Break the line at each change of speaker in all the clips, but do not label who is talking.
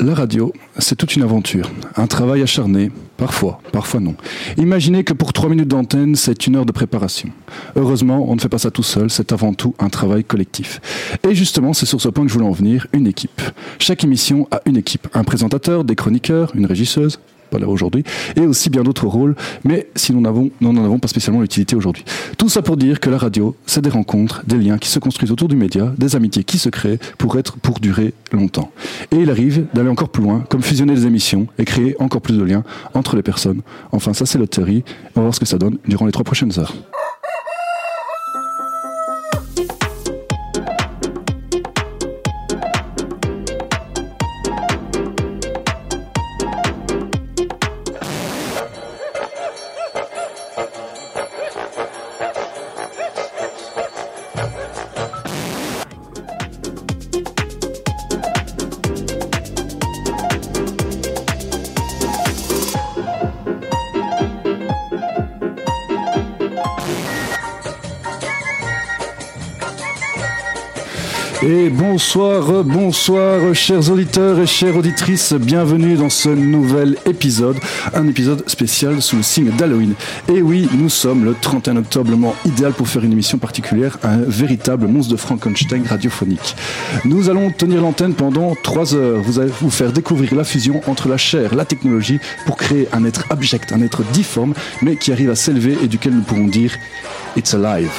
La radio, c'est toute une aventure, un travail acharné, parfois, parfois non. Imaginez que pour trois minutes d'antenne, c'est une heure de préparation. Heureusement, on ne fait pas ça tout seul, c'est avant tout un travail collectif. Et justement, c'est sur ce point que je voulais en venir, une équipe. Chaque émission a une équipe, un présentateur, des chroniqueurs, une régisseuse, pas là aujourd'hui, et aussi bien d'autres rôles, mais si nous n'avons- nous n'en avons pas spécialement l'utilité aujourd'hui. Tout ça pour dire que la radio, c'est des rencontres, des liens qui se construisent autour du média, des amitiés qui se créent pour être, pour durer longtemps. Et il arrive d'aller encore plus loin, comme fusionner les émissions et créer encore plus de liens entre les personnes. Enfin, ça c'est notre théorie, on va voir ce que ça donne durant les trois prochaines heures. Et bonsoir, euh, bonsoir, euh, chers auditeurs et chères auditrices. Bienvenue dans ce nouvel épisode, un épisode spécial sous le signe d'Halloween. Et oui, nous sommes le 31 octobre, le moment idéal pour faire une émission particulière, un véritable monstre de Frankenstein radiophonique. Nous allons tenir l'antenne pendant trois heures. Vous allez vous faire découvrir la fusion entre la chair, la technologie, pour créer un être abject, un être difforme, mais qui arrive à s'élever et duquel nous pourrons dire It's Alive.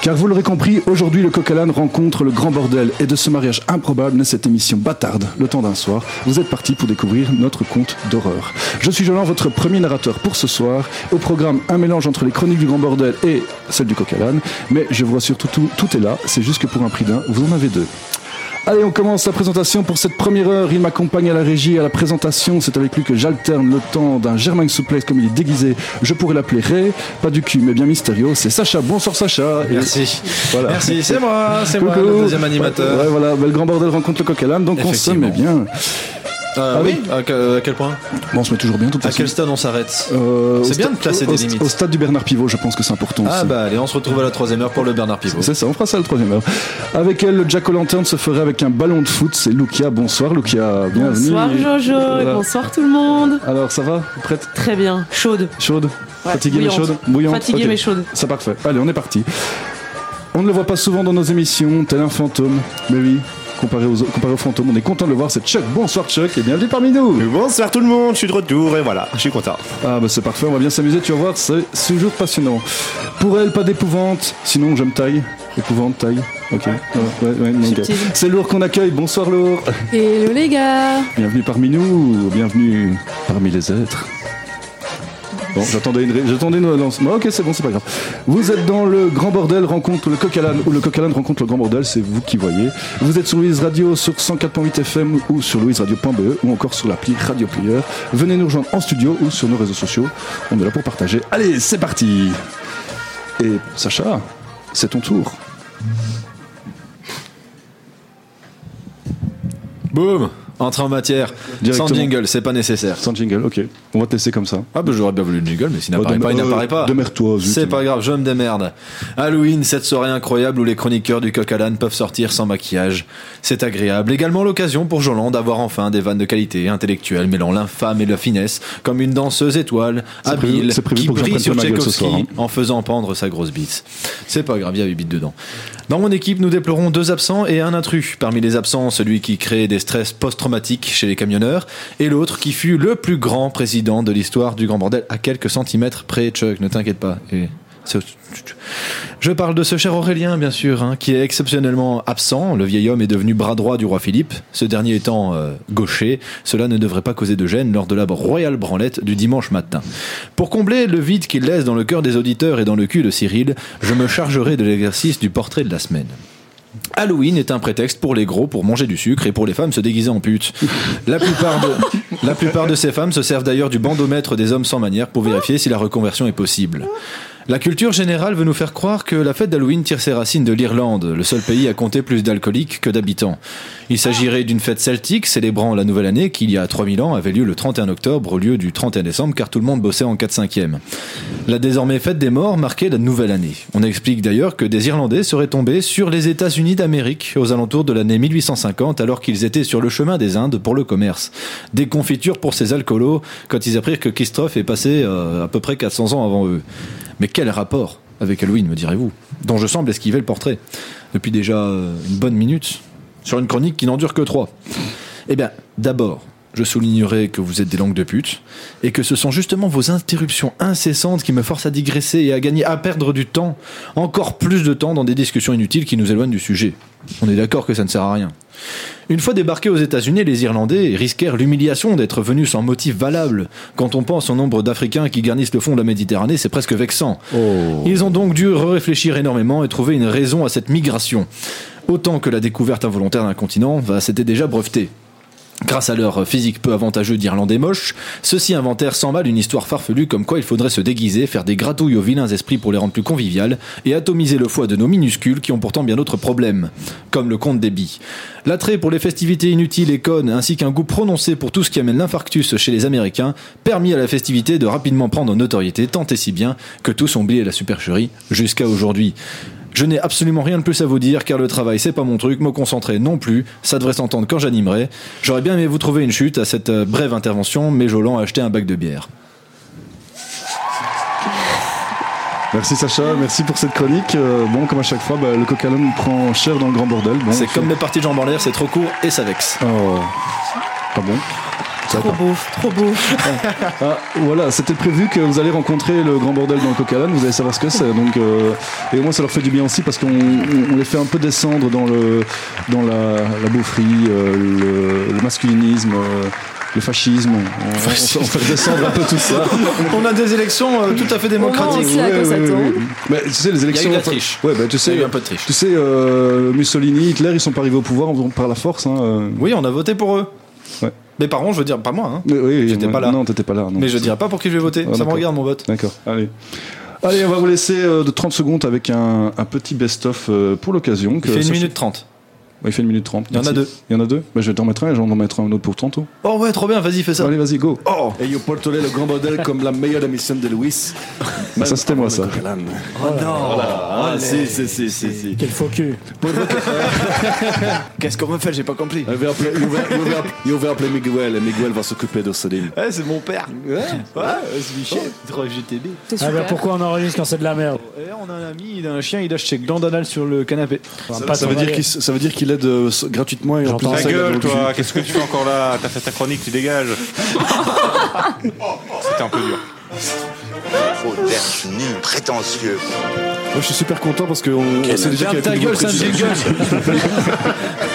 Car vous l'aurez compris, aujourd'hui le Coq à l'âne rencontre le grand bordel et de ce mariage improbable naît cette émission bâtarde, le temps d'un soir. Vous êtes partis pour découvrir notre conte d'horreur. Je suis Jolan, votre premier narrateur pour ce soir. Au programme, un mélange entre les chroniques du grand bordel et celle du Coq à l'âne. Mais je vois surtout tout, tout est là, c'est juste que pour un prix d'un, vous en avez deux. Allez, on commence la présentation pour cette première heure. Il m'accompagne à la régie, à la présentation. C'est avec lui que j'alterne le temps d'un Germain Souplex comme il est déguisé. Je pourrais l'appeler Ray, pas du cul, mais bien mystérieux. C'est Sacha. Bonsoir Sacha. Et-
Merci.
Voilà.
Merci, c'est moi, c'est moi,
Coucou.
le deuxième animateur.
Ouais, voilà, bah, le grand bordel rencontre le coq à l'âne, donc on se
Effectivement.
met bien.
Euh,
Ah
oui, à, que- à quel point
Bon, on se met toujours bien, de toute
À
façon.
quel stade on s'arrête
Euh, au
C'est bien
sta-
de placer
au-
des
au-
limites.
Au stade du Bernard Pivot, je pense que c'est important
Ah
aussi.
bah allez, on se retrouve à la troisième heure pour le Bernard Pivot.
C'est ça, on fera ça à la troisième heure. Avec elle, le Jack O'Lantern se ferait avec un ballon de foot. C'est Lucia. Bonsoir, Lucia. Bienvenue.
Bonsoir Jojo et
Voilà.
bonsoir tout le monde.
Alors, ça va Prête
Très bien, chaude.
Chaude
Ouais,
Fatiguée mais
bouillante.
chaude Bouillante
Fatiguée
Ok.
mais chaude.
C'est parfait. Allez, on est parti. On ne le voit pas souvent dans nos émissions, tel un fantôme. Mais oui, comparé aux, comparé aux fantômes, on est content de le voir. C'est Chuck. Bonsoir Chuck et bienvenue parmi nous.
Bonsoir tout le monde, je suis de retour et voilà, je suis content.
Ah bah c'est parfait, on va bien s'amuser, tu vas voir, c'est c'est toujours passionnant. Pour elle, pas d'épouvante, sinon j'aime taille. Épouvante, taille. Ok. Ah, ouais, ouais, non, ok.
Subtil.
C'est Lourd qu'on accueille. Bonsoir Lourd.
Hello les gars
Bienvenue parmi nous, bienvenue parmi les êtres. Bon, j'attendais une, ré- j'attendais une relance. Bon, ok, c'est bon, c'est pas grave. Vous êtes dans le grand bordel rencontre le coq à l'âne, ou le coq à l'âne rencontre le grand bordel, c'est vous qui voyez. Vous êtes sur Louise Radio sur 104.8 FM ou sur louiseradio.be ou encore sur l'appli Radio Player. Venez nous rejoindre en studio ou sur nos réseaux sociaux. On est là pour partager. Allez, c'est parti Et Sacha, c'est ton tour.
Boum Entrée en matière. Sans
Directement.
jingle, c'est pas nécessaire.
Sans jingle, ok. On va te laisser comme ça.
Ah bah j'aurais bien voulu le jingle, mais s'il
Bah,
n'apparaît
dem-
pas, il
euh,
n'apparaît pas.
démerde-toi, zut.
C'est pas grave, je me démerde. Halloween, cette soirée incroyable où les chroniqueurs du coq à l'âne peuvent sortir sans maquillage. C'est agréable. Également l'occasion pour Jolan d'avoir enfin des vannes de qualité intellectuelle mêlant l'infâme et la finesse, comme une danseuse étoile,
C'est prévu-
habile,
c'est prévu
qui
pour que je
brille
prenne
sur
pas ma gueule ce
Tchaïkovski
soir, hein.
en faisant pendre sa grosse bite. C'est pas grave, il y a 8 bits dedans. Dans mon équipe, nous déplorons deux absents et un intrus. Parmi les absents, celui qui crée des stress post-traumatiques chez les camionneurs et l'autre qui fut le plus grand président de l'histoire du grand bordel à quelques centimètres près. Chuck, ne t'inquiète pas. Et c'est- Je parle de ce cher Aurélien, bien sûr, hein, qui est exceptionnellement absent. Le vieil homme est devenu bras droit du roi Philippe. Ce dernier étant euh, gaucher, cela ne devrait pas causer de gêne lors de la royale branlette du dimanche matin. Pour combler le vide qu'il laisse dans le cœur des auditeurs et dans le cul de Cyril, je me chargerai de l'exercice du portrait de la semaine. Halloween est un prétexte pour les gros pour manger du sucre et pour les femmes se déguiser en pute. La plupart de, la plupart de ces femmes se servent d'ailleurs du bandomètre des hommes sans manière pour vérifier si la reconversion est possible. La culture générale veut nous faire croire que la fête d'Halloween tire ses racines de l'Irlande, le seul pays à compter plus d'alcooliques que d'habitants. Il s'agirait d'une fête celtique célébrant la nouvelle année qui, il y a 3000 ans, avait lieu le 31 octobre au lieu du 31 décembre car tout le monde bossait en 4-5e. La désormais fête des morts marquait la nouvelle année. On explique d'ailleurs que des Irlandais seraient tombés sur les États-Unis d'Amérique aux alentours de l'année 1850 alors qu'ils étaient sur le chemin des Indes pour le commerce. Des confitures pour ces alcoolos quand ils apprirent que Christophe est passé euh, à peu près 400 ans avant eux. Mais quel rapport avec Halloween, me direz-vous Dont je semble esquiver le portrait depuis déjà euh, une bonne minute sur une chronique qui n'en dure que trois. Eh bien, d'abord, je soulignerai que vous êtes des langues de pute et que ce sont justement vos interruptions incessantes qui me forcent à digresser et à gagner, à perdre du temps, encore plus de temps dans des discussions inutiles qui nous éloignent du sujet. On est d'accord que ça ne sert à rien. Une fois débarqués aux États-Unis, les Irlandais risquèrent l'humiliation d'être venus sans motif valable. Quand on pense au nombre d'Africains qui garnissent le fond de la Méditerranée, c'est presque vexant. Ils ont donc dû réfléchir énormément et trouver une raison à cette migration. Autant que la découverte involontaire d'un continent, bah, c'était déjà breveté. Grâce à leur physique peu avantageux d'Irlandais moches, ceux-ci inventèrent sans mal une histoire farfelue comme quoi il faudrait se déguiser, faire des gratouilles aux vilains esprits pour les rendre plus conviviales, et atomiser le foie de nos minuscules qui ont pourtant bien d'autres problèmes, comme le compte des billes. L'attrait pour les festivités inutiles et connes, ainsi qu'un goût prononcé pour tout ce qui amène l'infarctus chez les Américains, permit à la festivité de rapidement prendre en notoriété tant et si bien que tous ont oublié la supercherie jusqu'à aujourd'hui. Je n'ai absolument rien de plus à vous dire car le travail c'est pas mon truc, me concentrer non plus, ça devrait s'entendre quand j'animerai. J'aurais bien aimé vous trouver une chute à cette euh, brève intervention, mais Jolan a acheté un bac de bière.
Merci Sacha, merci pour cette chronique. Euh, bon, comme à chaque fois, bah, le coca Lum prend cher dans le grand bordel. Bon,
c'est
je-
comme les parties de jambes en l'air, c'est trop court et ça vexe.
Oh, pas bon. Ça va
Trop
pas.
beau, trop beau.
Ah, voilà, c'était prévu que vous allez rencontrer le grand bordel dans le coca Lum, vous allez savoir ce que c'est. Donc, euh, et au moins, ça leur fait du bien aussi parce qu'on on- on les fait un peu descendre dans, le, dans la, la beaufrie, euh, le, le masculinisme. euh, le fascisme, on, on- on fait descendre un peu tout ça.
On a des élections euh, tout à fait
Ouais,
démocratiques.
Au moins, à quoi s'attendre.
Mais tu sais, les élections.
de la
enfin,
triche.
Ouais, bah, tu sais,
Il y a eu un peu de triche.
Tu sais, euh, Mussolini, Hitler, ils sont pas arrivés au pouvoir en- par la force. Hein. euh.
Oui, on a voté pour eux.
Ouais.
Mes parents, je veux dire, pas moi, hein.
Mais oui,
J'étais
ouais,
pas là.
Non, t'étais pas là. non.
mais je dirais pas pour qui je vais voter.
Ah,
ça me
d'accord.
regarde mon vote.
D'accord, allez. Allez, on va vous laisser euh, de 30 secondes avec un, un petit best-of euh, pour l'occasion. que
Il fait une
Sacha-
minute trente.
Ouais, il fait une minute trente.
Il y en a
merci.
deux.
Il y en a deux bah, Je vais t'en mettre un et j'en mettrai un autre pour tantôt.
Oh ouais, trop bien, vas-y, fais ça.
Allez, vas-y, go.
Oh
Et yo porterai le grand bordel comme la meilleure émission de Louis.
Bah, ça, c'était moi, ça.
Oh non Ah si, si, si, si, si.
Quel faux cul.
Qu'est-ce qu'on veut faire J'ai pas compris. Il va appeler Miguel et Miguel va s'occuper de Salim.
Ouais, c'est mon père. Ouais, ouais, c'est Michel. GTB.
Ah
C'est super.
bah, pourquoi on enregistre quand c'est de la merde
Eh, on a un ami, il a un chien, il lâche ses glandes anales sur le canapé.
Enfin, pas
Ça veut
ton
dire
valet.
qu'il s- ça veut dire qu'il aide euh, s- gratuitement et en
J'entends
plus
Ta
Ça,
il aide
gueule,
le cul.
toi, qu'est-ce que tu fais encore là T'as fait ta chronique, tu dégages. C'était un peu dur.
Faudaire, nul, prétentieux.
Moi je suis super content parce qu'on on sait déjà
Ferme
qu'il y a
ta
plus de
gueule,
gros
sainte
préjugés.
gueule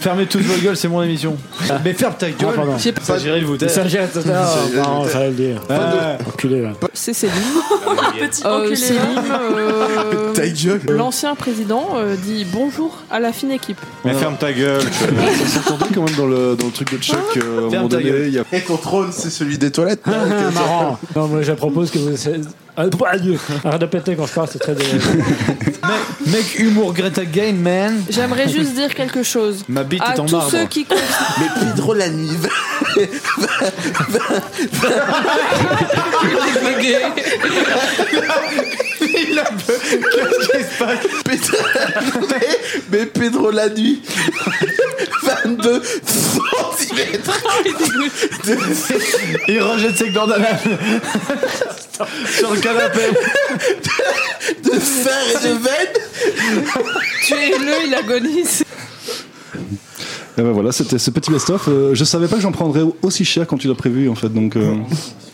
Fermez toutes vos gueules, c'est mon émission. Mais ferme ta
Ah,
gueule
pardon.
J'ai
Ça géré de vous taire.
Ça jette, ça. Ah, Non, ça va le dire. Ah, Enculé, là.
C'est Céline.
Petit
Oh.
Euh,
enculé.
Céline, euh,
Ta gueule
l'ancien président euh, dit bonjour à la fine équipe.
Mais ferme ta gueule.
On s'entendait quand même dans le, dans le truc de Chuck
Hein
euh, à un moment
ta gueule.
donné. Il y a... Et ton trône, c'est celui des toilettes.
Ah, marrant. Non, moi, je propose que vous. essayez- Ah, pour- adieu. Arrête de péter quand je parle, c'est très dégueulasse.
Mec, mec, humour Greta Gain, man.
J'aimerais juste dire quelque chose.
Ma bite
À
est en
tous
marbre.
ceux qui
Mais Pedro la nuit va, mais Pedro la nuit 22 cm
Il rejette ses glandes anales. sur le canapé.
de fer et de veine.
tuent le, il agonise.
Et ben voilà, c'était ce petit best-of. Euh, je savais pas que j'en prendrais aussi cher quand tu l'as prévu, en fait. Donc, euh,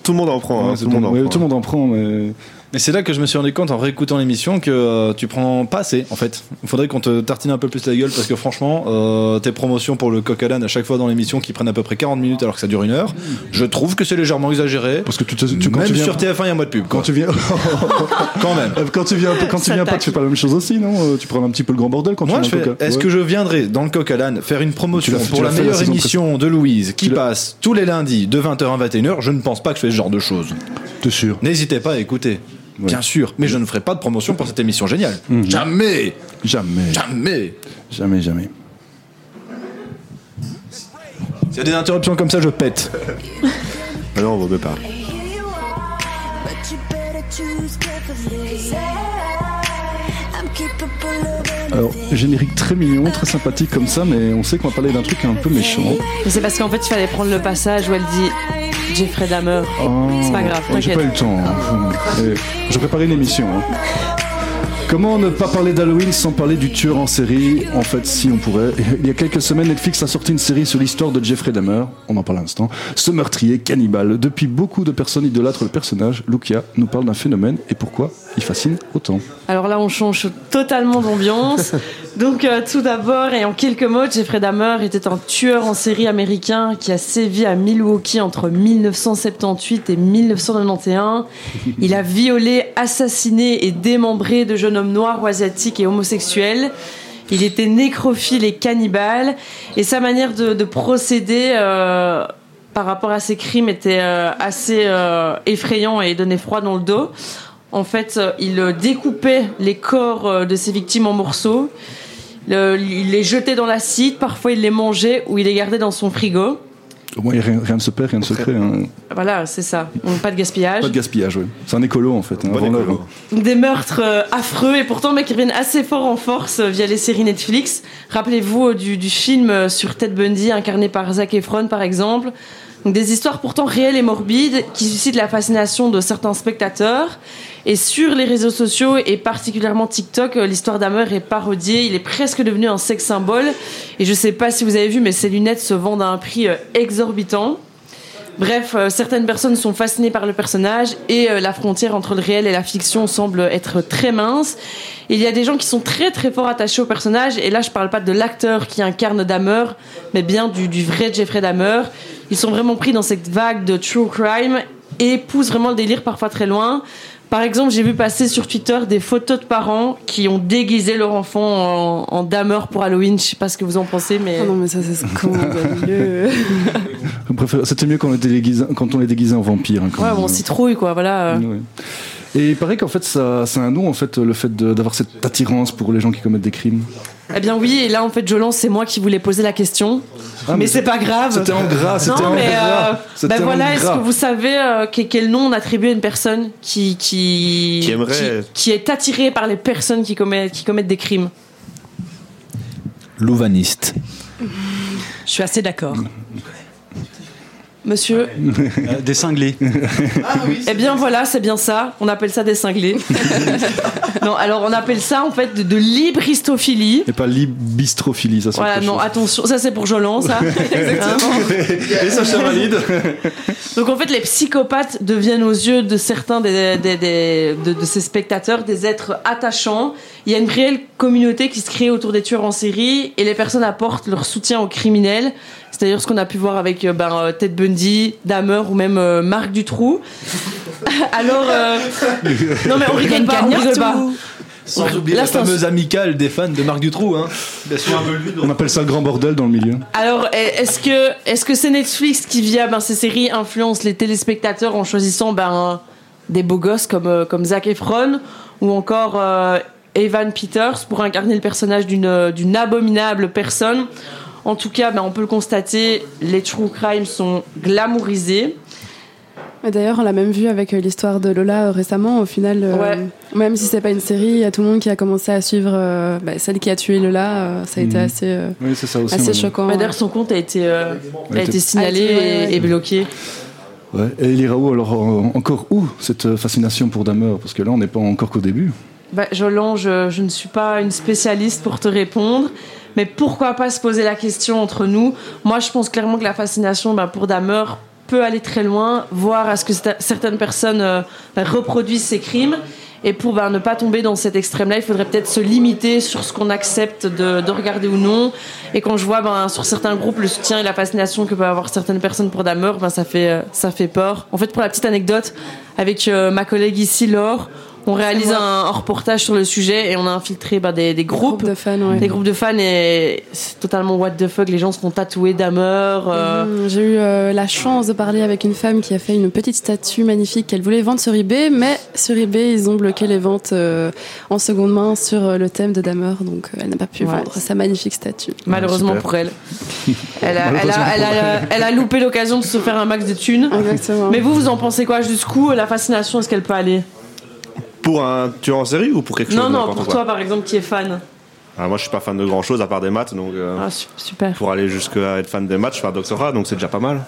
Tout le monde en prend. hein,
ouais,
tout le monde en
ouais,
prend.
tout le monde en prend, mais.
Mais c'est là que je me suis rendu compte en réécoutant l'émission que euh, tu prends pas assez en fait. Il faudrait qu'on te tartine un peu plus la gueule parce que franchement, euh, tes promotions pour le coq à l'âne à chaque fois dans l'émission qui prennent à peu près 40 minutes alors que ça dure une heure, je trouve que c'est légèrement exagéré.
Parce que tu, te- tu- quand
Même
tu viens.
sur TF1, il y a un mois de pub.
Quand
Quand,
tu viens.
quand même.
Euh, Quand tu viens, quand tu viens pas, tu fais pas la même chose aussi, non Euh, Tu prends un petit peu le grand bordel quand
Moi,
tu
je
viens
fais.
au coca.
Est-ce
Ouais.
que je viendrai dans le coq à l'âne faire une
Tu
promotion
l'as fait- tu
pour
l'as
la
fait la
meilleure
saison
émission de Louise qui
l'as-
passe tous les lundis de 20h à 21h Je ne pense pas que je fais ce genre de choses.
T'es sûr
N'hésitez pas à écouter. bien sûr, mais je ne ferai pas de promotion pour cette émission géniale. Jamais
Mhm. Jamais.
Jamais
Jamais, jamais.
S'il y a des interruptions comme ça, je pète.
Ah non, on vaut mieux pas.
Alors, générique très mignon, très sympathique comme ça, mais on sait qu'on va parler d'un truc un peu méchant.
Mais c'est parce qu'en fait, il fallait prendre le passage où elle dit Jeffrey Dahmer. C'est pas grave,
Oh. Ouais, J'ai
t'inquiète.
pas eu le temps. hein. Et Je préparais une émission. hein. Comment ne pas parler d'Halloween sans parler du tueur en série En fait, si on pourrait. Il y a quelques semaines, Netflix a sorti une série sur l'histoire de Jeffrey Dahmer. On en parle à l'instant. Ce meurtrier cannibale. Depuis, beaucoup de personnes idolâtrent le personnage. Lucia nous parle d'un phénomène et pourquoi il fascine autant.
Alors là, on change totalement d'ambiance. Donc, euh, tout d'abord, et en quelques mots, Jeffrey Dahmer était un tueur en série américain qui a sévi à Milwaukee entre 1978 et 1991. Il a violé, assassiné et démembré de jeunes hommes noirs, ou asiatiques et homosexuels. Il était nécrophile et cannibale. Et sa manière de, de procéder euh, par rapport à ses crimes était euh, assez euh, effrayant et donnait froid dans le dos. En fait, euh, il euh, découpait les corps euh, de ses victimes en morceaux. Le- il les jetait dans l'acide, parfois il les mangeait ou il les gardait dans son frigo.
Au moins, rien, rien ne se perd, rien ne se crée. hein.
Voilà, c'est ça. Donc, pas de gaspillage.
Pas de gaspillage, oui. C'est un écolo, en fait. hein,
Bon
avant l'heure,
écolo.
hein.
Des meurtres euh, affreux et pourtant, mais qui reviennent assez fort en force euh, via les séries Netflix. Rappelez-vous euh, du, du film euh, sur Ted Bundy, incarné par Zac Efron, par exemple. Donc, des histoires pourtant réelles et morbides qui suscitent la fascination de certains spectateurs. Et sur les réseaux sociaux et particulièrement TikTok, euh, l'histoire d'Hammer est parodiée. Il est presque devenu un sex symbole. Et je sais pas si vous avez vu, mais ces lunettes se vendent à un prix euh, exorbitant. Bref, euh, certaines personnes sont fascinées par le personnage et euh, la frontière entre le réel et la fiction semble être très mince. Il y a des gens qui sont très très fort attachés au personnage et là je parle pas de l'acteur qui incarne Dahmer, mais bien du, du vrai Jeffrey Dahmer. Ils sont vraiment pris dans cette vague de true crime et poussent vraiment le délire parfois très loin. Par exemple, j'ai vu passer sur Twitter des photos de parents qui ont déguisé leur enfant en, en Dahmer pour Halloween. Je sais pas ce que vous en pensez, mais
Oh non, mais ça, c'est scandaleux.
Je préfère- C'était mieux quand on, était déguisé- quand on les déguisait en vampire. hein, quand
ouais,
même,
bon, on
hein.
s'y trouille quoi. Voilà. euh.
Ouais. Et il paraît qu'en fait, ça, c'est un don, en fait, le fait de- d'avoir cette attirance pour les gens qui commettent des crimes.
Eh bien oui, et là en fait Jolan, c'est moi qui voulais poser la question.
Ah,
mais c'est pas grave.
C'était en gras, c'était
non
en
mais
gras.
euh,
C'était
ben
en
voilà, est-ce
gras.
que vous savez euh, que- quel nom on attribue à une personne qui qui
Qui aimerait-
qui, qui est attirée par les personnes qui commettent qui commettent des crimes
Louvaniste.
Je suis assez d'accord. Monsieur,
Euh,
des cinglés.
Ah
eh bien voilà, c'est bien ça. On appelle ça des cinglés. non, alors on appelle ça en fait de, de l'hybristophilie.
Et pas libistrophilie, ça c'est
Voilà,
autre
non,
chose.
attention, ça c'est pour Jolan, ça. Hein
Et ça, c'est valide.
Donc en fait, les psychopathes deviennent aux yeux de certains des, des- des- de, de ces spectateurs des êtres attachants. Il y a une réelle communauté qui se crée autour des tueurs en série et les personnes apportent leur soutien aux criminels. C'est d'ailleurs ce qu'on a pu voir avec euh, ben, euh, Ted Bundy, Dahmer ou même euh, Marc Dutroux. Alors, euh, non mais on rigole pas, on rigole pas.
Sans oublier
Là,
la
c'est un-
fameuse amicale des fans de Marc Dutroux. Hein.
hein.
On appelle ça le grand bordel dans le milieu.
Alors, est-ce que est-ce que c'est Netflix qui via ben, ces séries influence les téléspectateurs en choisissant ben des beaux gosses comme euh, comme Zac Efron ou encore euh, Evan Peters pour incarner le personnage d'une euh, d'une abominable personne En tout cas, ben, on peut le constater, les true crimes sont glamourisés.
Mais D'ailleurs, on l'a même vu avec euh, l'histoire de Lola euh, récemment. Au final, euh,
Ouais.
même si c'est pas une série, il y a tout le monde qui a commencé à suivre euh, bah, celle qui a tué Lola. euh, ça a été
Mhm.
assez, euh,
Oui, c'est ça aussi.
assez
ouais.
choquant. hein.
Ben, D'ailleurs, son compte a été euh, a été signalé
Ah, ouais, ouais.
et, et bloqué.
Ouais. Et Lirao, alors en- encore où cette euh, fascination pour Dahmer Parce que là, on n'est pas encore qu'au début.
Bah, Jolan, je, je ne suis pas une spécialiste pour te répondre, mais pourquoi pas se poser la question entre nous Moi, je pense clairement que la fascination bah, pour Dahmer peut aller très loin, voir à ce que sta- certaines personnes euh, bah, reproduisent ces crimes. Et pour bah, ne pas tomber dans cet extrême-là, il faudrait peut-être se limiter sur ce qu'on accepte de, de regarder ou non. Et quand je vois bah, sur certains groupes le soutien et la fascination que peuvent avoir certaines personnes pour ben, Dahmer, bah, ça, fait, euh, ça fait peur. En fait, pour la petite anecdote, avec euh, ma collègue ici, Laure, On réalise un, un reportage sur le sujet et on a infiltré bah, des, des groupes,
de fans, ouais.
des groupes de fans et c'est totalement what the fuck. Les gens se font tatouer d'ameur. euh,
Mhm, J'ai eu euh, la chance de parler avec une femme qui a fait une petite statue magnifique qu'elle voulait vendre sur eBay, mais sur eBay, ils ont bloqué les ventes euh, en seconde main sur euh, le thème de Damer, donc euh, elle n'a pas pu
Ouais.
vendre sa magnifique statue.
Malheureusement
super.
pour elle. Elle a, elle,
Malheureusement
a, elle, a,
pour
elle a loupé l'occasion de se faire un max de thunes.
Exactement.
Mais vous, vous en pensez quoi Jusqu'où la fascination, est-ce qu'elle peut aller
Pour un tueur en série ou pour quelque
Non,
chose
non,
n'importe
pour
quoi
toi par exemple qui est fan.
Ah, Moi, je suis pas fan de grand chose à part des maths, donc. euh,
Ah, su- super.
pour aller jusqu'à être fan des matchs, faire doctorat, donc c'est déjà pas mal.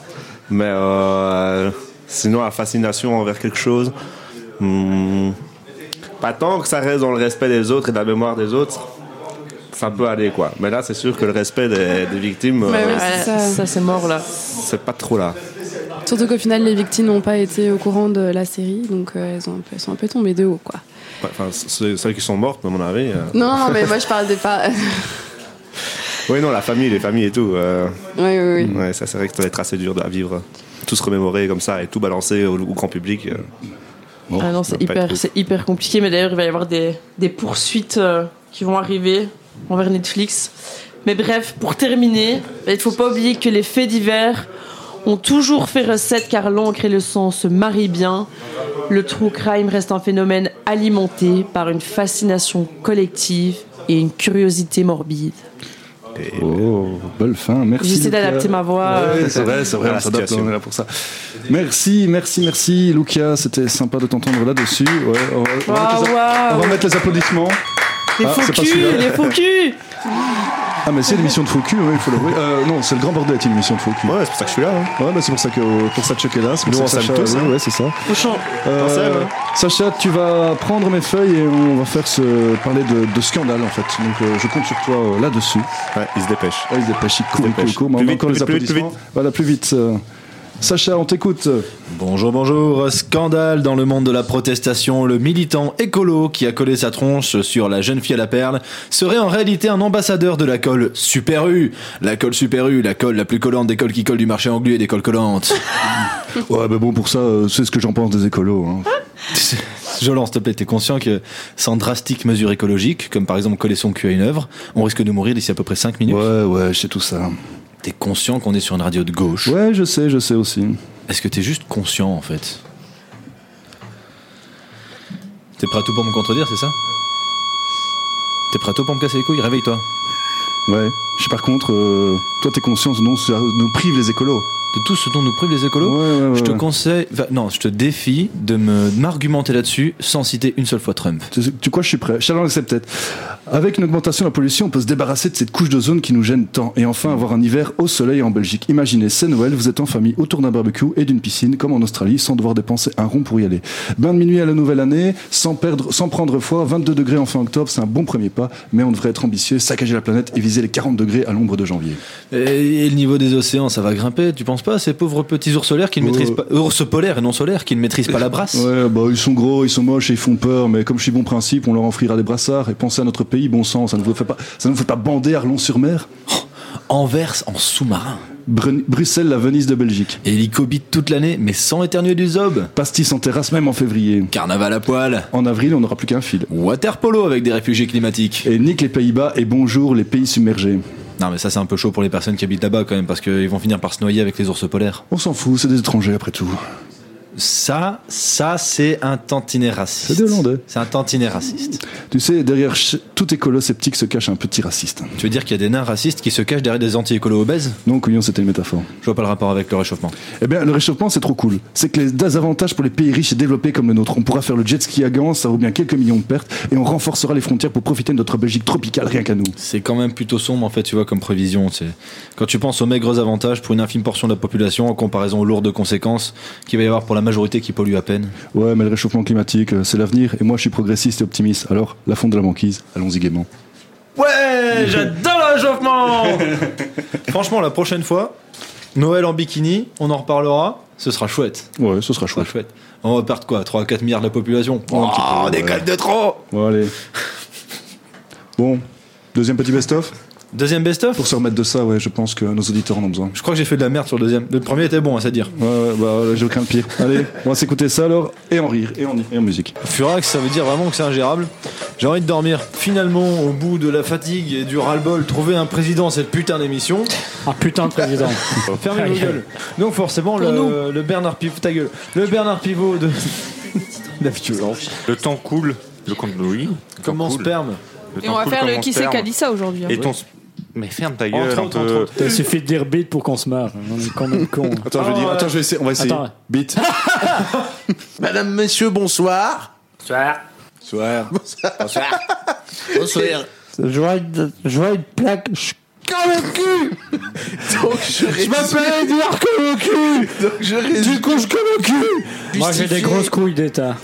Mais euh, sinon, la fascination envers quelque chose, hmm, pas tant que ça reste dans le respect des autres et de la mémoire des autres, ça peut aller quoi. Mais là, c'est sûr que le respect des, des victimes, euh,
Ouais,
Ouais,
c'est ça.
ça, c'est mort là.
c'est pas trop là.
Surtout qu'au final, les victimes n'ont pas été au courant de la série, donc euh, elles, ont un peu- elles sont un peu tombées de haut, quoi.
Enfin, c'est- celles qui sont mortes, à mon avis. euh.
Non, non, mais moi je parle de pas.
Oui, non, la famille, les familles et tout. euh,
oui, oui, oui.
ouais, ça, c'est vrai que ça va être assez dur de la vivre. Tout se remémorer comme ça et tout balancer au, au grand public. euh.
Ah non,
ça
c'est
va pas être
hyper,
cool.
c'est hyper compliqué. Mais d'ailleurs, il va y avoir des, des poursuites euh, qui vont arriver envers Netflix. Mais bref, pour terminer, bah, il faut pas oublier que les faits divers ont toujours fait recette car l'encre et le sang se marient bien. Le true crime reste un phénomène alimenté par une fascination collective et une curiosité morbide.
Oh, belle fin, merci.
J'essaie
Lucas.
d'adapter ma voix. euh,
Ouais, c'est vrai, c'est vrai,
À la
on s'adapte,
situation.
on est là pour ça. Merci, merci, merci, Lucas, c'était sympa de t'entendre là-dessus. Ouais, on, va,
Waouh,
on va mettre les app- on
waouh,
va mettre les applaudissements.
les
Ah,
faux
c'est pas
culs,
celui-là.
les faux culs.
Ah, mais c'est l'émission de faux cul, ouais, il faut l'avouer. Euh, non, c'est le grand bordel, une émission de faux cul.
Ouais, c'est pour ça que je suis là. hein.
Ouais, bah, c'est pour ça que pour ça Chuck est là, c'est pour
Nous,
ça
on
que
s'aime
Sacha-
tous, hein.
ouais, ouais, c'est ça.
Au champ.
Euh,
Pensez, ouais.
Sacha, tu vas prendre mes feuilles et on va faire ce, parler de, de scandale en fait. Donc euh, je compte sur toi euh, là-dessus.
Ouais, il se dépêche.
Ah, il se dépêche, il court, il court, il
dépêche.
court, mais
Plus
on a
vite,
encore les
plus vite, plus vite, plus
applaudissements. Voilà, plus vite. euh. Sacha, on t'écoute.
Bonjour, bonjour. Scandale dans le monde de la protestation. Le militant écolo qui a collé sa tronche sur la jeune fille à la perle serait en réalité un ambassadeur de la colle Super U. La colle Super U, la colle la plus collante des colles qui collent du marché anglais et des colles collantes.
Ouais, bah bon, pour ça, euh, c'est ce que j'en pense des écolos. hein.
Jolan, s'il te plaît, t'es conscient que sans drastiques mesures écologiques, comme par exemple coller son cul à une œuvre, on risque de mourir d'ici à peu près 5 minutes.
Ouais, ouais, je sais tout ça.
T'es conscient qu'on est sur une radio de gauche
Ouais, je sais, je sais aussi.
Est-ce que t'es juste conscient en fait T'es prêt à tout pour me contredire, c'est ça T'es prêt à tout pour me casser les couilles Réveille-toi.
Ouais. Je sais par contre, euh, toi, t'es conscience, non, ça nous prive les écolos.
De tout ce dont nous privent les écolos
Ouais, ouais,
Je te
ouais.
conseille, enfin, non, je te défie de me de m'argumenter là-dessus sans citer une seule fois Trump.
Tu tu crois que je suis prêt Challenge accepted. Avec une augmentation de la pollution, on peut se débarrasser de cette couche d'ozone qui nous gêne tant et enfin avoir un hiver au soleil en Belgique. Imaginez, c'est Noël, vous êtes en famille autour d'un barbecue et d'une piscine comme en Australie sans devoir dépenser un rond pour y aller. Bain de minuit à la nouvelle année, sans, perdre, sans prendre froid, 22 degrés en fin octobre, c'est un bon premier pas, mais on devrait être ambitieux, saccager la planète et viser les 40 degrés à l'ombre de janvier.
Et, et le niveau des océans, ça va grimper, tu penses pas Ces pauvres petits ours solaires qui
Ouais.
ne maîtrisent pas, ours polaires et non solaires qui ne maîtrisent pas la brasse.
Ouais, bah ils sont gros, ils sont moches et ils font peur, mais comme je suis bon principe, on leur offrira des brassards et pensez à notre pays, bon sang, ça ne vous fait pas, ça ne vous fait pas bander Arlon-sur-Mer
Oh, Anvers en sous-marin.
Brun- Bruxelles, la Venise de Belgique.
Hélicobite toute l'année, mais sans éternuer du zob.
Pastis en terrasse même en février.
Carnaval à poil.
En avril, on n'aura plus qu'un fil.
Waterpolo avec des réfugiés climatiques.
Et nique les Pays-Bas et bonjour les pays submergés.
Non mais ça c'est un peu chaud pour les personnes qui habitent là-bas quand même parce qu'ils vont finir par se noyer avec les ours polaires.
On s'en fout, c'est des étrangers après tout.
Ça, ça c'est un tantinet raciste.
C'est des Hollandais.
C'est un tantinet raciste.
Tu sais, derrière ch- tout écolo sceptique se cache un petit raciste.
Tu veux dire qu'il y a des nains racistes qui se cachent derrière des anti-écolos obèses
Non, couillon, c'était une métaphore.
Je vois pas le rapport avec le réchauffement.
Eh bien, le réchauffement, c'est trop cool. C'est que les désavantages pour les pays riches et développés comme le nôtre. On pourra faire le jet ski à Gans, ça vaut bien quelques millions de pertes, et on renforcera les frontières pour profiter de notre Belgique tropicale Ah, rien qu'à nous.
C'est quand même plutôt sombre en fait, tu vois, comme prévision. C'est quand tu penses aux maigres avantages pour une infime portion de la population en comparaison aux lourdes conséquences qu'il va y avoir pour la majorité qui pollue à peine.
Ouais, mais le réchauffement climatique, euh, c'est l'avenir, et moi je suis progressiste et optimiste. Alors, la fonte de la banquise, allons-y gaiement.
Ouais, j'adore le réchauffement Franchement, la prochaine fois, Noël en bikini, on en reparlera. Ce sera chouette.
Ouais, ce sera
Ce sera
chouette.
chouette. On va perdre quoi 3 à 4 milliards de la population Oh, on déconne de trop
Bon, allez. Bon, deuxième petit best-of
Deuxième best-of
Pour se remettre de ça, ouais, je pense que nos auditeurs en ont besoin.
Je crois que j'ai fait de la merde sur le deuxième. Le premier était bon, hein, à dire.
Ouais, ouais, bah, voilà, j'ai aucun pire. Allez, on va s'écouter ça alors, et en rire, et en, et en musique.
Furax, ça veut dire vraiment que c'est ingérable. J'ai envie de dormir. Finalement, au bout de la fatigue et du ras-le-bol, trouver un président, cette putain d'émission.
Un putain de président.
Fermez vos gueules. Donc, forcément, le, le Bernard Pivot, ta gueule. Le Bernard Pivot de. la violence.
Le temps coule. Le compte oui.
Comme mon sperme.
Le
Et
temps
on va
coule
faire
comme
le
mon
qui c'est
sperme.
qu'a dit ça aujourd'hui. hein.
Et ton. s- Mais ferme ta gueule.
Entre
un
autres,
peu.
entre autres.
Il suffit de dire bite pour qu'on se marre. On est quand même con.
Attends, je vais dire,
Oh,
attends, je vais essayer, on va essayer.
Attends.
Bit.
Madame, monsieur, bonsoir.
Soir.
Bonsoir.
Je vois une, je vois une plaque. Je
Donc, je, résume-
Edouard Colocu
donc, je résume.
coup, je Colocu Moi, j'ai des
Justifié.
grosses couilles d'État.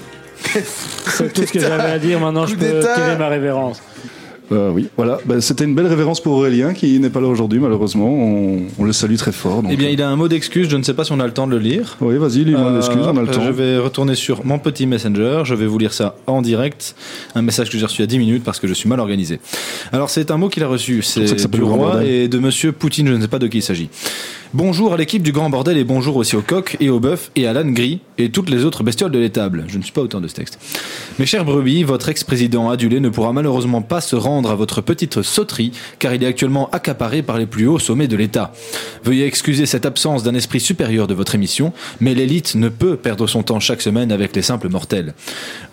C'est tout ce que j'avais à dire. Maintenant, je
Coup
peux
d'État.
tirer ma révérence.
Euh, oui, voilà. Bah, C'était une belle révérence pour Aurélien qui n'est pas là aujourd'hui, malheureusement. On, on le salue très fort. donc.
Eh bien, il a un mot d'excuse, je ne sais pas si on a le temps de le lire.
Oui, vas-y, lui,
Euh,
mon excuse, on a le
hop,
temps.
Je vais retourner sur mon petit messenger, je vais vous lire ça en direct. Un message que j'ai reçu il y a 10 minutes parce que je suis mal organisé. Alors c'est un mot qu'il a reçu,
pour ça que ça
c'est
peut
du
le grand
roi
bordel.
et de monsieur Poutine, je ne sais pas de qui il s'agit. Bonjour à l'équipe du Grand Bordel et bonjour aussi au coq et au bœuf et à l'âne gris et toutes les autres bestioles de l'étable. Je ne suis pas auteur de ce texte. Mes chers brebis, votre ex-président adulé ne pourra malheureusement pas se rendre à votre petite sauterie car il est actuellement accaparé par les plus hauts sommets de l'État. Veuillez excuser cette absence d'un esprit supérieur de votre émission, mais l'élite ne peut perdre son temps chaque semaine avec les simples mortels.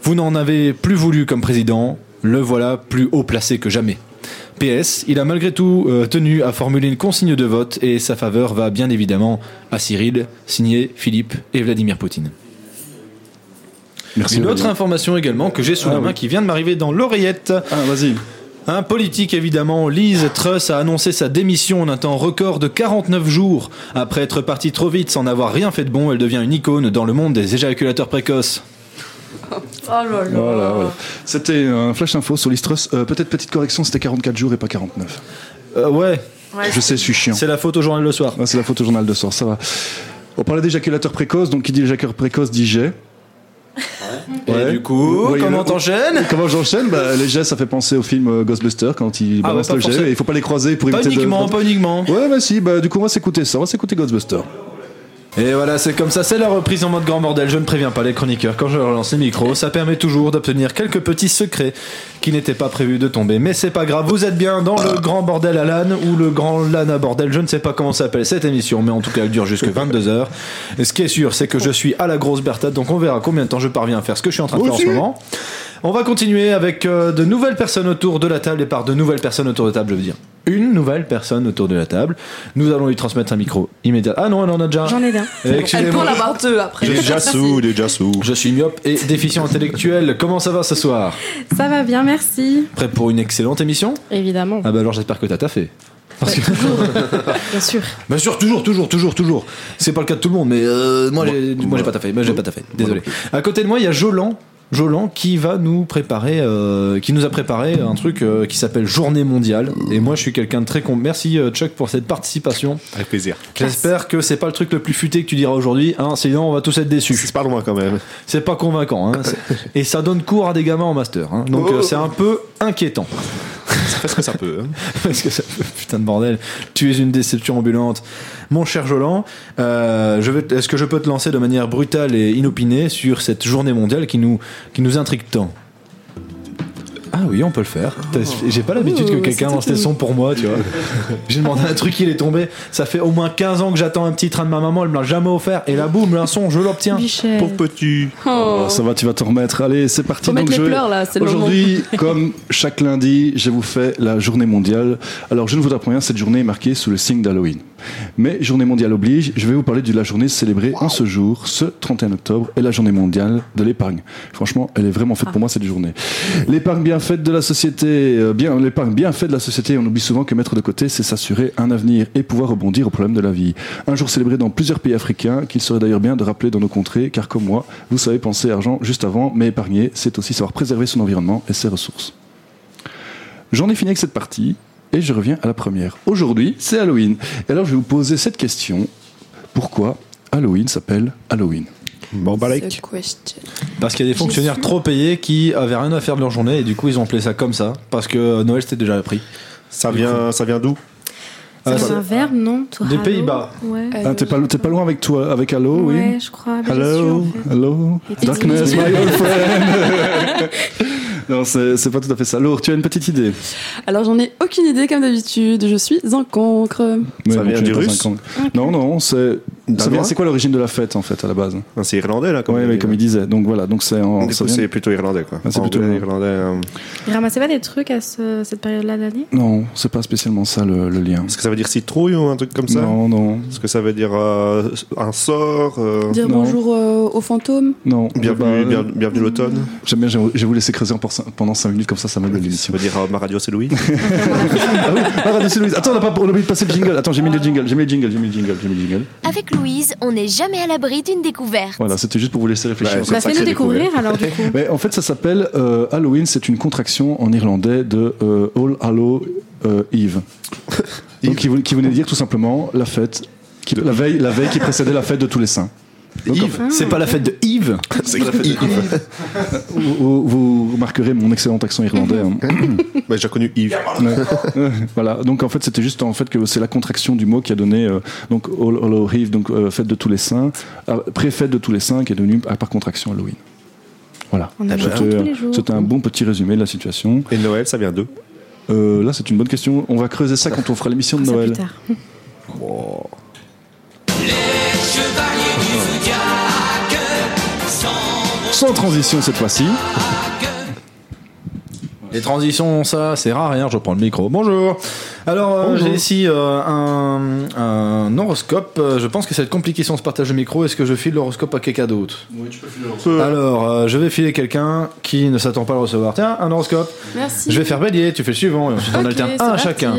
Vous n'en avez plus voulu comme président, le voilà plus haut placé que jamais. PS, il a malgré tout euh, tenu à formuler une consigne de vote et sa faveur va bien évidemment à Cyril, signé Philippe et Vladimir Poutine.
Merci.
Une autre
Aurélien.
information également que j'ai sous
Ah
la main
oui.
qui vient de m'arriver dans l'oreillette.
Ah, vas-y.
Un politique évidemment, Liz Truss a annoncé sa démission en un temps record de 49 jours. Après être partie trop vite sans avoir rien fait de bon, elle devient une icône dans le monde des éjaculateurs précoces.
Oh là là.
Voilà,
Ah.
voilà. C'était un flash info sur l'Istrus. Euh, Peut-être petite correction, c'était 44 jours et pas 49.
Euh, ouais,
Ouais,
Je sais, je suis chiant.
c'est la faute au journal le soir.
Ah, c'est la faute au journal de soir, ça va. On parlait d'éjaculateur précoce, donc qui dit éjaculateur précoce dit jet. Ouais.
Et du coup,
Voyez
comment
le-
t'enchaînes
Comment j'enchaîne bah, Les jets, ça fait penser au film euh, Ghostbuster quand il
Ah,
balance
bah, pas
le jet.
forcément.
et Il faut pas les croiser pour
Pas
éviter
uniquement,
de.
pas uniquement.
Ouais, bah si, bah du coup, on va s'écouter ça, on va s'écouter Ghostbuster.
Et voilà, c'est comme ça, c'est la reprise en mode grand bordel. Je ne préviens pas les chroniqueurs quand je relance les micros. Ça permet toujours d'obtenir quelques petits secrets qui n'étaient pas prévus de tomber. Mais c'est pas grave, vous êtes bien dans le grand bordel à l'âne ou le grand l'âne à bordel. Je ne sais pas comment s'appelle cette émission, mais en tout cas, elle dure jusque 22h. Et ce qui est sûr, c'est que je suis à la grosse Bertha, donc on verra combien de temps je parviens à faire ce que je suis en train de faire en ce moment. On va continuer avec euh, de nouvelles personnes autour de la table, et par de nouvelles personnes autour de la table, je veux dire une nouvelle personne autour de la table. Nous allons lui transmettre un micro immédiatement. Ah non, elle en a déjà un.
J'en ai d'un.
Eh,
Elle prend
Excusez-moi.
la barteuse après.
Des jassous, des jassous.
Je suis myope et déficient intellectuel. Comment ça va ce soir
Ça va bien, merci.
Prêt pour une excellente émission
Évidemment.
Ah bah alors j'espère que t'as taffé. Parce que...
Bien sûr.
Bien sûr, toujours, toujours, toujours, toujours. C'est pas le cas de tout le monde, mais euh, moi, j'ai, moi j'ai pas taffé. Moi j'ai pas taffé. Désolé. À côté de moi, il y a Jolan. Jolan qui va nous préparer, euh, qui nous a préparé un truc euh, qui s'appelle Journée mondiale. Et moi, je suis quelqu'un de très con. Merci euh, Chuck pour cette participation.
Avec plaisir.
J'espère que c'est pas le truc le plus futé que tu diras aujourd'hui, hein, sinon on va tous être déçus.
C'est pas loin quand même.
C'est pas convaincant. hein, c'est- Et ça donne cours à des gamins en master. hein, donc euh, c'est un peu inquiétant.
Oh. Ça fait ce que ça peut. hein.
Parce que ça putain de bordel. Tu es une déception ambulante. Mon cher Jolan, euh, je vais- est-ce que je peux te lancer de manière brutale et inopinée sur cette journée mondiale qui nous, qui nous intrigue tant ah oui, on peut le faire. T'as- J'ai pas l'habitude que
Oh,
Ouh,
quelqu'un
c'est
lance tes sons pour moi, tu vois. J'ai demandé un truc, il est tombé. Ça fait au moins 15 ans que j'attends un petit train de ma maman, elle me l'a jamais offert. Et là, boum, un son, je l'obtiens.
Michel.
Pauvre petit.
Oh.
Oh, ça va, tu vas t'en remettre. Allez, c'est parti.
Faut
donc
mettre les
je vais-
pleurs, là, c'est le
Aujourd'hui, comme chaque lundi, je vous fais la journée mondiale. Alors, je ne vous apprends rien, cette journée est marquée sous le signe d'Halloween. Mais journée mondiale oblige, je vais vous parler de la journée célébrée en ce jour, ce 31 octobre, et la journée mondiale de l'épargne. Franchement, elle est vraiment
Ah.
faite pour moi cette journée. L'épargne bien faite de la société, euh, bien l'épargne bien faite de la société, on oublie souvent que mettre de côté, c'est s'assurer un avenir et pouvoir rebondir aux problèmes de la vie. Un jour célébré dans plusieurs pays africains, qu'il serait d'ailleurs bien de rappeler dans nos contrées, car comme moi, vous savez penser argent juste avant, mais épargner, c'est aussi savoir préserver son environnement et ses ressources. J'en ai fini avec cette partie et je reviens à la première. Aujourd'hui, c'est Halloween. Et alors, je vais vous poser cette question. Pourquoi Halloween s'appelle Halloween
Bon, bah, like.
The question.
Parce qu'il y a des fonctionnaires
suis-
trop payés qui avaient rien à faire de leur journée et du coup Euh, ils ont appelé ça comme ça parce que euh, Noël c'était déjà pris.
Ça vient, ça vient d'où
Ah,
C'est
ça-
un verbe, non Toi,
Des
Halo
Pays-Bas.
Ouais.
Ah, t'es pas, t'es pas loin avec toi, avec Allo, oui
Ouais, je crois, avec
Hello,
Jésus, en fait.
hello,
Et
darkness,
Jésus.
my old friend. non, c'est c'est pas tout à fait ça. Laure, tu as une petite idée
Alors j'en ai aucune idée comme d'habitude, je suis un concre.
Mais
vient
tu
du
n'as pas
russe
cinq ans. Non, non, c'est. ça vient- C'est quoi l'origine de la fête en fait à la base
Ah, C'est irlandais là, comme
Oui,
il
mais
dit,
comme
là.
il disait. Donc voilà, donc c'est en.
Du
ça
coup,
vient-
C'est plutôt irlandais quoi.
Ah, c'est
En
plutôt
vrai,
irlandais.
irlandais. euh,
Ils ramassaient pas des trucs à ce- cette période-là de l'année
Non, c'est pas spécialement ça le, le lien.
Est-ce que ça veut dire citrouille ou un truc comme ça
Non, non.
Est-ce que ça veut dire euh, un sort euh,
Dire bonjour euh, aux fantômes.
Non.
Bienvenue,
Bah,
bien- bienvenue l'automne.
J'aime bien, je vais- je vais vous laisser creuser en pour- pendant 5 minutes, comme ça, ça m'aide l'émission.
Ça veut dire euh, ma radio c'est Louis.
Ah oui, ah, Radio Louise. Attends, on a pas on a oublié de passer le jingle. Attends, j'ai mis le jingle, j'ai mis le jingle, j'ai mis le jingle, j'ai mis le jingle.
Avec Louise, on n'est jamais à l'abri d'une découverte.
Voilà, c'était juste pour vous laisser réfléchir.
Bah, fais-nous découvrir alors du coup.
Mais en fait, ça s'appelle euh, Halloween. C'est une contraction en irlandais de euh, All Hallow euh, Eve, Donc, qui, vou- qui voulait dire tout simplement la fête, qui- la veille, la veille qui précédait la fête de tous les saints.
Yves, c'est pas la fête de Yves.
C'est la fête de Yves. Vous- vous, vous remarquerez mon excellent accent irlandais. hein.
Hein j'ai connu Yves.
voilà. Donc en fait, c'était juste en fait que c'est la contraction du mot qui a donné euh, donc All Hallow Eve, donc euh, fête de tous les saints, euh, pré-fête de tous les saints, qui est devenue euh, par contraction Halloween. Voilà.
On apprend
C'était-
tous les jours.
C'était un bon petit résumé de la situation.
Et Noël, ça vient d'eux
euh, Là, c'est une bonne question. On va creuser ça quand on fera l'émission de Noël. Sans transition cette fois-ci.
Les transitions, ça, c'est rare. Rien, je prends le micro. Bonjour. Alors, euh,
Bonjour.
j'ai ici euh, un, un horoscope. Euh, Je pense que ça va être compliqué si on se partage le micro. Est-ce que je file l'horoscope à quelqu'un d'autre Alors, euh, je vais filer quelqu'un qui ne s'attend pas à le recevoir. Tiens, un horoscope.
Merci.
Je vais faire bélier, tu fais le suivant, et ensuite on
Ok,
alterne
c'est
un à
parti.
chacun.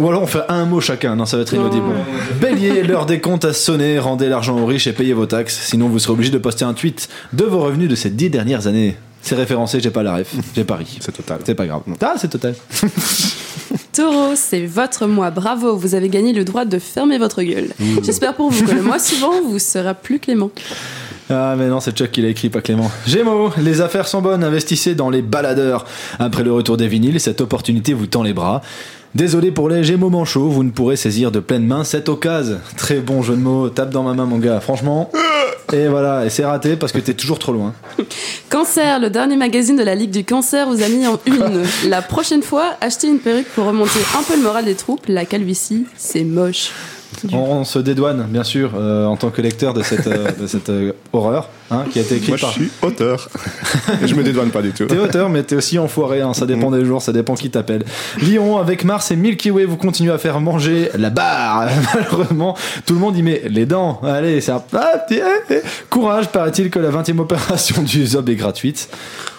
Ou alors on fait un mot chacun, non, ça va être inaudible.
Oh.
Bélier, l'heure des comptes a sonné, rendez l'argent aux riches et payez vos taxes, sinon vous serez obligé de poster un tweet de vos revenus de ces dix dernières années. C'est référencé, j'ai pas la ref, j'ai pari. C'est
total.
C'est pas grave. Ah, c'est total.
Taureau, c'est votre mois, bravo, vous avez gagné le droit de fermer votre gueule.
Mmh.
J'espère pour vous que le mois suivant vous sera plus clément.
Ah mais non, c'est Chuck qui l'a écrit, pas Clément. Gémeaux, les affaires sont bonnes, investissez dans les baladeurs. Après le retour des vinyles, cette opportunité vous tend les bras. Désolé pour les Gémeaux manchots, vous ne pourrez saisir de pleine main cette occasion. Très bon jeu de mots, tape dans ma main mon gars, franchement.
Ah
Et voilà, et c'est raté parce que t'es toujours trop loin.
Cancer, le dernier magazine de la Ligue du Cancer vous a mis en une. La prochaine fois, achetez une perruque pour remonter un peu le moral des troupes. La calvitie, c'est moche.
On, on se dédouane, bien sûr, euh, en tant que lecteur de cette, euh, de cette euh, horreur hein, qui a été écrite
Moi, je
par...
suis auteur. je me dédouane pas du tout. Mm.
T'es auteur, mais t'es aussi enfoiré. hein. Ça dépend des jours, ça dépend qui t'appelle. Lyon, avec Mars et Milky Way, vous continuez à faire manger la barre. Malheureusement, tout le monde y met les dents. Allez, ça. Ah, tiens, eh. Courage, paraît-il que la 20e opération du Zob est gratuite.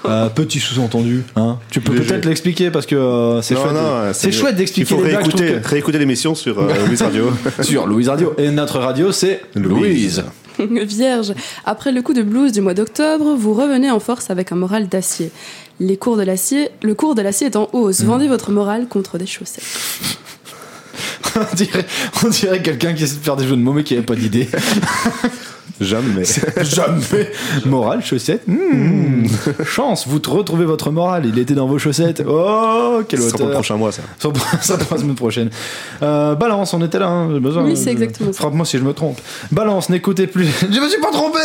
Euh, petit sous-entendu. hein. Tu peux
Léger.
peut-être l'expliquer parce que euh, c'est
Non,
chouette.
non,
c'est chouette d'expliquer
Il faut
les blagues, je trouve
réécouter,
que-
réécouter l'émission sur euh, Louise Radio.
Sur Louise Radio. Et notre radio, c'est
Louise.
Vierge, après le coup de blues du mois d'octobre, vous revenez en force avec un moral d'acier. Les cours de l'acier, le cours de l'acier est en hausse. Vendez votre moral contre des chaussettes.
on dirait, on dirait quelqu'un qui essaie de faire des jeux de mots mais qui n'avait pas d'idée.
Jamais.
Jamais. Morale, chaussettes. hmm. Chance, vous t- retrouvez votre morale. Il était dans vos chaussettes. Oh, quel
Ce
auteur.
sera pour le prochain mois, ça.
Ça pour- ça pour la semaine prochaine. Euh, balance, on était là. hein, j'ai besoin,
Oui, c'est
je-
exactement ça.
Frappe-moi si je me trompe. Balance, n'écoutez plus. je me suis pas trompé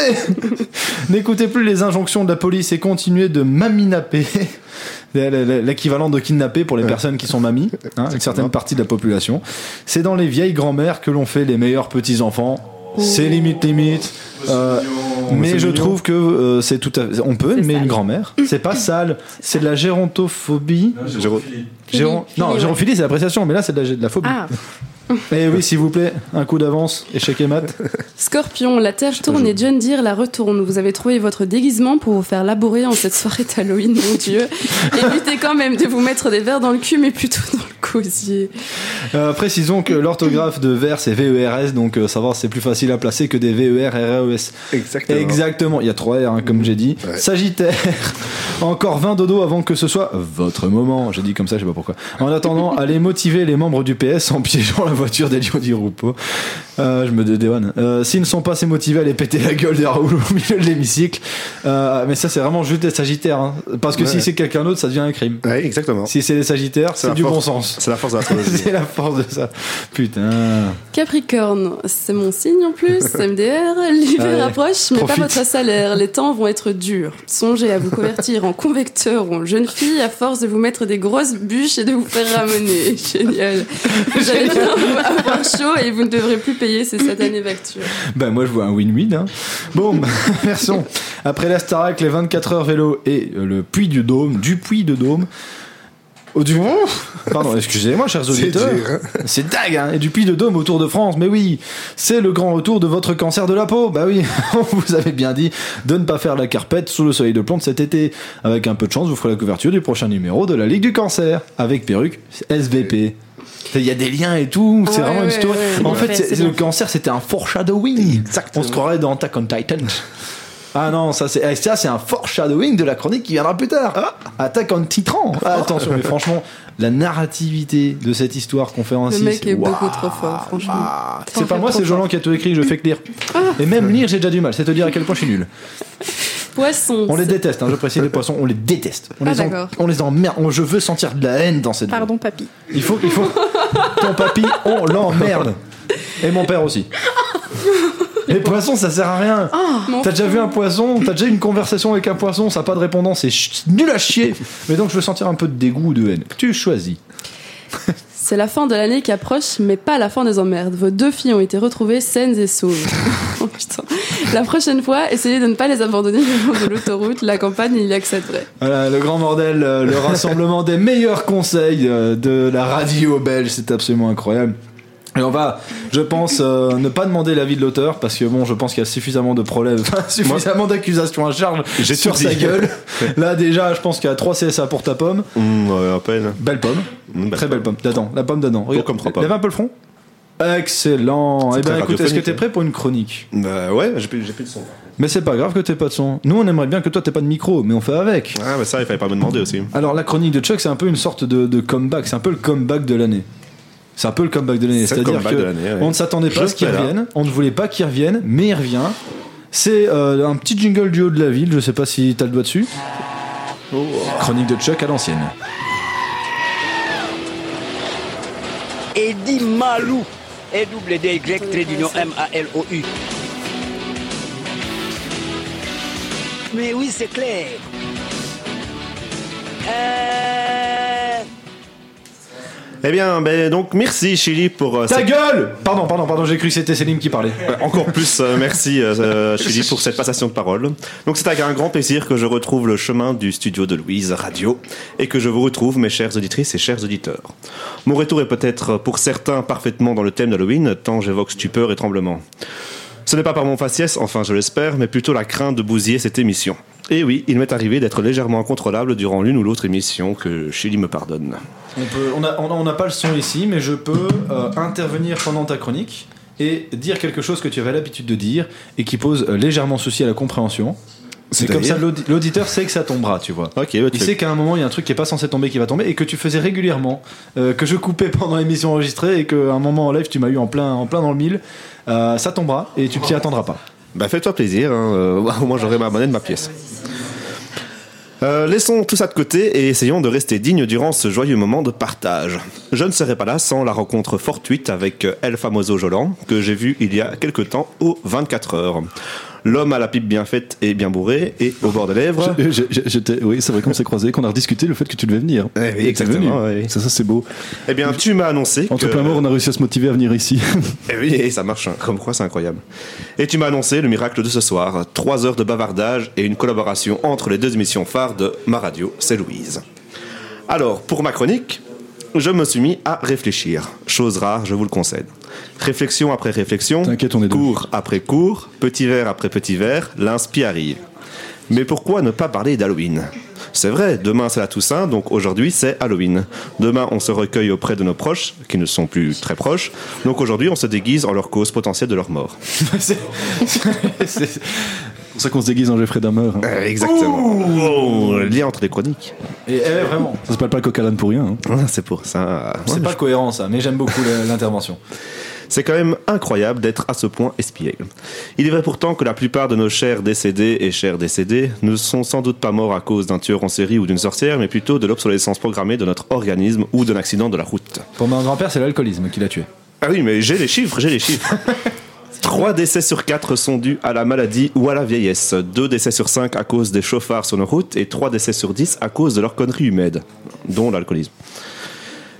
N'écoutez plus les injonctions de la police et continuez de maminaper. L'équivalent de kidnapper pour les personnes qui sont mamies, hein, une certaine partie de la population. C'est dans les vieilles grand-mères que l'on fait les meilleurs petits-enfants.
Oh.
C'est limite, limite. Euh, mais
c'est
je
mignon.
trouve que euh, c'est tout à On peut aimer une grand-mère. C'est pas sale. C'est de la gérontophobie. Géron-
Phobie,
Non,
ouais.
gérophilie, c'est l'appréciation, mais là, c'est de la, de la phobie.
Ah,
Eh oui, s'il vous plaît, un coup d'avance, échec et mat.
Scorpion, la terre tourne et John Deere la retourne. Vous avez trouvé votre déguisement pour vous faire labourer en cette soirée d'Halloween, mon dieu. Évitez quand même de vous mettre des verres dans le cul, mais plutôt dans le cosier.
Euh, précisons que l'orthographe de vers, c'est VERS, donc euh, savoir, c'est plus facile à placer que des E VER, RES.
Exactement. Mmh.
Exactement, il y a trois R, hein, comme j'ai dit. Sagittaire, encore 20 dodo avant que ce soit votre moment. J'ai dit comme ça, je sais pas pourquoi. En attendant, allez motiver les membres du PS en piégeant la voiture des lions du repos. Euh, je me dédouane. Euh, S'ils ne sont pas assez motivés, allez péter la gueule de Raoul au milieu de l'hémicycle. Euh, mais ça, c'est vraiment juste les Sagittaires. hein. Parce que
Ouais.
si c'est quelqu'un d'autre, ça devient un crime.
Ouais, exactement.
Si c'est les Sagittaires, c'est
la
du bon
force-
sens. force.
C'est la force de l'astrologie.
c'est la force de ça. Putain.
Capricorne, c'est mon signe en plus, MDR. L'hiver
Allez,
approche, mais
Ah profite.
pas votre salaire. Les temps vont être durs. Songez à vous convertir en convecteur ou en jeune fille à force de vous mettre des grosses bûches et de vous faire ramener. Génial. Vous allez bien avoir chaud et vous ne devrez plus payer ces satanées factures.
Ben moi je vois un win-win. Hein. Bon, versons. Après la Starac, les 24 heures vélo et euh, le Puy du Dôme, du Puy de Dôme. Au du Pardon, excusez-moi, chers
C'est
auditeurs.
dur, hein.
C'est dingue, hein. Et du Puy de Dôme autour de France, mais oui, c'est le grand retour de votre cancer de la peau. Bah oui, on vous avait bien dit de ne pas faire la carpette sous le soleil de plomb de cet été. Avec un peu de chance, vous ferez la couverture du prochain numéro de la Ligue du Cancer. Avec perruque SVP. Il y a des liens et tout, c'est
Ouais,
vraiment une
ouais,
story.
ouais,
en
ouais,
fait,
ouais,
c'est-
c'est
le
bien.
cancer, c'était un foreshadowing. On se croirait dans Attack on Titan. Ah non, ça c'est eh, ça, c'est un foreshadowing de la chronique qui viendra plus tard. Attack on Titan. Ah, attention, mais franchement, la narrativité de cette histoire qu'on fait en
Le
six,
mec est
waouh. Ah.
beaucoup trop fort, franchement.
C'est pas moi, c'est Jolan qui a tout écrit, je fais que lire.
Ah.
Et même lire, j'ai déjà du mal, c'est te dire à quel point je suis nul.
Poisson.
On les déteste, hein, je précise les poissons, on les déteste. On
Ah,
les en-
d'accord.
on les emmerde, on- je veux sentir de la haine dans cette
Pardon, papy.
il faut, il faut. Ton papy, on l'emmerde. Et mon père aussi. Les poissons, ça sert à rien.
mon
t'as déjà vu un poisson T'as déjà eu une conversation avec un poisson Ça a pas de répondance, c'est ch- nul à chier. Mais donc je veux sentir un peu de dégoût ou de haine. Tu choisis.
C'est la fin de l'année qui approche, mais pas la fin des emmerdes. Vos deux filles ont été retrouvées saines et sauves. Oh, putain. La prochaine fois, essayez de ne pas les abandonner le long de l'autoroute, la campagne, il accepterait.
Voilà, le grand bordel, euh, le rassemblement des meilleurs conseils euh, de la radio belge, c'est absolument incroyable. Et on va, je pense, euh, ne pas demander l'avis de l'auteur parce que bon, je pense qu'il y a suffisamment de problèmes, enfin, suffisamment d'accusations à charge
J'ai
sur
tout dit.
sa gueule. Là déjà, je pense qu'il y a 3 CSA pour ta pomme.
Hum, ouais, à peine. Mmh,
Belle pomme. Très belle pomme. D'Adam. La pomme d'Adam. Regarde.
comme trois pommes.
Lève un peu le front. Excellent.
C'est
Eh ben,
très
écoute, est-ce que
radiophonique.
t'es prêt pour une chronique
Bah ouais, j'ai plus, j'ai plus de son.
Mais c'est pas grave que t'aies pas de son. Nous, on aimerait bien que toi t'aies pas de micro, mais on fait avec.
Ah, bah ça, il fallait pas me demander aussi.
Alors la chronique de Chuck, c'est un peu une sorte de, de comeback, c'est un peu le comeback de l'année. C'est un peu le comeback de l'année,
C'est le
c'est-à-dire
comeback
que
de l'année, ouais.
on ne s'attendait pas
Je
à ce qu'il
serai là.
revienne, on ne voulait pas qu'il revienne, mais il revient. C'est euh, un petit jingle du haut de la ville, je sais pas si t'as le doigt dessus.
Oh.
Chronique de Chuck à l'ancienne.
Eddie Malou. e w d y trait d'union M-A-L-O-U. Mais oui, c'est clair. Euh...
Eh bien, ben, donc merci Chili pour. euh,
Ta
cette-
gueule Pardon, pardon, pardon, j'ai cru que c'était Céline qui parlait.
Ouais, Encore plus, euh, merci euh, euh, Chili pour cette passation de parole. Donc c'est avec un grand plaisir que je retrouve le chemin du studio de Louise Radio et que je vous retrouve, mes chères auditrices et chers auditeurs. Mon retour est peut-être euh, pour certains parfaitement dans le thème d'Halloween, tant j'évoque stupeur et tremblement. Ce n'est pas par mon faciès, enfin je l'espère, mais plutôt la crainte de bousiller cette émission. Et oui, il m'est arrivé d'être légèrement incontrôlable durant l'une ou l'autre émission, que Chili me pardonne.
On peut, on a- on a- on n'a pas le son ici, mais je peux euh, intervenir pendant ta chronique et dire quelque chose que tu avais l'habitude de dire et qui pose euh, légèrement souci à la compréhension. C'est comme ça
C'est-à-dire
l'audi- l'auditeur sait que ça tombera, tu vois.
Ok, bah, tu
Il
fais-
sait qu'à un moment il y a un truc qui est pas censé tomber qui va tomber et que tu faisais régulièrement, euh, que je coupais pendant l'émission enregistrée et qu'à un moment en live tu m'as eu en plein, en plein dans le mille. Euh, ça tombera et tu t'y attendras pas.
Bah fais-toi plaisir, hein, euh, au moins j'aurai ma monnaie de ma pièce. Euh, laissons tout ça de côté et essayons de rester dignes durant ce joyeux moment de partage. Je ne serais pas là sans la rencontre fortuite avec euh, El Famoso Jolan, que j'ai vu il y a quelque temps aux 24 heures. L'homme à la pipe bien faite et bien bourré, et au bord des lèvres...
Je- je- je- j'étais- oui, c'est vrai qu'on s'est croisés, qu'on a rediscuté le fait que tu devais venir. Et t'es
Eh exactement,
venu. Ça, ça c'est beau.
Eh bien, tu m'as annoncé
Entre
que...
plein mort, on a réussi à se motiver à venir ici.
Eh oui, et ça marche, hein. comme quoi c'est incroyable. Et tu m'as annoncé le miracle de ce soir, trois heures de bavardage et une collaboration entre les deux émissions phares de ma radio, c'est Louise. Alors, pour ma chronique, je me suis mis à réfléchir. Chose rare, je vous le concède. Réflexion après réflexion, cours après cours, petit verre après petit verre, l'inspi arrive. Mais pourquoi ne pas parler d'Halloween C'est vrai, demain c'est la Toussaint, donc aujourd'hui c'est Halloween. Demain on se recueille auprès de nos proches, qui ne sont plus très proches, donc aujourd'hui on se déguise en leur cause potentielle de leur mort.
c'est c'est-
c'est pour ça qu'on se déguise en Jeffrey Dahmer. hein.
Euh, Exactement. Oh, lien entre les chroniques.
Et, eh, vraiment,
Ça s'appelle pas le coq à l'âne pour rien. hein.
Ah, C'est pour ça.
c'est
Ouais,
pas cohérent ça, mais j'aime beaucoup la- l'intervention.
C'est quand même incroyable d'être à ce point espiègle. Il est vrai pourtant que la plupart de nos chers décédés et chers décédés ne sont sans doute pas morts à cause d'un tueur en série ou d'une sorcière, mais plutôt de l'obsolescence programmée de notre organisme ou d'un accident de la route.
Pour mon grand-père, c'est l'alcoolisme qui l'a tué.
Ah oui, mais j'ai les chiffres, j'ai les chiffres. 3 décès sur 4 sont dus à la maladie ou à la vieillesse. 2 décès sur 5 à cause des chauffards sur nos routes et 3 décès sur 10 à cause de leurs conneries humaines, dont l'alcoolisme.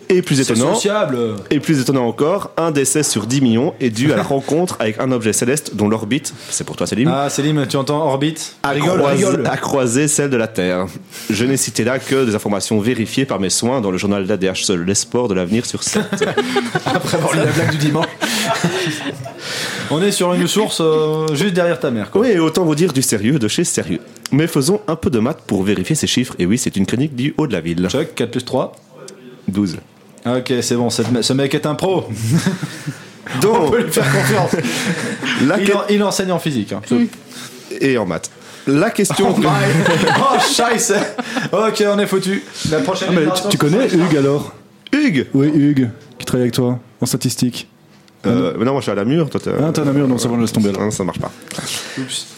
Et plus
C'est
étonnant,
sociable.
et plus étonnant encore, un décès sur 10 millions est dû à la rencontre avec un objet céleste dont l'orbite, c'est pour toi Célim,
Ah, Célim, tu entends Orbite
à, croiser, à croiser celle de la Terre. Je n'ai cité là que des informations vérifiées par mes soins dans le journal d'ADH Seul, l'espoir de l'avenir sur 7.
Après avoir lu la blague du dimanche. On est sur une source euh, juste derrière ta mère.
Oui, et autant vous dire du sérieux de chez sérieux. Mais faisons un peu de maths pour vérifier ces chiffres. Et oui, c'est une chronique du haut de la ville.
Chuck, 4 plus 3
12.
Ok, c'est bon, cette me- ce mec est un pro.
Donc,
On peut lui faire confiance.
La
il,
que- Mm.
en- il enseigne en physique. hein.
Et en maths. La question.
Oh, oh, scheisse. Ok, on est foutu. La prochaine
Ah, mais tu,
génération-
tu connais Hugues alors
Hugues
Oui, Hugues, qui travaille avec toi en statistique.
Euh, mais non, moi je suis à la mure. Toi, t'es
Ah, t'es à la mur, donc ça va, on laisse tomber, là.
Non, ça marche pas.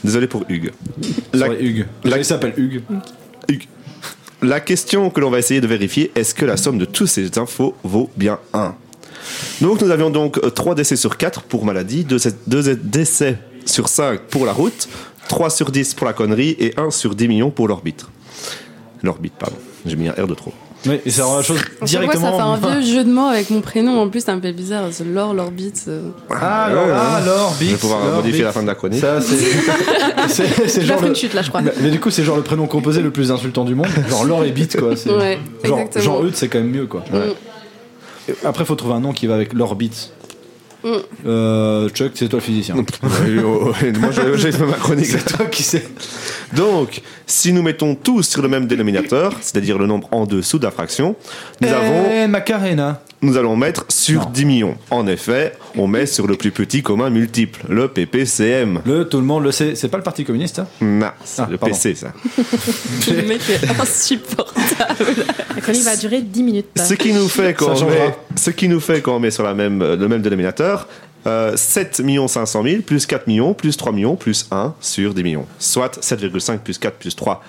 Désolé pour Hugues.
La... Hugues.
la-
Il s'appelle Hugues.
La question que l'on va essayer de vérifier, est-ce que la somme de tous ces infos vaut bien 1 Donc nous avions donc 3 décès sur 4 pour maladie, 2, décès sur 5 pour la route, 3 sur 10 pour la connerie et 1 sur 10 millions pour l'orbite. L'orbite, pardon. J'ai mis un R de trop.
Oui, et ça rend la chose
Je sais pas,
directement.
ça fait un vieux jeu de mots avec mon prénom. En plus, c'est un peu bizarre. The Lore, l'orbite. euh.
Ah, alors, ah, l'orbite.
Je vais pouvoir
l'orbite.
modifier la fin de la chronique.
Ça, c'est. c'est- c'est
Je
genre
la fais
le-
une chute là, je crois.
Mais, mais du coup, c'est genre le prénom composé le plus insultant du monde. Genre l'or et bite, quoi. c'est-
Ouais,
genre,
exactement. Mm.
genre Eudes, c'est quand même mieux, quoi.
Ouais.
Et Après, faut trouver un nom qui va avec l'orbite.
Mm.
Euh, Chuck, c'est toi le physicien.
Ouais, oh, ouais, moi j'ai- j'ai fait ma chronique.
C'est toi qui sais.
Donc, si nous mettons tous sur le même dénominateur, c'est-à-dire le nombre en dessous de la fraction, nous avons
Eh, Macarena.
nous allons mettre sur 10 millions. En effet, on met sur le plus petit commun multiple, le PPCM.
Le, tout le monde le sait. C'est pas le Parti communiste, ça
Non, c'est
Ah,
le
pardon.
PC, ça.
Le mec est insupportable.
La chronique va durer 10 minutes.
Ce qui nous fait quand,
Ça
on,
changera.
met, ce qui nous fait quand on met sur la même, euh, le même dénominateur, euh, 7 500 000 plus 4 millions plus 3 millions plus 1 sur 10 millions. Soit 7,5 plus 4 plus 3.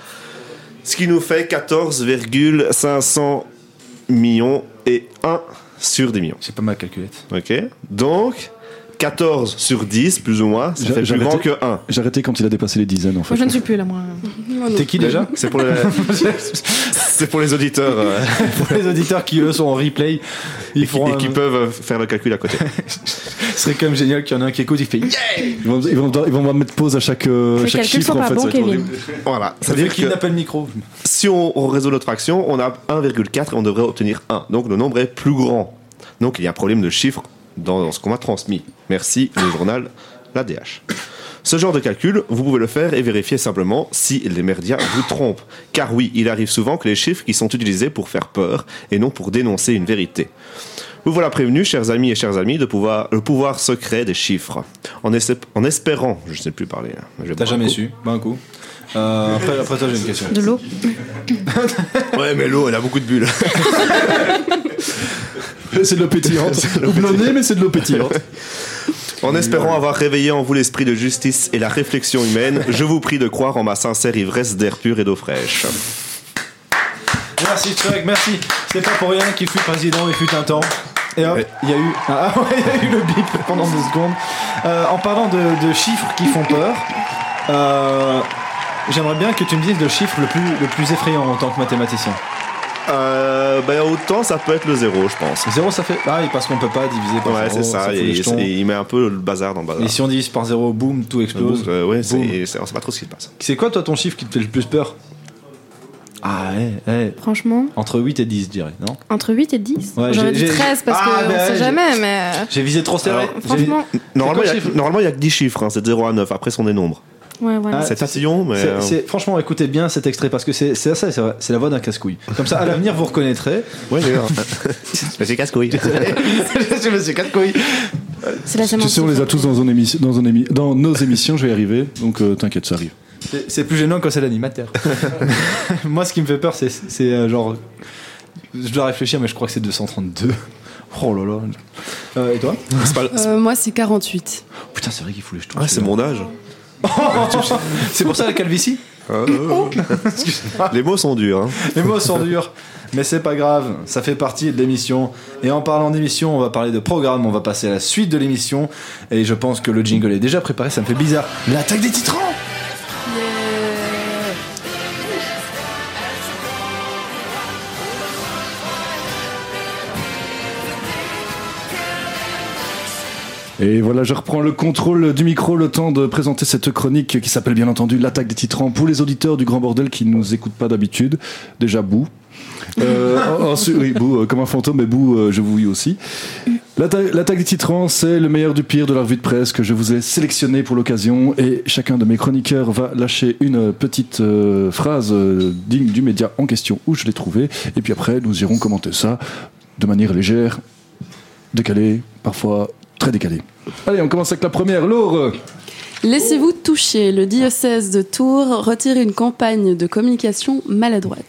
Ce qui nous fait 14,500 millions et 1 sur 10 millions.
C'est pas ma calculette.
Ok Donc, 14 sur 10, plus ou moins, ça
J'a-
fait plus grand que 1.
J'ai arrêté quand il a dépassé les dizaines en fait.
Moi, je ne suis plus là, moi.
T'es qui déjà
C'est pour, les- c'est pour les auditeurs euh,
Pour les auditeurs qui, eux, sont en replay, ils
et
feront. un-
qui peuvent euh, faire le calcul à côté.
Ce serait quand même génial qu'il y en ait un qui écoute, il fait yeah
Ils vont, ils, vont, ils vont mettre pause à chaque, euh,
Les
chaque
calculs
chiffre
sont
en
pas
fait.
bons,
ça va être
Kevin.
horrible.
Voilà, ça
Ça
veut
veut
dire
qu'il
Ah, que
n'a pas le micro.
si on, on résout notre fraction, on a 1,4 et on devrait obtenir 1. Donc le nombre est plus grand. Donc il y a un problème de chiffre dans, dans ce qu'on m'a transmis. Merci le journal l'ADH. Ce genre de calcul, vous pouvez le faire et vérifier simplement si les merdias vous trompent. Car oui, il arrive souvent que les chiffres qui sont utilisés pour faire peur et non pour dénoncer une vérité. Vous voilà prévenus, chers amis et chers amis, de pouvoir, le pouvoir secret des chiffres. En, essai- en espérant, je ne sais plus parler. là. Je vais
T'as
boire un
jamais
coup.
su. Ben, un coup. Euh, après, après ça, j'ai une question.
De l'eau.
Ouais, mais l'eau, elle a beaucoup de bulles.
C'est de l'eau pétillante. Houblonnée, mais c'est de l'eau pétillante.
En espérant avoir réveillé en vous l'esprit de justice et la réflexion humaine, je vous prie de croire en ma sincère ivresse d'air pur et d'eau fraîche.
Merci Chuck, merci. C'est pas pour rien qu'il fut président et fut un temps. Et hop, il y a eu, ah, ah ouais, il y a eu le bip pendant deux secondes. Euh, en parlant de, de chiffres qui font peur, euh, j'aimerais bien que tu me dises le chiffre le plus, le plus effrayant en tant que mathématicien.
Euh, ben autant ça peut être le zéro, je pense.
Zéro, ça fait. Ah oui, parce qu'on peut pas diviser par
Ouais,
zéro.
c'est ça.
fout
et-
les jetons.
et il met un peu le bazar dans le bazar.
Et si on divise par zéro, boum, tout explose.
Euh, ouais, c'est-
Boum.
c'est- on sait pas trop ce qui se passe.
C'est quoi toi ton chiffre qui te fait le plus peur Ah ouais, ouais.
Franchement,
Entre 8 et 10, je dirais, non
entre 8 et 10.
Ouais,
J'aurais
j'ai-
dit
j'ai-
13 parce
Ah,
qu'on
mais ouais,
sait
j'ai-
jamais, mais.
J'ai visé trop serré.
euh,
J'ai-
Franchement,
Normalement,
quoi
il
le
y a-
chiffre
normalement, il y a que 10 chiffres, hein, c'est de 0 à 9. Après, ce sont des nombres.
ouais, voilà.
Ah,
c'est tatillon, mais.
C'est-
euh,
c'est- franchement, écoutez bien cet extrait parce que c'est c'est ça, c'est vrai, c'est la voix d'un casse-couille. Comme ça, à l'avenir, vous reconnaîtrez.
Ouais, j'ai l'air. Mais c'est casse-couille.
C'est Monsieur casse-couille.
C'est la
Tu
sémantique.
sais, on les a tous dans, un émission, dans, un émi- dans nos émissions, je vais y arriver, donc euh, t'inquiète, ça arrive.
C'est- C'est plus gênant quand c'est l'animateur. Moi, ce qui me fait peur, c'est c'est, euh, genre. Je dois réfléchir, mais je crois que c'est 232. Oh là là. Euh, et toi C'est pas-
Euh, moi, c'est 48.
Putain, c'est vrai qu'il fout les jetons.
Ah, c'est mon âge. Ah,
c'est pour ça la calvitie
Les mots sont durs. hein.
Les mots sont durs, mais c'est pas grave, ça fait partie de l'émission. Et en parlant d'émission, on va parler de programme, on va passer à la suite de l'émission. Et je pense que le jingle est déjà préparé, ça me fait bizarre. L'attaque des titrans
Et voilà, je reprends le contrôle du micro, le temps de présenter cette chronique qui s'appelle bien entendu L'attaque des titrans pour les auditeurs du grand bordel qui ne nous écoutent pas d'habitude. Déjà, Bou. Euh, en- ensuite, oui, Bou, euh, comme un fantôme, mais Bou, euh, je vous oui aussi. L'atta- L'attaque des titrans, c'est le meilleur du pire de la revue de presse que je vous ai sélectionné pour l'occasion et chacun de mes chroniqueurs va lâcher une petite euh, phrase euh, digne du média en question où je l'ai trouvée et puis après nous irons commenter ça de manière légère, décalée, parfois très décalée. Allez, on commence avec la première, Laure.
Laissez-vous toucher. Le diocèse de Tours retire une campagne de communication maladroite.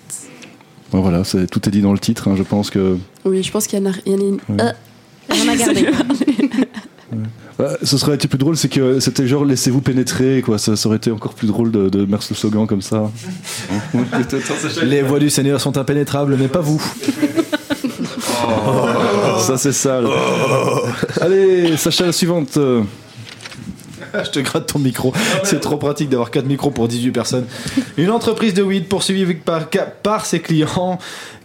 Bon, voilà, c'est- tout est dit dans le titre, hein, je pense que...
Oui, je pense qu'il y en a, il y en a une.
Ouais.
Ah, regardez.
Ouais, ce serait été plus drôle, c'est que c'était genre laissez-vous pénétrer, quoi. Ça, ça aurait été encore plus drôle de, de Merce le slogan comme ça.
Les voix du Seigneur sont impénétrables, mais pas vous. Oh.
Ça, c'est sale. Allez, Sacha, la suivante. euh,
Je te gratte ton micro. C'est trop pratique d'avoir 4 micros pour 18 personnes. Une entreprise de weed poursuivie par, par ses clients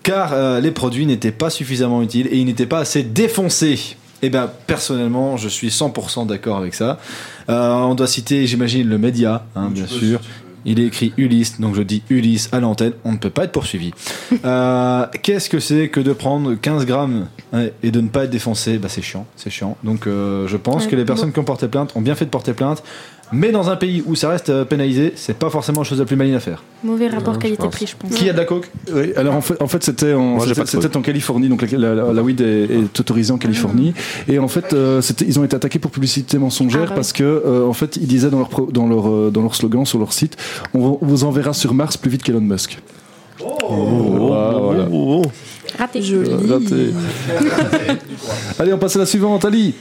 car euh, les produits n'étaient pas suffisamment utiles et ils n'étaient pas assez défoncés. Eh bien, personnellement, je suis 100% d'accord avec ça. Euh, on doit citer, j'imagine, le média, hein, bien sûr. Il est écrit Ulysse, donc je dis Ulysse à l'antenne, on ne peut pas être poursuivi. Euh, Qu'est-ce que c'est que de prendre 15 grammes hein, et de ne pas être défoncé bah, C'est chiant, c'est chiant. Donc euh, je pense
Ouais,
que les personnes
bon.
qui ont porté plainte ont bien fait de porter plainte, mais dans un pays où ça reste euh, pénalisé, c'est pas forcément la chose la plus maligne à faire.
Mauvais
Ouais,
rapport
je
qualité-prix, je pense.
Qui a de la coke
Oui, alors en fait, en fait c'était en,
Moi, j'ai
c'était-
pas de preuve.
c'était en Californie, donc la, la- la- la weed est, est autorisée en Californie.
Ah.
Et en fait, euh, c'était- ils ont été attaqués pour publicité mensongère
Ah, bah oui.
parce que euh, en fait, ils disaient dans leur, pro- dans, leur, euh, dans leur slogan sur leur site, on, vous- on vous enverra sur Mars plus vite qu'Elon Musk.
Oh.
Ah, voilà.
Raté.
Euh, raté. Allez, on passe à la suivante, Ali.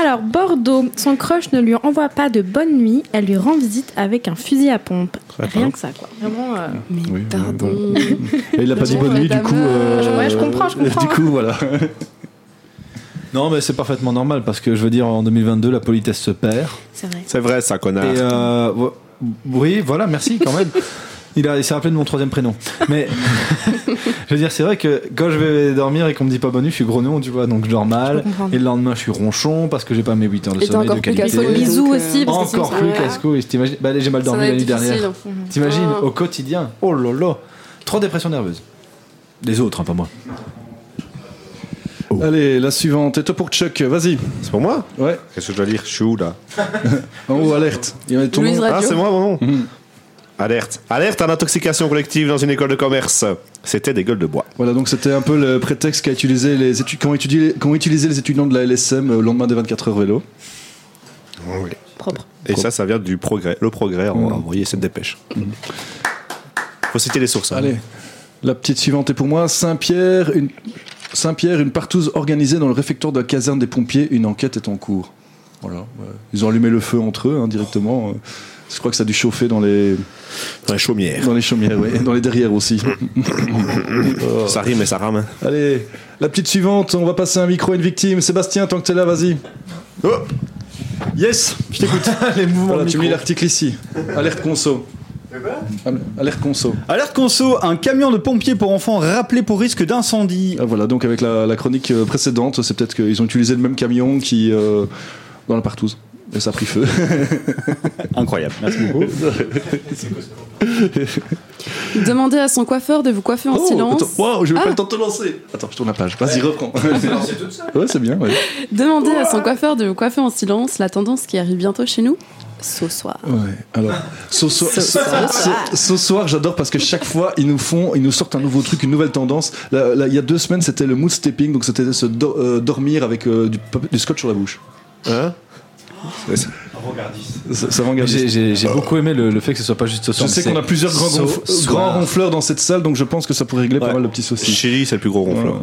Alors, Bordeaux, son crush ne lui envoie pas de bonne nuit, elle lui rend visite avec un fusil à pompe. Rien que ça, quoi. Vraiment. euh,
Oui, pardon. Et il a pas dit bonne nuit, du coup. euh,
Ouais, je comprends, je comprends.
Du coup, voilà.
Non, mais c'est parfaitement normal parce que je veux dire, en 2022, la politesse se perd.
C'est vrai.
C'est vrai, ça, connard. Et euh, vo- oui, voilà, merci quand même. Il, a- il s'est rappelé de mon troisième prénom. Mais je veux dire, c'est vrai que quand je vais dormir et qu'on me dit pas bonne nuit, je suis grognon, tu vois, donc je dors mal.
Je peux comprendre.
Et le lendemain, je suis ronchon parce que j'ai pas mes 8 heures de
Et t'es
sommeil
encore
de
plus
qualité.
casse-couille, bisous aussi, parce que
Encore
sinon,
plus
ça-
casse-couille. t'imagines- Bah, allez, j'ai mal
Ça va
dormi
être
la nuit
difficile,
dernière.
enfin.
T'imagines,
Ah.
au quotidien, oh là là, trois dépressions nerveuses. Les autres, hein, pas moi.
Allez, la suivante. Et toi pour Chuck, vas-y.
Oh. C'est pour moi
Ouais.
Qu'est-ce que je dois dire Je suis où là
En haut, alerte. Il y en a tout le monde.
Ah, c'est moi, vraiment Alerte. Alerte à l'intoxication collective dans une école de commerce. C'était des gueules de bois.
Voilà, donc c'était un peu le prétexte qu'a utilisé les étu- qu'ont étudié, qu'ont utilisé les étudiants de la LSM au euh, lendemain des 24 heures vélo.
Oui.
Propre.
Et ça, ça vient du progrès. Le progrès a
Mmh.
envoyé cette dépêche. Faut citer les sources. hein.
Allez, la petite suivante est pour moi. Saint-Pierre, une, Saint-Pierre, une partouze organisée dans le réfectoire de la caserne des pompiers. Une enquête est en cours. Voilà. ouais. Ils ont allumé le feu entre eux hein, directement. Euh, Je crois que ça a dû chauffer dans les
dans les chaumières. Mmh.
Dans les chaumières, oui. Et dans les derrières aussi. Oh.
Ça rime et ça rame. hein.
Allez, la petite suivante. On va passer un micro à une victime. Sébastien, tant que t'es là, vas-y. Oh. Yes, je t'écoute.
Les mouvements.
Voilà,
de
tu
micro.
mets l'article ici. Alerte conso. Alerte conso.
Alerte conso, un camion de pompiers pour enfants rappelé pour risque d'incendie.
Ah, voilà, donc avec la, la chronique euh, précédente, c'est peut-être qu'ils ont utilisé le même camion qui. euh, dans la partouze. Et ça a pris feu.
Incroyable, merci beaucoup.
Demandez à son coiffeur de vous coiffer en
Oh,
silence.
attends, waouh, je vais pas
Ah.
le temps de te lancer. Attends, je tourne la page. Vas-y, reprends. ouais, c'est bien. Ouais.
Ah. Demandez à son coiffeur de vous coiffer en silence. La tendance qui arrive bientôt chez nous, ce soir.
Ouais. Alors, ce soir,
Ce
ce,
soir.
ce- ce soir, j'adore parce que chaque fois, ils nous font, ils nous sortent un nouveau truc, une nouvelle tendance. Là, là, il y a deux semaines, c'était le mood stepping, donc c'était se do- euh, dormir avec euh, du, pop- du scotch sur la bouche. Hein
J'ai j'ai- j'ai beaucoup aimé le, le fait que ce soit pas juste ce
Je
soir,
sais
mais
qu'on a
c'est
plusieurs grands,
ce
ronf- euh,
soir.
grands ronfleurs dans cette salle, donc je pense que ça pourrait régler pas mal de petits soucis.
Chili, c'est le plus gros ronfleur.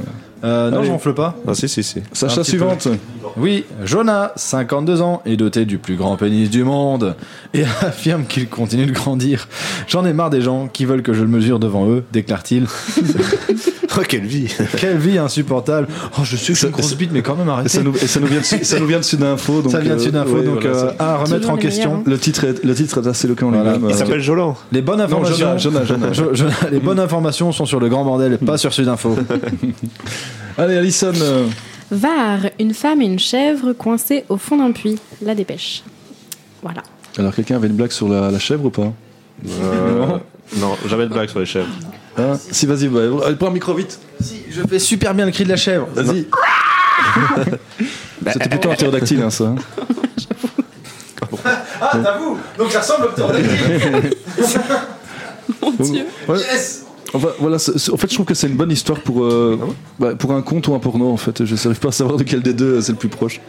Euh, non,
Allez.
j'enfle pas.
Ah, si, si, si.
Un petit peu. Oui, Jonah, 52 ans, est doté du plus grand pénis du monde et affirme qu'il continue de grandir. J'en ai marre des gens qui veulent que je le mesure devant eux, déclare-t-il.
oh, quelle vie
Quelle vie insupportable Oh, je suis une grosse bite, mais quand même arrêtez
Et ça nous, et ça nous vient de, ça nous vient de Sudinfo. Donc,
Ça vient de
euh,
Sudinfo, donc, euh,
ça-
à remettre Toujours en les question. meilleurs, hein.
Le titre est, le titre est assez éloquent lui-même. euh.
Il s'appelle
Jolan.
Les bonnes
Non,
informations,
Jonah, Jonah, Jonah.
Jo- Jonah, les bonnes informations sont sur le grand bordel, pas sur Sudinfo.
Allez, Alison. euh,
Var, une femme et une chèvre coincées au fond d'un puits. La dépêche. Voilà.
Alors, quelqu'un avait une blague sur la, la chèvre ou pas
Euh, non, jamais de blague sur les chèvres.
Hein Si, vas-y, bah, euh, prends un micro vite.
Je fais super bien le cri de la chèvre.
Vas-y. C'était plutôt un ptérodactyle, hein, ça. hein.
Ah, t'avoues Donc ça ressemble au ptérodactyle
Ouais. Enfin, voilà, c'est- c'est- en fait, je trouve que c'est une bonne histoire pour, euh,
Ah
bah, pour un conte ou un porno. En fait, je n'arrive pas à savoir de quel des deux euh, c'est le plus proche.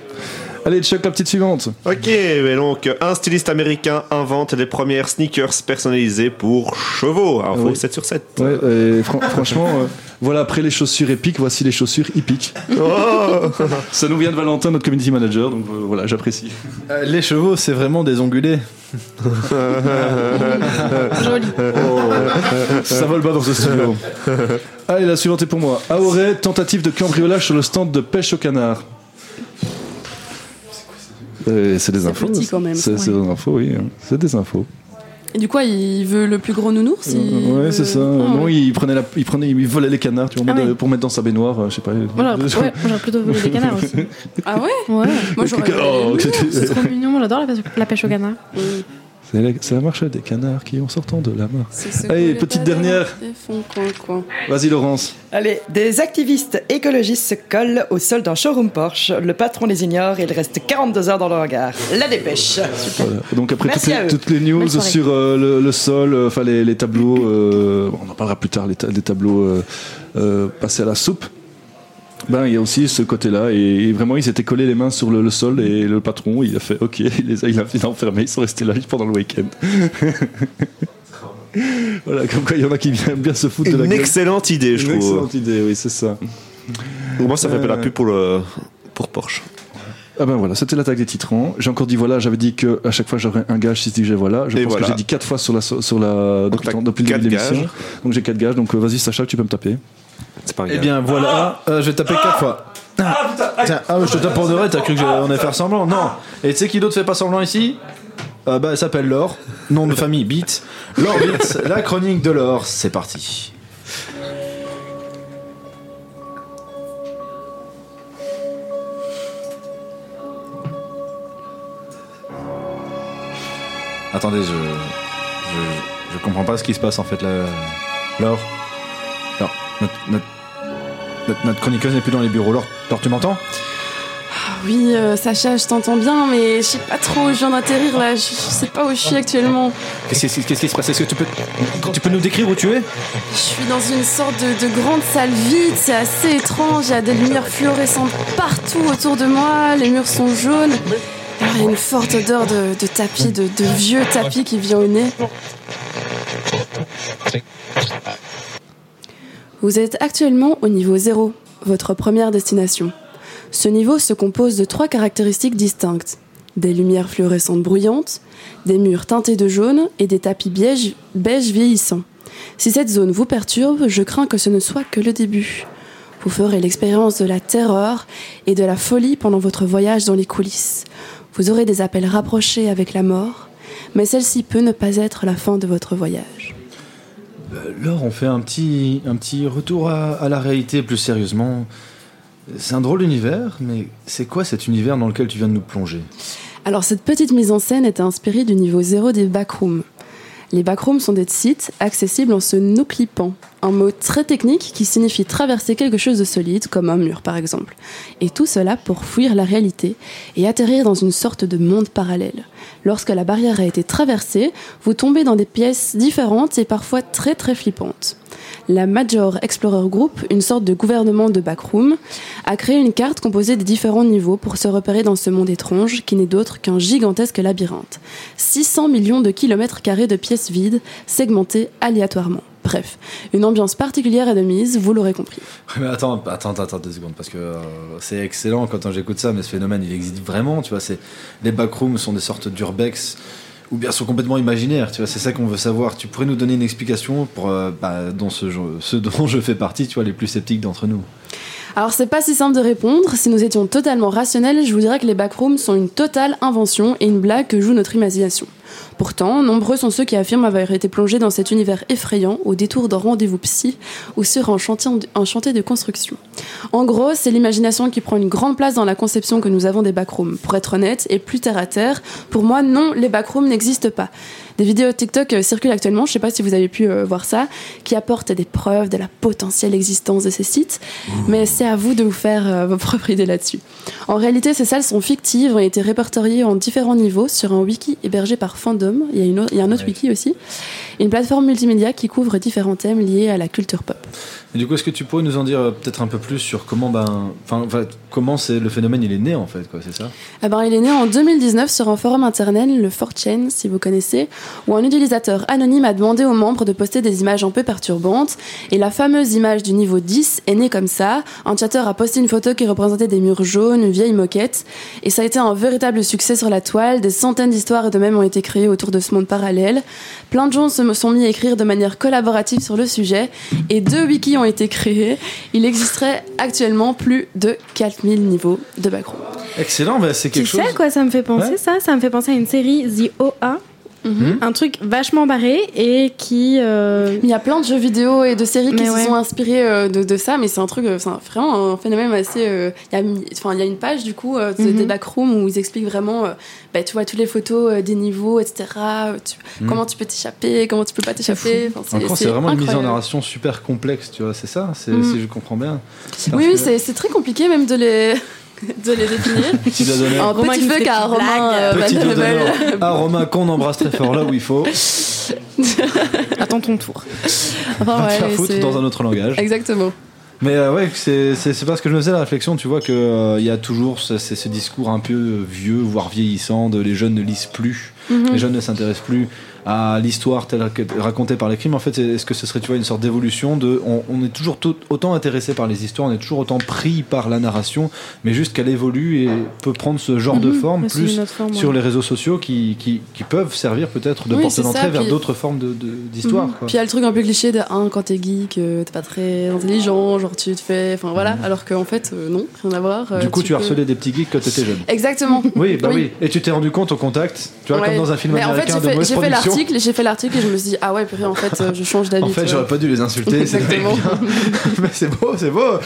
Allez, Chuck, la petite suivante.
Ok, mais donc un styliste américain invente les premières sneakers personnalisées pour chevaux. Alors, faut
Ah oui.
7 sur 7.
Ouais, et fran- franchement, euh, voilà, après les chaussures épiques, voici les chaussures hippiques.
Oh
ça nous vient de Valentin, notre community manager, donc euh, voilà, j'apprécie.
Euh, Les chevaux, c'est vraiment des ongulés.
Joli. ça vole bas dans ce studio. Allez, la suivante est pour moi. Aoré, tentative de cambriolage sur le stand de pêche au canard. Euh, C'est des infos.
petit quand même,
C'est c'est des infos, oui. hein. C'est des infos.
Et du coup, il veut le plus gros nounours il
ouais,
veut-
c'est ça.
Ah,
non,
ouais.
il prenait, la, il prenait, il volait les canards, tu vois, en
Ah
mode,
ouais.
euh, pour mettre dans sa baignoire, euh, je sais pas.
Voilà, ouais, moi, j'aurais plutôt volé des canards aussi.
Ah ouais
Ouais.
Moi, j'aurais.
Oh,
C'est trop mignon, j'adore la pêche, la pêche au canard.
Euh,
C'est la, c'est la marche des canards qui en sortant de la mare.
C'est ce
Allez,
que
petite
les baleines
dernière.
font, coin, coin.
Vas-y, Laurence.
Allez, des activistes écologistes se collent au sol d'un showroom Porsche. Le patron les ignore et il reste 42 heures dans le regard. La dépêche.
Voilà. Donc après
Merci
toutes
à
les,
eux.
toutes les news
Bonne soirée.
sur euh, le, le sol, euh, enfin les, les tableaux, euh, bon, on en parlera plus tard, les, ta- les tableaux euh, euh, passés à la soupe. Ben, il y a aussi ce côté-là, et, et vraiment, ils s'étaient collés les mains sur le, le sol, et le patron, il a fait OK, il les a, il a- il a enfermés, ils sont restés là pendant le week-end. voilà, comme quoi il y en a qui aiment bien se foutre de la
Une
gueule.
excellente idée, je
Une
trouve.
excellente idée, oui, c'est ça.
Pour moi, ça fait
Euh,
la pub pour, le, pour Porsche.
Ah ben voilà, c'était l'attaque des titrons. J'ai encore dit voilà, j'avais dit que à chaque fois j'aurais un gage si je disais voilà. Je
Et
pense
voilà.
que j'ai dit quatre fois sur la sur la depuis, le temps- depuis le début de
quatre
l'émission.
gages.
Donc j'ai quatre gages. Donc euh, vas-y Sacha, tu peux me taper.
C'est pas un
Eh bien voilà, euh, je vais taper 4 fois. Ah putain, ah, ouais, je te tape pour de vrai, t'as cru que j'allais en faire semblant Non Et tu sais qui d'autre fait pas semblant ici Euh, Bah, elle s'appelle Laure, nom de famille Beat. Laure Beat, la chronique de Laure, c'est parti. Attendez, je, je. je comprends pas ce qui se passe en fait là. Laure Laure, notre, notre, notre- notre chroniqueuse n'est plus dans les bureaux. Laure, Laure tu m'entends
Ah oui, euh, Sacha, je t'entends bien, mais je sais pas trop, je viens d'atterrir là, je, je sais pas où je suis actuellement.
Qu'est-ce qui- qu'est-ce qui se passe Est-ce que tu peux, tu peux nous décrire où tu es
Je suis dans une sorte de, de grande salle vide, c'est assez étrange, il y a des lumières fluorescentes partout autour de moi, les murs sont jaunes. Alors, il y a une forte odeur de, de tapis, de, de vieux tapis qui vient au nez. Vous êtes actuellement au niveau 0, votre première destination. Ce niveau se compose de trois caractéristiques distinctes. Des lumières fluorescentes bruyantes, des murs teintés de jaune et des tapis beige, beige vieillissants. Si cette zone vous perturbe, je crains que ce ne soit que le début. Vous ferez l'expérience de la terreur et de la folie pendant votre voyage dans les coulisses. Vous aurez des appels rapprochés avec la mort, mais celle-ci peut ne pas être la fin de votre voyage.
Euh, Laure, on fait un petit, un petit retour à, à la réalité plus sérieusement. C'est un drôle d'univers, mais c'est quoi cet univers dans lequel tu viens de nous plonger
Alors cette petite mise en scène était inspirée du niveau 0 des backrooms. Les backrooms sont des sites accessibles en se noclipant, un mot très technique qui signifie traverser quelque chose de solide, comme un mur par exemple. Et tout cela pour fuir la réalité et atterrir dans une sorte de monde parallèle. Lorsque la barrière a été traversée, vous tombez dans des pièces différentes et parfois très très flippantes. La Major Explorer Group, une sorte de gouvernement de backroom, a créé une carte composée des différents niveaux pour se repérer dans ce monde étrange qui n'est d'autre qu'un gigantesque labyrinthe. 600 millions de kilomètres carrés de pièces vides, segmentées aléatoirement. Bref, une ambiance particulière est de mise, vous l'aurez compris.
Mais attends, attends, attends deux secondes, parce que euh, c'est excellent quand j'écoute ça, mais ce phénomène, il existe vraiment, tu vois. C'est les backrooms sont des sortes d'urbex ou bien sont complètement imaginaires, tu vois. C'est ça qu'on veut savoir. Tu pourrais nous donner une explication pour euh, bah, dont ce jeu- ceux dont je fais partie, tu vois, les plus sceptiques d'entre nous.
Alors c'est pas si simple de répondre, si nous étions totalement rationnels, je vous dirais que les backrooms sont une totale invention et une blague que joue notre imagination. Pourtant, nombreux sont ceux qui affirment avoir été plongés dans cet univers effrayant au détour d'un rendez-vous psy ou sur un chantier, un chantier de construction. En gros, c'est l'imagination qui prend une grande place dans la conception que nous avons des backrooms. Pour être honnête et plus terre à terre, pour moi, non, les backrooms n'existent pas. Des vidéos TikTok euh, circulent actuellement, je sais pas si vous avez pu euh, voir ça, qui apportent des preuves de la potentielle existence de ces sites, mais c'est à vous de vous faire euh, vos propres idées là-dessus. En réalité, ces salles sont fictives, ont été répertoriées en différents niveaux sur un wiki hébergé par Fandom, il y a, une au- il y a un autre wiki aussi, une plateforme multimédia qui couvre différents thèmes liés à la culture pop.
Et du coup, est-ce que tu pourrais nous en dire euh, peut-être un peu plus sur comment, ben, enfin, en fait, comment c'est le phénomène, il est né en fait, quoi, c'est ça
Ah ben, il est né en 2019 sur un forum internet, le 4chan, si vous connaissez, où un utilisateur anonyme a demandé aux membres de poster des images un peu perturbantes. Et la fameuse image du niveau 10 est née comme ça. Un chatter a posté une photo qui représentait des murs jaunes, une vieille moquette. Et ça a été un véritable succès sur la toile. Des centaines d'histoires et de mèmes ont été créées autour de ce monde parallèle. Plein de gens se sont mis à écrire de manière collaborative sur le sujet. Et deux wikis ont été créés. Il existerait actuellement plus de 4000 niveaux de background.
Excellent, ben, c'est quelque
tu
chose.
sais à quoi ça me fait penser
Ouais.
ça Ça me fait penser à une série The OA.
Mhm.
Un truc vachement barré et qui. euh,
Il y a plein de jeux vidéo et de séries qui
Mais
se
ouais.
sont inspirés euh, de, de ça, mais c'est un truc, euh, c'est un- vraiment un phénomène assez. euh, Il y, a, mi- enfin, il y a une page du coup euh, de-
Mhm.
des backrooms où ils expliquent vraiment, euh, bah, tu vois, toutes les photos euh, des niveaux, etc. euh, tu-
Mhm.
Comment tu peux t'échapper, comment tu peux pas t'échapper. enfin,
Encore, c'est vraiment une mise en
incroyable.
narration super complexe, tu vois, c'est ça, c'est-
Mhm.
si je comprends bien. Parce
Oui, oui,
que-
c'est- c'est très compliqué même de les, de les définir.
Petit doigt d'honneur.
un
Romain
petit
qui
feu
fait
qu'à
des
Romain euh,
Petit
Van
doigt
de Bel.
d'honneur à Romain qu'on embrasse très fort là où il faut.
Attends ton tour.
Enfin,
Va te
ouais,
faire
mais
foutre
c'est-
dans un autre langage.
Exactement.
Mais euh, ouais, c'est c'est- c'est parce que je me faisais la réflexion, tu vois, qu'il y a toujours ce, c'est ce discours un peu vieux, voire vieillissant, de les jeunes ne lisent plus,
Mhm.
les jeunes ne s'intéressent plus à l'histoire telle que- racontée par les crimes. En fait, c'est- est-ce que ce serait, tu vois, une sorte d'évolution de, on, on est toujours tout- autant intéressé par les histoires, on est toujours autant pris par la narration, mais juste qu'elle évolue et peut prendre ce genre de
Mhm.
forme
Mais c'est
plus
une autre forme, ouais.
sur les réseaux sociaux qui, qui, qui peuvent servir peut-être de
Oui,
porte
c'est ça,
d'entrée vers
puis-
d'autres formes de- de- d'histoire.
Mhm.
quoi.
Puis il y a le truc un peu cliché de hein, quand t'es geek, euh, t'es pas très intelligent, genre tu te fais. Enfin voilà, alors qu'en fait, euh, non, rien à voir. euh,
Mhm. du coup,
peux-
tu, harcelais des petits geeks quand t'étais jeune.
Exactement.
Oui, bah oui. Et tu t'es rendu compte au contact, tu vois,
Ouais.
comme dans un film
Mais en fait,
américain
j'ai
de
fait-
mauvaise
j'ai fait
production.
l'article et j'ai fait l'article et je me suis dit, ah ouais, purée, en fait, euh, je change d'habitude.
en fait, j'aurais pas dû les insulter. c'était
Exactement.
bien. Mais c'est beau, c'est beau.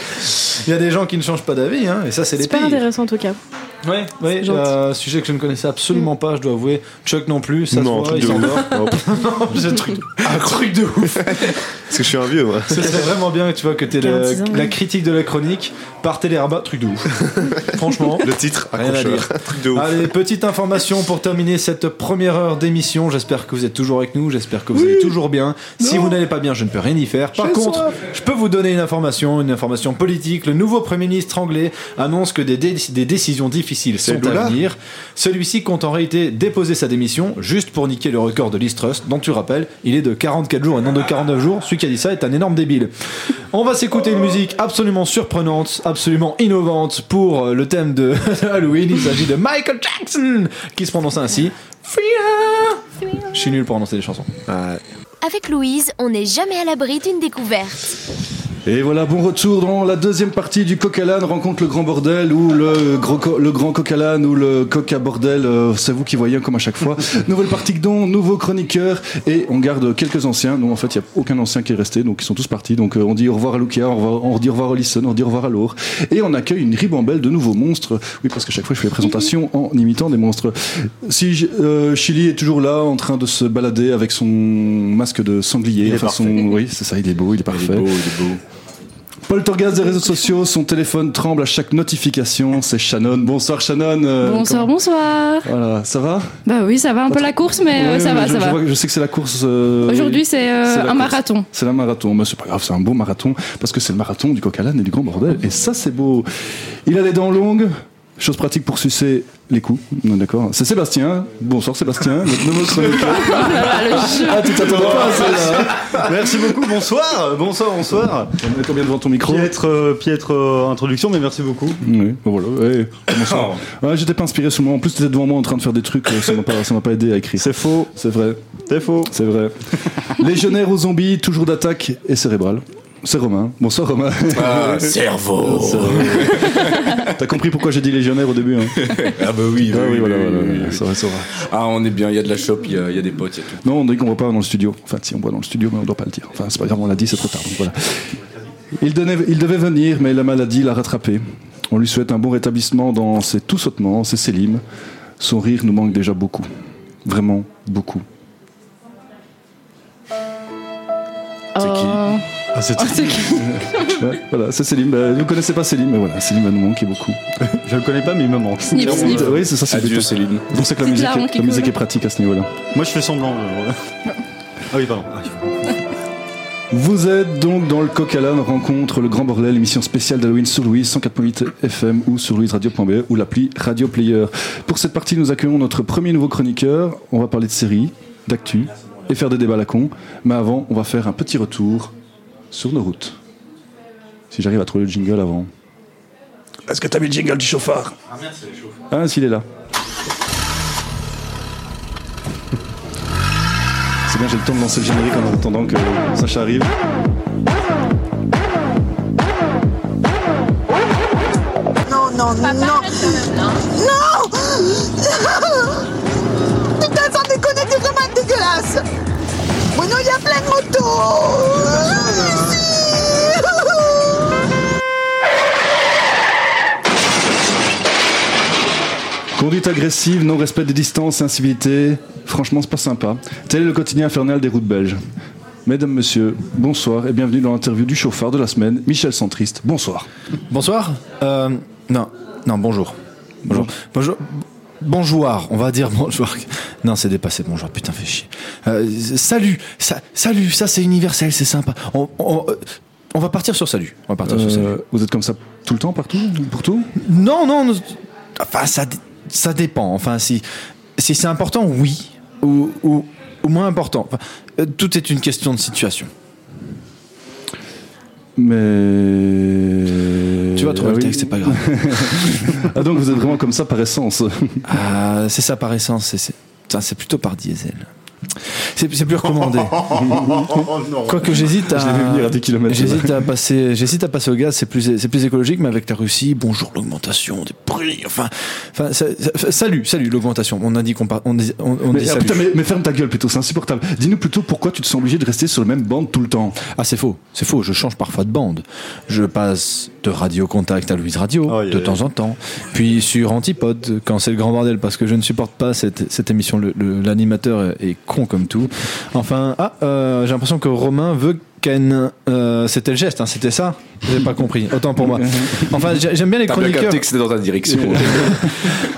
Il y a des gens qui ne changent pas d'avis, hein, et ça, c'est les
Super
pires.
intéressant en tout cas.
Ouais, ouais,
gentil.
euh, sujet que je ne connaissais
Mm.
absolument pas, je dois avouer. Chuck non plus, ça
Non,
se voit,
truc
il
de
s'endort.
ouf. Hop.
Non, c'est un truc, un truc de ouf.
Parce que je suis un vieux, moi.
Ce serait vraiment bien que tu vois que t'aies la,
46 ans,
la
ouais.
critique de la chronique par Téléraba, truc de ouf. Franchement,
Le titre,
Rien à
accrocheur.
dire. Allez, petite information pour terminer cette première heure d'émission. J'espère que vous êtes toujours avec nous. J'espère que vous allez toujours bien. Si vous n'allez pas bien, je ne peux rien y faire. Par
J'ai
contre,
soif.
je peux vous donner une information, une information politique. Le nouveau Premier ministre anglais annonce que des, dé- des décisions difficiles
C'est
sont à
Lula
venir. Celui-ci compte en réalité déposer sa démission juste pour niquer le record de Liz Truss, dont tu rappelles, il est de 44 jours et non de 49 jours. Celui qui a dit ça est un énorme débile. On va s'écouter une musique absolument surprenante, absolument innovante pour euh, le thème de Halloween. Il s'agit de Michael Jackson, qui se prononce ainsi. Je suis nul pour annoncer des chansons.
Euh,
Avec Louise, on n'est jamais à l'abri d'une découverte.
Et voilà, bon retour dans la deuxième partie du Coq-à-l'âne rencontre le grand bordel ou le, gros co- le grand Coq-à-l'âne ou le coq à bordel, euh, c'est vous qui voyez comme à chaque fois. Nouvelle partie que don, nouveau chroniqueur et on garde quelques anciens. Non, en fait, il n'y a aucun ancien qui est resté, donc ils sont tous partis. Donc euh, on dit au revoir à Luca, on, revoir- on dit au revoir à Lisson, on dit au revoir à Lour. Et on accueille une ribambelle de nouveaux monstres. Oui, parce qu'à chaque fois, je fais les présentations en imitant des monstres. Si je- euh, Chili est toujours là en train de se balader avec son masque de sanglier,
Il est
enfin, son- oui, c'est ça, il est beau, il est parfait.
beau, il est beau.
Poltergeist des réseaux sociaux, son téléphone tremble à chaque notification. C'est Shannon. Bonsoir Shannon. euh,
Bonsoir, bonsoir.
comment- Voilà, ça va
Bah oui, ça va un peu la course, mais euh,
Ouais,
ça
mais
va,
je,
ça
je
va.
vois que- je sais que c'est la course. euh,
Aujourd'hui, c'est euh,
la
un
course.
marathon.
C'est la marathon. Mais c'est pas grave, c'est un beau marathon parce que c'est le marathon du coq à l'âne et du grand bordel. Et ça, c'est beau. Il a les dents longues. Chose pratique pour sucer les coups. On est D'accord. C'est Sébastien. Bonsoir Sébastien, notre nouveau chroniqueur.
Ah,
Ah, tu t'attendais pas à hein. celle-là.
Merci beaucoup, bonsoir, euh, bonsoir, bonsoir.
On est combien devant ton micro
Piètre, euh, piètre euh, introduction, mais merci beaucoup.
Oui, bon, voilà. ouais, bonsoir. Ouais, J'étais pas inspiré sur le moment. En plus, t'étais devant moi en train de faire des trucs. euh, Ça m'a pas, ça m'a pas aidé à écrire. C'est
faux.
C'est vrai.
C'est faux.
C'est vrai. Légionnaire aux zombies, toujours d'attaque et cérébral. C'est Romain. Bonsoir Romain.
Ah, cerveau.
C'est vrai. T'as compris pourquoi j'ai dit légionnaire au début. hein.
Ah bah oui,
Ah oui, voilà,
oui,
voilà,
oui,
voilà,
oui.
ça va, ça va.
Ah, on est bien, il y a de la shop, il y, a- il y a des potes, il y a tout.
Non, on dit qu'on voit pas dans le studio. Enfin, si, on voit dans le studio, mais on doit pas le dire. Enfin, c'est pas grave, on l'a dit, c'est trop tard. Donc voilà. Il, donnait- il devait venir, mais la maladie l'a rattrapé. On lui souhaite un bon rétablissement dans ses tout sautements, ses sélimes. Son rire nous manque déjà beaucoup. Vraiment beaucoup.
Oh.
Ah,
Oh, c'est qui
Ouais, voilà, c'est Célim. Bah, vous connaissez pas Célim, mais voilà, Célim elle nous manque beaucoup.
Je le connais pas, mais il me manque.
Snip, snip.
Oui, c'est ça, c'est
Adieu,
plutôt-
Céline.
C'est pour ça que la
C'est
musique,
clairement
la
quelque
musique
chose.
est pratique à ce niveau-là.
Moi, je fais semblant. euh, voilà. Ah oui, pardon. Ah,
Vous êtes donc dans le Coq à l'âne rencontre le Grand Borlel, émission spéciale d'Halloween sur Louise 104.8 FM ou sur louiseradio.be ou l'appli Radio Player. Pour cette partie, nous accueillons notre premier nouveau chroniqueur. On va parler de séries, d'actu et faire des débats à la con. Mais avant, on va faire un petit retour sur nos routes. Si j'arrive à trouver le jingle avant.
Est-ce que t'as mis le jingle du chauffard
Ah, s'il est là. C'est bien, j'ai le temps de lancer le générique en attendant que Sacha arrive.
Non, non, non. Non Putain, sans déconner, c'est vraiment dégueulasse. Mais non, il y a plein de motos.
Conduite agressive, non-respect des distances, incivilité, franchement c'est pas sympa. Tel est le quotidien infernal des routes belges. Mesdames, messieurs, bonsoir et bienvenue dans l'interview du chauffard de la semaine, Michel Centriste. Bonsoir.
Bonsoir. Euh, non, non, bonjour. Bonjour. Bonjour. Bonjour, on va dire bonjour. Non, c'est dépassé, bonjour, putain, fais chier. Euh, salut, ça, salut, ça c'est universel, c'est sympa. On, on- euh, on va partir sur salut. On va partir sur
Euh,
salut.
vous êtes comme ça tout le temps, partout, pour tout
Non, non, nous- enfin, ça, dé- ça dépend. Enfin, si, si c'est important, oui, ou, ou, ou moins important. Enfin, euh, tout est une question de situation.
Mais...
Tu vas trouver
Ah
le
oui.
texte, c'est pas grave.
ah donc vous êtes vraiment comme ça par essence
Ah, c'est ça par essence, c'est- c'est putain, c'est plutôt par diesel. C'est c'est plus recommandé. Quoique j'hésite à.
Je l'ai vu venir à 10 kilomètres.
J'hésite à passer, j'hésite à passer au gaz, c'est plus, c'est plus écologique, mais avec la Russie, bonjour l'augmentation des prix. Enfin, enfin ça- ça- salut, salut l'augmentation. On a dit qu'on par- on, dit- on, on
mais,
dit
ah,
salut.
putain, mais- mais ferme ta gueule plutôt, c'est insupportable. Dis-nous plutôt pourquoi tu te sens obligé de rester sur le même bande tout le temps.
Ah, c'est faux, c'est faux. Je change parfois de bande. Je passe de Radio Contact à Louise Radio,
Oh,
de
yeah.
temps en temps. Puis sur Antipode, quand c'est le grand bordel, parce que je ne supporte pas cette, cette émission. Le- le- L'animateur est est con comme tout. Enfin, ah, euh, j'ai l'impression que Romain veut qu'un. euh, c'était le geste, hein, c'était ça J'ai pas compris, autant pour moi. Enfin, j'ai- j'aime bien les
T'as bien
chroniqueurs.
capté que c'était dans ta direction. hein.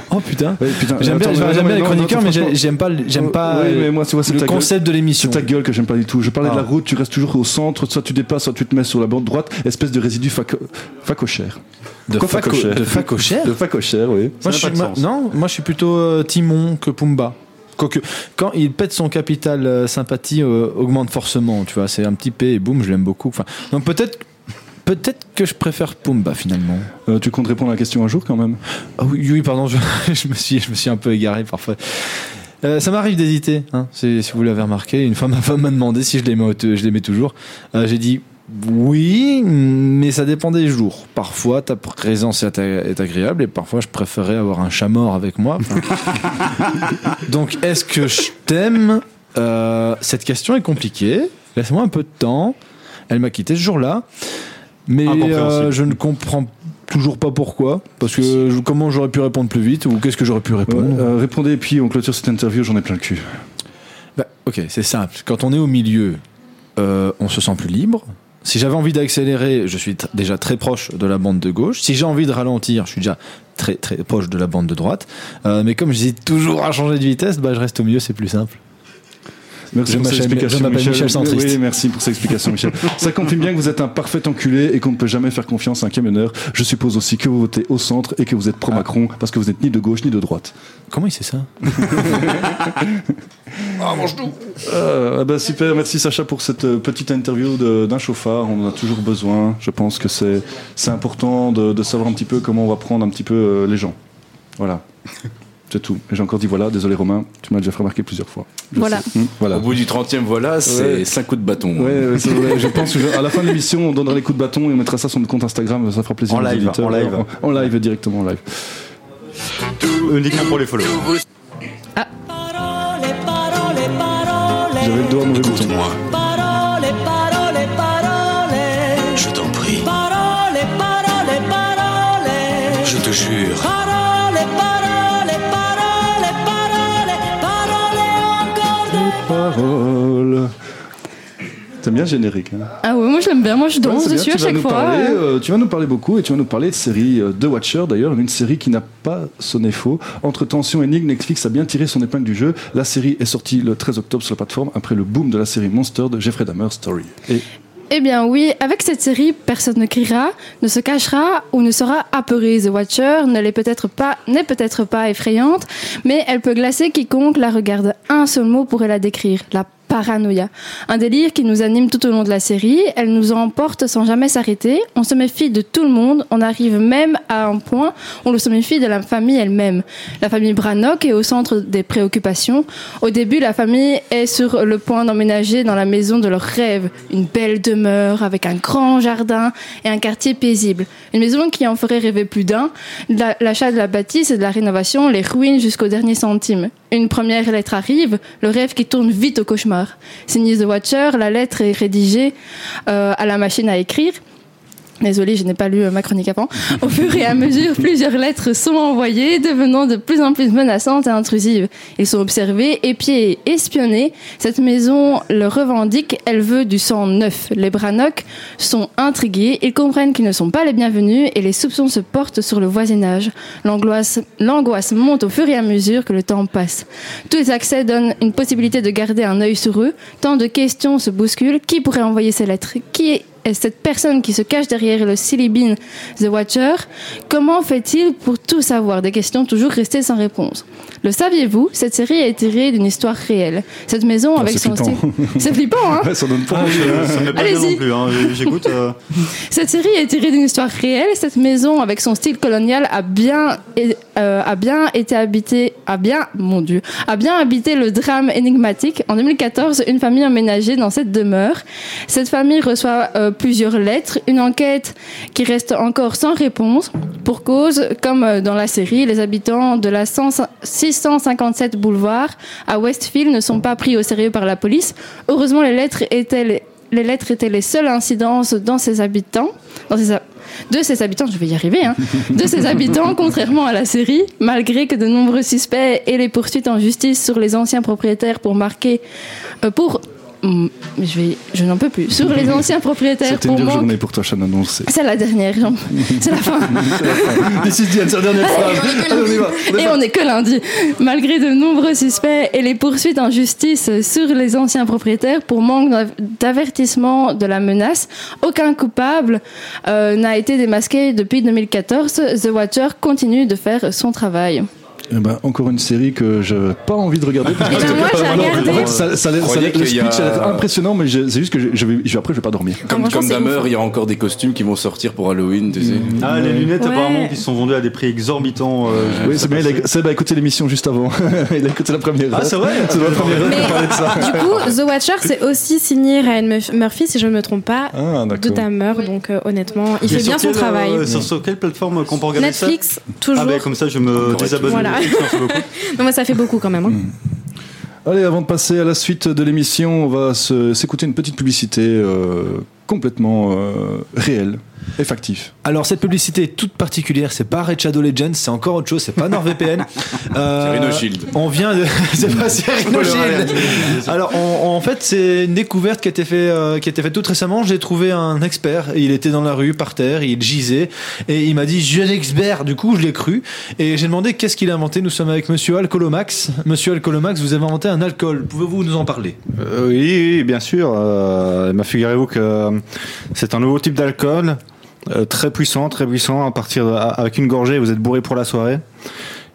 oh putain.
putain.
J'aime bien,
Attends, mais non,
j'aime bien
mais
les
non,
chroniqueurs,
non,
mais j'ai-
franchement-
j'aime pas, j'aime pas
Oui,
euh,
mais moi, tu vois, c'est
le
ta gueule.
concept de l'émission.
C'est ta gueule que j'aime pas du tout. Je parlais de la
Ah.
route, tu restes toujours au centre, soit tu dépasses, soit tu te mets sur la bande droite, espèce de résidu faco- facochère.
De
Quoi,
faco- de facochère
De facochère, oui.
Moi, je suis, moi- non, moi je suis plutôt euh, Timon que Pumba. Quoique, quand il pète son capital euh, sympathie, euh, augmente forcément. Tu vois, c'est un petit P et boum, je l'aime beaucoup. Enfin, donc peut-être, peut-être que je préfère Pumba finalement.
Euh, tu comptes répondre à la question un jour quand même
Ah oui, oui, pardon, je, je me suis, je me suis un peu égaré parfois. Euh, ça m'arrive d'hésiter. Hein, si, si vous l'avez remarqué, une fois ma femme m'a demandé si je l'aimais, au- je l'aimais toujours. Euh, j'ai dit oui, mais ça dépend des jours. Parfois, ta présence est, agré- est agréable et parfois, je préférais avoir un chat mort avec moi. Enfin, Donc, est-ce que je t'aime Euh, Cette question est compliquée. Laisse-moi un peu de temps. Elle m'a quitté ce jour-là. Mais
Incompréhensible.
euh, je ne comprends toujours pas pourquoi. Parce que je- comment j'aurais pu répondre plus vite ou qu'est-ce que j'aurais pu
Ouais,
répondre
euh, Répondez et puis on clôture cette interview, j'en ai plein le cul.
Bah, ok, c'est simple. Quand on est au milieu, euh, on se sent plus libre. Si j'avais envie d'accélérer, je suis tr- déjà très proche de la bande de gauche. Si j'ai envie de ralentir, je suis déjà très très proche de la bande de droite. Euh, mais comme j'hésite toujours à changer de vitesse, bah, je reste au milieu, c'est plus simple.
Merci
Je
pour cette
m'appelle-
explication,
je m'appelle Michel Centriste.
Oui, merci pour cette explication, Michel. Ça confirme bien que vous êtes un parfait enculé et qu'on ne peut jamais faire confiance à un camionneur. Je suppose aussi que vous votez au centre et que vous êtes pro-Macron parce que vous n'êtes ni de gauche ni de droite.
Ah. Comment il sait ça
Ah, mange tout
Euh, ah bah super, merci Sacha pour cette euh, petite interview de- d'un chauffard. On en a toujours besoin. Je pense que c'est c'est important de, de savoir un petit peu comment on va prendre un petit peu euh, les gens. Voilà. C'est tout. Et J'ai encore dit voilà. Désolé Romain, tu m'as déjà fait remarquer plusieurs fois. Je
Voilà.
sais. Hmm, voilà.
Au bout du 30 e voilà,
Ouais.
c'est 5 coups de bâton. hein.
Ouais, ouais, c'est vrai. Je pense qu'à la fin de l'émission, on donnera les coups de bâton et on mettra ça sur notre compte Instagram. Ça fera plaisir
En
aux
live,
auditeurs.
en live. Euh,
En, en live, directement en live.
Uniquement pour les follow.
J'avais le doigt au mauvais bouton.
Parole, parole, parole. Je t'en prie. Parole, parole, parole.
Je te jure.
Parole, parole, parole, parole,
Parole. T'aimes bien le générique. Hein
Ah ouais, moi je l'aime bien, moi je
Ouais,
danse
c'est bien,
dessus
tu
à
vas
chaque
nous
fois.
parler,
euh.
euh, tu vas nous parler beaucoup et tu vas nous parler de série euh, The Watcher d'ailleurs, une série qui n'a pas sonné faux. Entre tension et énigme, Netflix a bien tiré son épingle du jeu. La série est sortie le 13 octobre sur la plateforme après le boom de la série Monster de Jeffrey Dahmer Story. Et
Eh bien oui, avec cette série, personne ne criera, ne se cachera ou ne sera apeuré. The Watcher ne l'est peut-être pas, n'est peut-être pas effrayante, mais elle peut glacer quiconque la regarde. Un seul mot pourrait la décrire, la paranoïa. Un délire qui nous anime tout au long de la série, elle nous emporte sans jamais s'arrêter, on se méfie de tout le monde, on arrive même à un point où l'on se méfie de la famille elle-même. La famille Brannock est au centre des préoccupations. Au début, la famille est sur le point d'emménager dans la maison de leurs rêves, une belle demeure avec un grand jardin et un quartier paisible. Une maison qui en ferait rêver plus d'un, La- l'achat de la bâtisse et de la rénovation les ruine jusqu'au dernier centime. Une première lettre arrive, le rêve qui tourne vite au cauchemar. Signée The Watcher, la lettre est rédigée euh, à la machine à écrire. Désolée, je n'ai pas lu euh, ma chronique avant. Au fur et à mesure, plusieurs lettres sont envoyées, devenant de plus en plus menaçantes et intrusives. Ils sont observés, épiés et espionnés. Cette maison le revendique, elle veut du sang neuf. Les Brannock sont intrigués, ils comprennent qu'ils ne sont pas les bienvenus et les soupçons se portent sur le voisinage. L'angoisse l'angoisse monte au fur et à mesure que le temps passe. Tous les accès donnent une possibilité de garder un œil sur eux. Tant de questions se bousculent. Qui pourrait envoyer ces lettres Qui est et cette personne qui se cache derrière le silly bean The Watcher, comment fait-il pour tout savoir Des questions toujours restées sans réponse. Le saviez-vous Cette série est tirée d'une histoire réelle. Cette maison
Ah,
avec
c'est
son
flippant.
style. C'est flippant, hein
Ouais, ça donne pas
Ah,
envie,
je-
hein.
ça me plaît pas Allez-y. non plus, hein.
J'écoute.
euh.
Cette série est tirée d'une histoire réelle. Cette maison, avec son style colonial, a bien, é- euh, a bien été habitée, a bien, mon Dieu, a bien habité le drame énigmatique. En 2014, une famille emménagée dans cette demeure. Cette famille reçoit euh, plusieurs lettres, une enquête qui reste encore sans réponse. Pour cause, comme euh, dans la série, les habitants de la 100 657 boulevard à Westfield ne sont pas pris au sérieux par la police. Heureusement, les lettres étaient les- les lettres étaient les seules incidences dans ses habitants, dans ses hab- de ses habitants, je vais y arriver, hein, de ses habitants, contrairement à la série, malgré que de nombreux suspects et les poursuites en justice sur les anciens propriétaires pour marquer, euh, pour, Hum, je vais, je n'en peux plus, sur les anciens propriétaires
c'était une
pour
dure
manque-
journée pour toi, Shannon, on le sait.
C'est la dernière, j'en- c'est la fin.
This is the end, c'est la dernière phrase. Allez, on y va.
Et on n'est que lundi. Malgré de nombreux suspects et les poursuites en justice sur les anciens propriétaires pour manque d'av- d'avertissement de la menace, aucun coupable euh, n'a été démasqué depuis 2014. The Watcher continue de faire son travail.
Eh ben, encore une série que je pas envie de regarder. parce que-
moi, j'ai
Ah non,
regardé.
En fait, ça, ça,
Je
ça-
croyais
le
qu'il y a-
speech a l'air impressionnant, mais je- c'est juste que je, je vais, je- après, je vais pas dormir.
Comme,
Franchement,
comme
c'est
Dahmer,
ouf.
il y a encore des costumes qui vont sortir pour Halloween, tu sais.
Ah, les
lunettes,
Ouais.
apparemment, qui sont vendues à des prix exorbitants. euh, je-
Oui,
ça
c'est bien, il
passe-
a, Seb a écouté l'émission juste avant. il a écouté la première
Ah,
heure.
c'est vrai
C'est la première heure
Mais-
qu'on parlait de ça.
Du coup, The Watcher, c'est aussi signé Ryan Murf- Murphy, si je ne me trompe pas,
Ah,
de
d'accord.
Dahmer. Donc, euh, honnêtement, il
Mais
fait
sur
bien son
quelle,
travail.
euh, sur, sur quelle plateforme qu'on peut regarder ça
Netflix, toujours.
Ah, ben comme ça, je me désabonne.
Voilà. non, mais ça fait beaucoup quand même. hein.
Allez, avant de passer à la suite de l'émission, on va se- s'écouter une petite publicité euh, complètement euh, réelle Et factif.
Alors cette publicité est toute particulière, c'est pas Red Shadow Legends, c'est encore autre chose, c'est pas NordVPN. Euh,
C'est RhinoShield.
On vient de... c'est pas c'est RhinoShield. Alors on- on- en fait c'est une découverte qui a été faite euh, qui a été faite toute récemment. J'ai trouvé un expert, et il était dans la rue par terre, il gisait et il m'a dit je suis un expert. Du coup je l'ai cru et j'ai demandé qu'est-ce qu'il a inventé. Nous sommes avec Monsieur Alcoolomax. Monsieur Alcoolomax, vous avez inventé un alcool. Pouvez-vous nous en parler
Euh, oui, oui, bien sûr. Euh, bah, Figurez-vous que euh, c'est un nouveau type d'alcool, euh, très puissant, très puissant. À partir de- à- avec une gorgée, vous êtes bourré pour la soirée.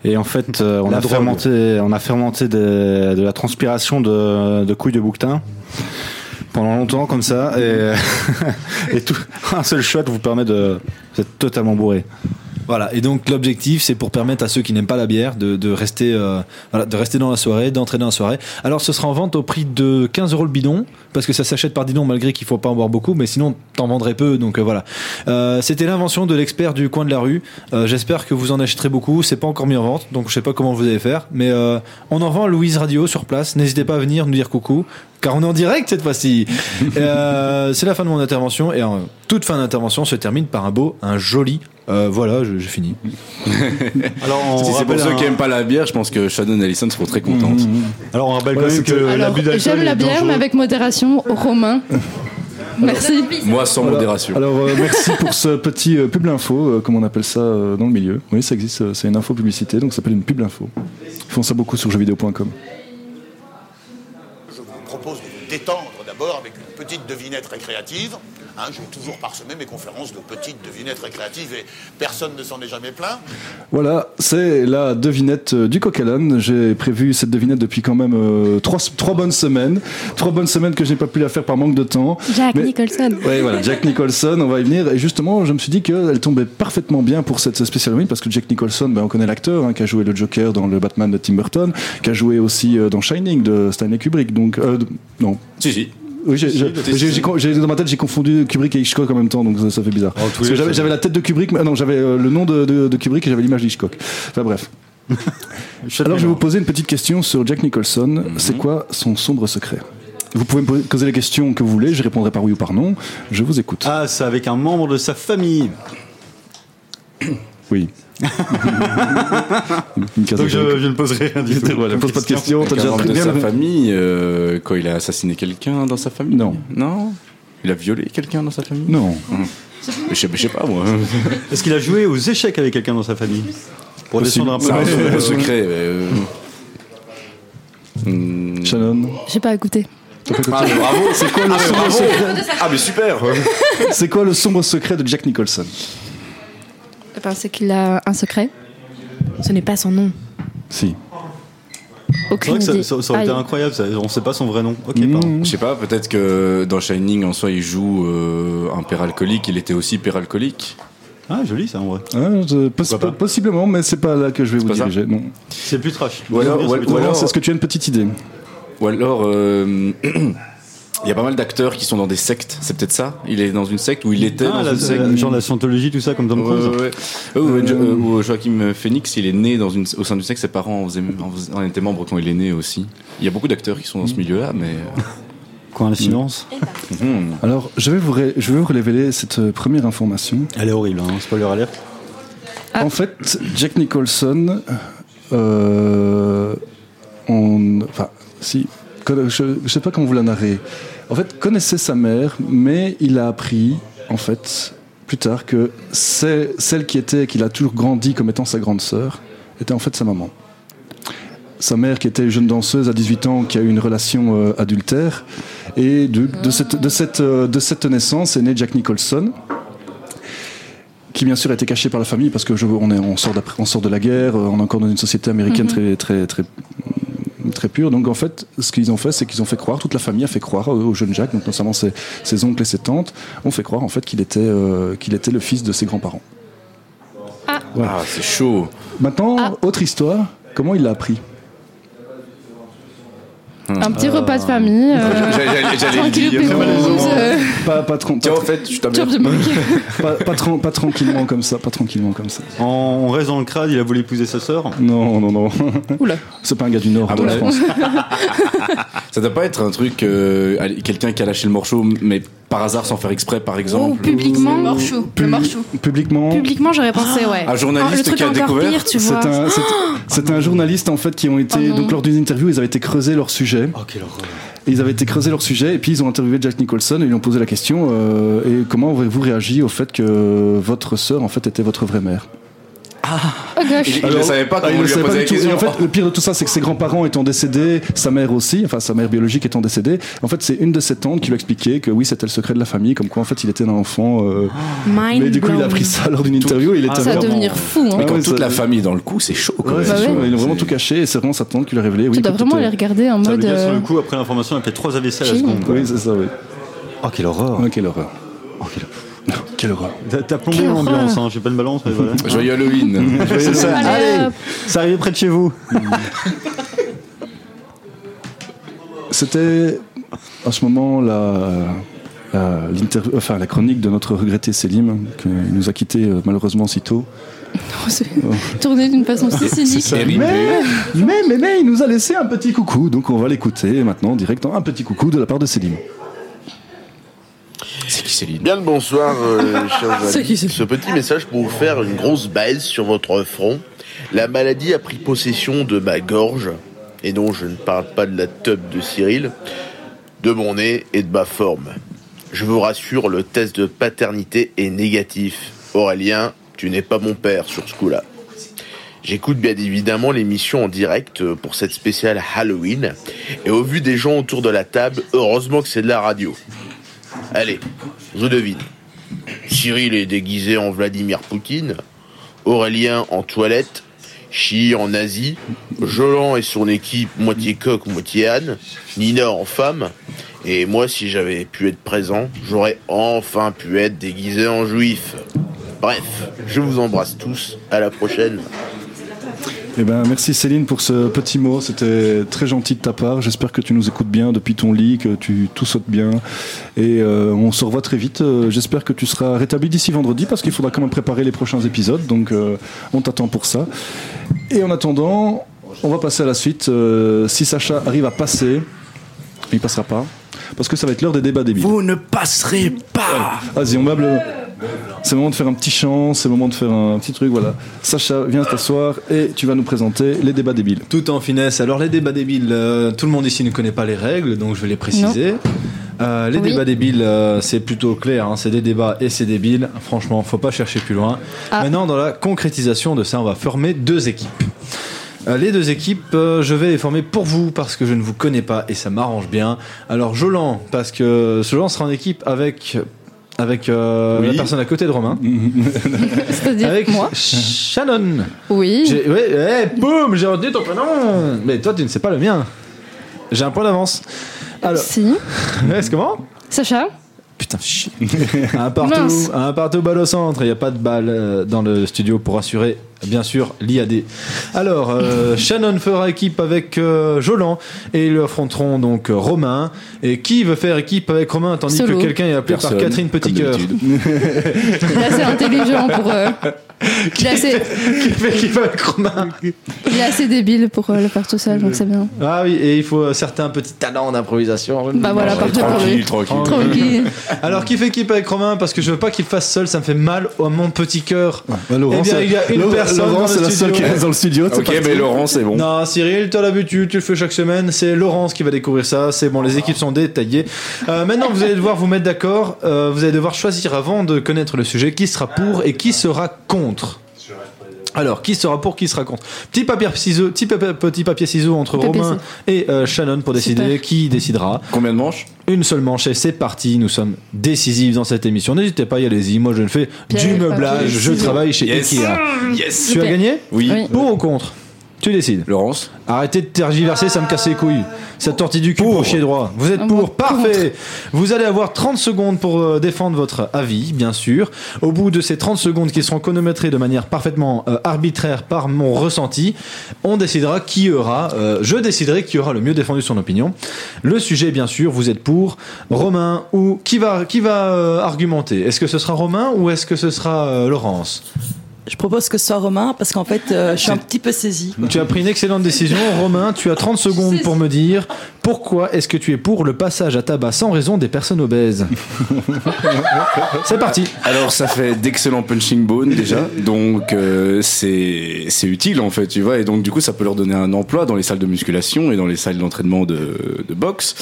Et en fait, euh, on,
La
a
drogue.
fermenté, on a fermenté des- de la transpiration de, de couilles de bouquetin pendant longtemps comme ça. Et, et tout, un seul shot vous permet de... Vous êtes totalement bourré.
Voilà, et donc l'objectif c'est pour permettre à ceux qui n'aiment pas la bière de, de rester, euh, voilà, de rester dans la soirée, d'entrer dans la soirée. Alors ce sera en vente au prix de 15 euros le bidon, parce que ça s'achète par bidon malgré qu'il faut pas en boire beaucoup, mais sinon t'en vendrais peu, donc euh, voilà. Euh, C'était l'invention de l'expert du coin de la rue. Euh, J'espère que vous en achèterez beaucoup, c'est pas encore mis en vente, donc je sais pas comment vous allez faire, mais euh, on en vend à Louise Radio sur place, n'hésitez pas à venir nous dire coucou. Car on est en direct cette fois-ci. Euh, c'est la fin de mon intervention et en toute fin d'intervention se termine par un beau, un joli. euh, voilà, je- j'ai fini.
Alors,
on
si c'est pour
rappelle
ceux qui
un-
n'aiment pas la bière, je pense que Shannon et Allison seront très contentes.
Alors, on rappelle
Bah,
quand même que l'abus
J'aime la bière, mais avec modération, Romain. Merci.
Moi, sans modération.
Alors euh, merci pour ce petit euh, pub info, euh, comme on appelle ça euh, dans le milieu. Oui, ça existe, euh, c'est une info publicité, donc ça s'appelle une pub info. Ils font ça beaucoup sur jeuxvideo.com.
Je vous propose de vous détendre d'abord avec une petite devinette récréative. Hein, J'ai toujours parsemé mes conférences de petites devinettes récréatives et personne ne s'en est jamais plaint.
Voilà, c'est la devinette euh, du coq à l'âne. J'ai prévu cette devinette depuis quand même euh, trois, trois bonnes semaines. Trois bonnes semaines que je n'ai pas pu la faire par manque de temps.
Jack
Mais-
Nicholson.
Ouais, voilà, Jack Nicholson, on va y venir. Et justement, je me suis dit qu'elle tombait parfaitement bien pour cette spéciale Halloween parce que Jack Nicholson, ben, on connaît l'acteur hein, qui a joué le Joker dans le Batman de Tim Burton, qui a joué aussi euh, dans Shining de Stanley Kubrick. Donc, euh, de- non.
Si, si.
Oui, j'ai- j'ai- j'ai- j'ai con- j'ai- dans ma tête, j'ai confondu Kubrick et Hitchcock en même temps, donc ça, ça fait bizarre.
Oh, tous
Parce
les
que j'avais
deux.
j'avais la tête de Kubrick, mais, ah non, j'avais euh, le nom de, de- de Kubrick et j'avais l'image d'Hitchcock. Enfin bref. Alors je vais vous poser une petite question sur Jack Nicholson.
Mm-hmm.
C'est quoi son sombre secret Vous pouvez me poser- poser les questions que vous voulez, je répondrai par oui ou par non. Je vous écoute.
Ah, c'est avec un membre de sa famille.
Oui.
Donc je, je ne poserai rien du tout.
Voilà, pose pas de questions, t'as
Quelqu'un
déjà très
de
bien
sa
le-
famille, euh, quand il a assassiné quelqu'un dans sa famille Non. Non Il a violé quelqu'un dans sa famille Hum.
Non.
Je sais, je sais pas, moi.
Est-ce qu'il a joué aux échecs avec quelqu'un dans sa famille Pour
Possible.
descendre un peu
C'est un
dans le-
peu secret. mais, euh,
Shannon
J'ai pas écouté.
Ah, mais bravo
C'est quoi le
Ah, mais
sombre
bravo
secret
Ah, mais super
C'est quoi le sombre secret de Jack Nicholson
Eh ben, c'est qu'il a un secret. Ce n'est pas son nom.
Si.
C'est vrai
Aucune
que
idée.
ça, ça- ça aurait été
Aïe.
incroyable, ça. on sait pas son vrai nom. Ok,
Je sais pas, peut-être que dans Shining, en soi, il joue euh, un père alcoolique. Il était aussi père alcoolique.
Ah, joli ça en vrai.
Hein, je- possi-
Pourquoi
Possiblement, mais c'est pas là que je vais vous
pas ça
diriger. Non.
C'est plus trash.
Ou alors-
Bien,
ou
c'est plus trash.
alors-
Est-ce que tu as une petite idée
Ou alors, euh, il y a pas mal d'acteurs qui sont dans des sectes. C'est peut-être ça Il est dans une secte ou il était
Ah,
dans
la-
une secte
la- genre la scientologie, tout ça, comme Tom
Ouais,
Cruise.
ouais, ouais. Euh, ou, Jo- euh, ou Joachim Phoenix, il est né dans une, au sein du secte. Ses parents en, faisaient- en faisaient- en étaient membres quand il est né aussi. Il y a beaucoup d'acteurs qui sont
Mm.
dans ce milieu-là, mais. euh,
Coïncidence Hmm.
Alors, je vais vous, ré- je vais vous révéler cette euh, première information.
Elle est horrible, hein, spoiler alerte.
En fait, Jack Nicholson, euh, on, enfin, si, conna- je, je sais pas comment vous la narrez. En fait, connaissait sa mère, mais il a appris, en fait, plus tard que c'est celle qui était, qu'il a toujours grandi comme étant sa grande sœur, était en fait sa maman. Sa mère, qui était jeune danseuse à 18 ans, qui a eu une relation euh, adultère, et de, de cette, de cette, euh, de cette naissance est né Jack Nicholson qui bien sûr a été caché par la famille parce que je- on, est- on sort d'après- on sort de la guerre, euh, on est encore dans une société américaine très très très très pure. Donc en fait, ce qu'ils ont fait, c'est qu'ils ont fait croire toute la famille a fait croire euh, au, au jeune Jacques, donc notamment ses, ses oncles et ses tantes, ont fait croire en fait qu'il était euh, qu'il était le fils de ses grands-parents.
Ah, c'est chaud
Maintenant,
Ah.
autre histoire. Comment il l'a appris
Un petit
Ah.
repas de famille. euh,
J'allais- j'allais le
tranquille,
dire.
pérouse, euh,
pas, pas, tran- pas,
Tiens, en fait, je t'amène.
George de Mulcahy.
pas, pas tran- pas tranquillement comme ça, pas tranquillement comme ça.
En- on reste dans le crade, il a voulu épouser sa sœur.
Non, non, non.
Oula.
C'est pas un gars du Nord,
Ah,
de
mon
la
Dieu.
France.
Ça doit pas être un truc, euh, allez, quelqu'un qui a lâché le morceau, mais
par hasard, sans faire exprès, par exemple.
Ou
Oh,
publiquement.
Le morchou. Le morchou. Publiquement.
Publiquement, j'aurais pensé, ouais.
un journaliste
Ah,
Oh,
le truc
qui a
encore
découvert.
Pire, tu
C'est
vois.
un, c'est- c'est un journaliste en fait qui ont été
Oh non.
donc lors d'une interview ils avaient été creusés leur sujet. Et ils avaient été creusés leur sujet et puis ils ont interviewé Jack Nicholson et ils lui ont posé la question euh, et comment auriez-vous réagi au fait que votre sœur en fait était votre vraie mère.
Oh gosh.
Il- il le savait pas quand
ah, il
on
le
lui a
savait
posé la
pas du tout. Et
question.
en fait, le pire de tout ça, c'est que ses grands-parents étant décédés, sa mère aussi, enfin sa mère biologique étant décédée, en fait, c'est une de ses tantes qui lui a expliqué que oui, c'était le secret de la famille, comme quoi en fait, il était un enfant. euh,
Mind
Mais du coup, il a
blown.
appris ça lors d'une interview. et Il
Ah,
était
ça va
vraiment-
devenir fou, hein.
Ah
Mais quand
ouais,
toute
ça-
la famille est dans le coup, c'est chaud.
Ouais,
même.
c'est
Bah
chaud,
ouais.
Ils ont vraiment tout caché et c'est vraiment sa tante qui l'a révélé.
Tu
Oui, euh,
dois
tout
vraiment
est-
les regarder en mode.
bien sûr,
euh,
le
Du coup, après l'information, elle fait 3 AVC à la
Chine.
seconde. quoi.
Oui, c'est ça, oui. Ah,
Oh, quelle horreur.
quelle horreur.
Oh,
Quelle horreur.
T'as- T'as plombé
Quelle
l'ambiance,
horreur.
hein, j'ai pas de balance, mais voilà.
Joyeux Halloween.
Joyeux
C'est ça.
Halloween.
Allez,
Allez, c'est arrivé près de chez vous.
C'était à ce moment la, la- l'inter- enfin, la chronique de notre regretté Selim, qui nous a quittés euh, malheureusement si tôt. Oh.
Tourner d'une façon si cynique.
Mais, mais, mais, mais, il nous a laissé un petit coucou, donc on va l'écouter maintenant direct un petit coucou de la part de Selim.
C'est qui Céline
Bien le bonsoir, euh, chers
C'est
amis. Ce petit message pour vous faire une grosse baise sur votre front. La maladie a pris possession de ma gorge. Et non, je ne parle pas de la teub de Cyril, de mon nez et de ma forme. Je vous rassure, le test de paternité est négatif. Aurélien, tu n'es pas mon père sur ce coup-là. J'écoute bien évidemment l'émission en direct pour cette spéciale Halloween. Et au vu des gens autour de la table, heureusement que c'est de la radio. Allez, je devine. Cyril est déguisé en Vladimir Poutine, Aurélien en toilette, Chi en Asie, Jolan et son équipe moitié coq, moitié âne, Nina en femme, et moi si j'avais pu être présent, j'aurais enfin pu être déguisé en juif. Bref, je vous embrasse tous, à la prochaine.
Eh ben, merci Céline pour ce petit mot, c'était très gentil de ta part. J'espère que tu nous écoutes bien depuis ton lit, que tu tout saute bien. Et euh, on se revoit très vite. Euh, J'espère que tu seras rétabli d'ici vendredi parce qu'il faudra quand même préparer les prochains épisodes. Donc euh, on t'attend pour ça. Et en attendant, on va passer à la suite. Euh, si Sacha arrive à passer, il passera pas. Parce que ça va être l'heure des débats débiles. Vous
ne passerez pas
Vas-y, on meuble. C'est le moment de faire un petit chant, c'est le moment de faire un petit truc, voilà. Sacha, viens t'asseoir et tu vas nous présenter les débats débiles.
Tout en finesse. Alors les débats débiles, euh, tout le monde ici ne connaît pas les règles, donc je vais les préciser. Euh, les
Oui.
débats débiles, euh, c'est plutôt clair, hein, c'est des débats et c'est débile. Franchement, faut pas chercher plus loin. Maintenant, dans la concrétisation de ça, on va former deux équipes. Euh, Les deux équipes, euh, je vais les former pour vous parce que je ne vous connais pas et ça m'arrange bien. Alors Jolan, parce que Jolan sera en équipe avec avec euh,
Oui.
la personne à côté de Romain,
C'est-à-dire
avec
moi
Shannon.
Oui.
J'ai- Ouais, ouais, boum, j'ai retenu ton prénom. Mais toi, tu ne sais pas le mien. J'ai un point d'avance. Alors.
Si.
Est-ce comment
Sacha
Putain, chut.
Ah,
Un partout,
Mince.
un partout balle au centre. Il n'y a pas de balle euh, dans le studio pour assurer, bien sûr, l'IAD. Alors, euh, Shannon fera équipe avec euh, Jolan et ils affronteront donc euh, Romain. Et qui veut faire équipe avec Romain tandis
Solo.
que quelqu'un est appelé par
Personne,
Catherine
comme
Petitcoeur
Il est assez intelligent pour. euh, il, est assez,
Qui fait qui va avec Romain
il est assez débile pour euh, le faire tout seul, donc c'est bien.
Ah oui, et il faut euh, certains petits talents d'improvisation.
Bah voilà,
Ouais,
parfait pour lui. Tranquille.
Alors, qui fait équipe avec Romain Parce que je veux pas qu'il fasse seul, ça me fait mal à mon petit cœur.
Bah, Laurent,
eh bien,
c'est-
il y a une
Laurent-
personne.
Laurent,
dans
c'est
le
la seule
studio.
qui reste dans le studio, c'est Ok, parti. mais Laurent, c'est bon.
Non, Cyril, t'as l'habitude, tu le fais chaque semaine. C'est Laurence qui va découvrir ça. C'est bon, les équipes sont détaillées. Euh, maintenant, vous allez devoir vous mettre d'accord. Euh, vous allez devoir choisir avant de connaître le sujet qui sera pour et qui sera contre. Alors, qui sera pour, qui sera contre Petit papier ciseaux, petit papier, petit papier ciseaux entre
Papier,
Romain et euh, Shannon pour décider
Super.
qui décidera.
Combien de manches
Une seule manche et c'est parti. Nous sommes décisifs dans cette émission. N'hésitez pas, y allez-y. Moi, je ne fais
Pierre,
du
papier,
meublage. Je
ciseaux.
travaille chez
Yes.
Ikea.
Yes.
Tu as
Super.
gagné
Oui. Oui.
Pour ou contre Tu décides.
Laurence.
Arrêtez de tergiverser, ça me casse les couilles. Ça tortille du cul pour chier droit. Vous êtes pour, parfait. Vous allez avoir 30 secondes pour euh, défendre votre avis, bien sûr. Au bout de ces 30 secondes qui seront chronométrées de manière parfaitement euh, arbitraire par mon ressenti, on décidera qui aura, euh, je déciderai qui aura le mieux défendu son opinion. Le sujet, bien sûr, vous êtes pour. Romain ou qui va, qui va euh, argumenter Est-ce que ce sera Romain ou est-ce que ce sera euh, Laurence
Je propose que ce soit Romain parce qu'en fait, euh, je suis un petit peu saisie.
Tu as pris une excellente décision. Romain, tu as 30 secondes pour me dire pourquoi est-ce que tu es pour le passage à tabac sans raison des personnes obèses C'est parti.
Alors ça fait d'excellents punching bones déjà, donc euh, c'est c'est utile en fait, tu vois, et donc du coup ça peut leur donner un emploi dans les salles de musculation et dans les salles d'entraînement de, de boxe.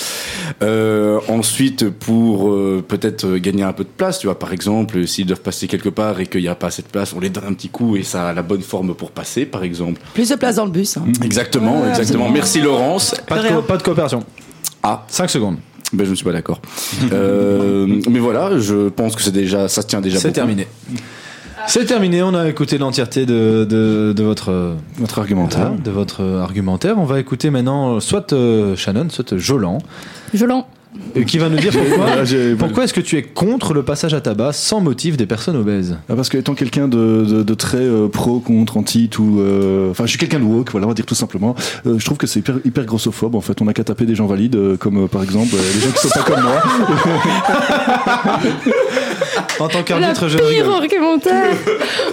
Euh, ensuite, pour euh, peut-être gagner un peu de place, tu vois, par exemple, s'ils doivent passer quelque part et qu'il n'y a pas assez de place, on les donne un petit coup et ça a la bonne forme pour passer, par exemple.
Plus de place dans le bus. hein.
Exactement,
Ouais,
exactement.
absolument.
Merci Laurence.
Pas de, co- pas de coopération.
Ah.
5 secondes.
Ben, je ne suis pas d'accord. Euh, mais voilà, je pense que c'est déjà, ça se tient déjà.
C'est
beaucoup.
terminé. C'est terminé, on a écouté l'entièreté de, de, de votre, euh, votre argumentaire. de votre euh, argumentaire. On va écouter maintenant euh, soit euh, Shannon, soit euh, Jolan,
Jolant.
euh, qui va nous dire
J'ai- voilà, j'ai-
pourquoi, pourquoi est-ce que tu es contre le passage à tabac sans motif des personnes obèses
Ah, Parce que étant quelqu'un de, de- de très euh, pro contre anti tout, euh, enfin je suis quelqu'un de woke, voilà on va dire tout simplement. Euh, je trouve que c'est hyper, hyper grossophobe en fait. On a qu'à taper des gens valides euh, comme euh, par exemple euh, les gens qui sont pas comme moi.
En tant
Le
qu'arbitre, je
pire
rigole.
argumentaire.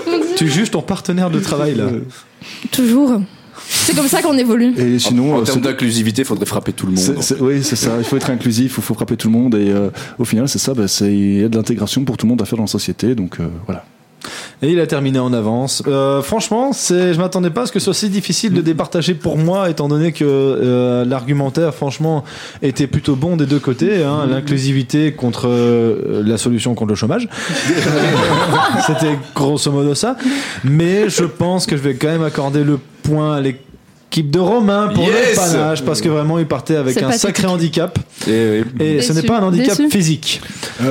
Mon Dieu.
Tu juges ton partenaire de travail là.
Toujours. C'est comme ça qu'on évolue.
Et sinon,
en,
euh,
en termes
c'est-
d'inclusivité, faudrait frapper tout le monde.
C'est- c'est- oui, c'est ça. Il faut être inclusif, il faut frapper tout le monde. Et euh, au final, c'est ça. bah, c'est- il y a de l'intégration pour tout le monde à faire dans la société. Donc euh, voilà.
Et il a terminé en avance. Euh, franchement, c'est, je m'attendais pas à ce que ce soit si difficile de départager pour moi, étant donné que euh, l'argumentaire, franchement, était plutôt bon des deux côtés. hein.
Mm-hmm.
L'inclusivité contre euh, la solution contre le chômage. C'était grosso modo ça. Mais je pense que je vais quand même accorder le point à l'équipe de Romain pour
Yes
le panache, parce que vraiment, il partait avec
C'est
un sacré handicap.
Et,
Et ce n'est pas un handicap physique. Le-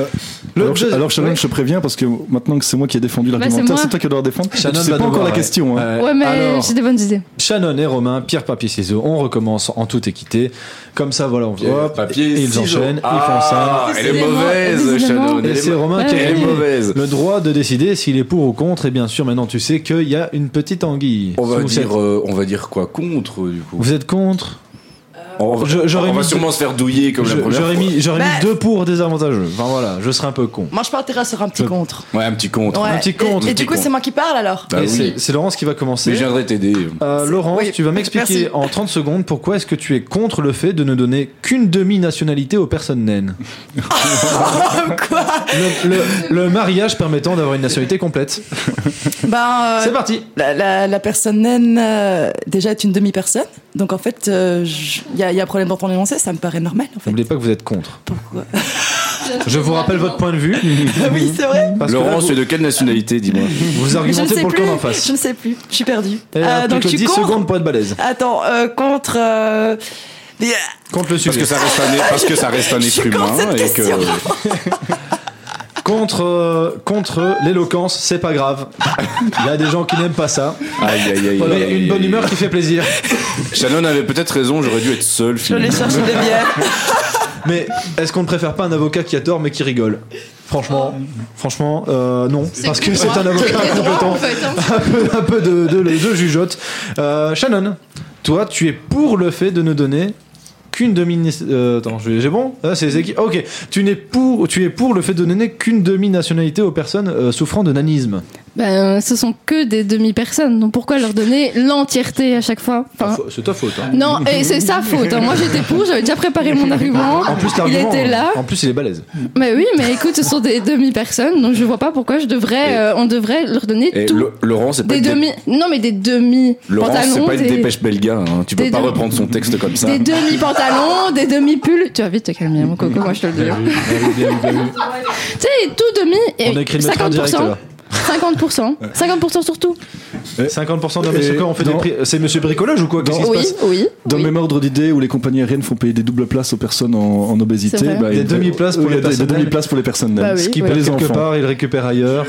Euh, alors, je-
je-
alors, Shannon,
ouais.
je te préviens parce que maintenant que c'est moi qui ai défendu
Bah, c'est
l'argumentaire,
moi.
Bah, c'est toi qui dois le défendre.
Shannon
c'est
va
pas encore
devoir,
la
ouais.
question. hein.
Ouais, mais
alors-
j'ai des bonnes idées.
Shannon et Romain, pierre, papier, ciseaux, on recommence en toute équité. Comme ça, voilà, on hop,
papier,
et ils
ciseaux.
enchaînent,
Ah,
ils font ça.
elle est Décidément, mauvaise, décidément. Shannon,
Et
elle est
c'est
ma-
Romain qui a
elle est
eu
mauvaise.
le droit de décider s'il est pour ou contre. Et bien sûr, maintenant, tu sais qu'il y a une petite anguille.
On va
Vous
dire,
êtes-
euh, on va dire quoi contre du coup.
Vous êtes contre
On va,
Je- j'aurais
on va
mis-
sûrement se faire douiller comme
Je-
la première
J'aurais
fois.
mis, j'aurais
Bah.
mis deux pour désavantageux. Enfin voilà, je serais un peu con.
Moi, je partirais sur un petit contre.
Ouais, un petit contre. Bah
Ouais.
Un petit contre. Bah
Et, et du coup, c'est moi qui parle alors Eh
Et c'est- C'est Laurence qui va commencer.
Mais je viendrai t'aider.
Euh, Laurence, tu vas m'expliquer
merci.
en 30 secondes pourquoi est-ce que tu es contre le fait de ne donner qu'une demi-nationalité aux personnes naines. le, le- le mariage permettant d'avoir une nationalité complète.
Ben,
C'est parti.
La, la- la personne naine, euh, déjà, est une demi-personne. Donc, en fait, il y, a- y a un problème dans ton énoncé, ça me paraît normal.
N'oubliez pas que vous êtes contre. Je vous rappelle votre point de vue.
Ah oui, c'est vrai.
Parce que là,
Laurent,
vous-
tu es de quelle nationalité, dis-moi
Vous
Je ne
argumentez
sais
pour le
plus,
camp d'en face.
Je ne sais plus, je suis perdue.
Et
Euh,
plus
donc,
que
je suis
10
contre.
secondes pour être balèze.
Attends, euh, contre. euh, mais, euh,
Contre le sujet.
Parce que ça reste un, parce que ça reste un
Je
être
suis
humain
contre cette
et que.
question.
Contre, euh, contre l'éloquence, c'est pas grave. Il y a des gens qui n'aiment pas ça.
Aïe, aïe, aïe,
Voilà,
aïe, aïe,
une bonne
aïe.
humeur qui fait plaisir.
Shannon avait peut-être raison, j'aurais dû être seul.
je vais aller chercher des bières.
Mais est-ce qu'on ne préfère pas un avocat qui a tort mais qui rigole Franchement, franchement, euh, non, parce que c'est un avocat incompétent.
hein.
un peu, un peu de, de, de jugeote. Euh, Shannon, toi, tu es pour le fait de ne donner qu'une demi. euh, attends, je vais- j'ai bon Ah, c'est les équipes. Ok, tu n'es pour, tu es pour le fait de donner qu'une demi nationalité aux personnes euh, souffrant de nanisme.
Ben, ce sont que des demi-personnes, donc pourquoi leur donner l'entièreté à chaque fois
Ah,
Enfin,
C'est ta faute. hein.
Non, et c'est sa faute. hein. Moi, j'étais pour, j'avais déjà préparé mon argument.
En plus,
il
l'argument,
hein.
était là.
En plus, il est balèze.
Mais oui, mais écoute, ce sont des demi-personnes, donc je vois pas pourquoi je devrais, euh, on devrait leur donner
Et
tout.
Lo- Laurent, c'est pas
Des
une dé-
demi, non mais des demi
Laurent, c'est
pantalons,
pas une
des,
dépêche belga. hein. Tu peux
des
pas
deux-
reprendre son texte comme ça.
des demi pantalons, des demi pulls. Tu vas vite te calmer, mon coco, moi je te le dis. Tu sais, tout demi et
On a écrit le maître
50
en direct, là.
50%, 50% surtout.
50% d'un monsieur
Et
quoi, on fait
dans-
des prix- C'est monsieur bricolage ou quoi Qu'est-ce qui se
Oui,
passe
oui.
Dans le même ordre d'idées où les compagnies aériennes font payer des doubles places aux personnes en, en
C'est
obésité, bah,
vrai.
Des
ils- euh,
demi-places pour
oui,
les
des-
personnes
des demi-places pour les personnes naines.
Bah oui,
Ce qui
oui.
perd
Les
quelque
enfants.
part, il récupère ailleurs.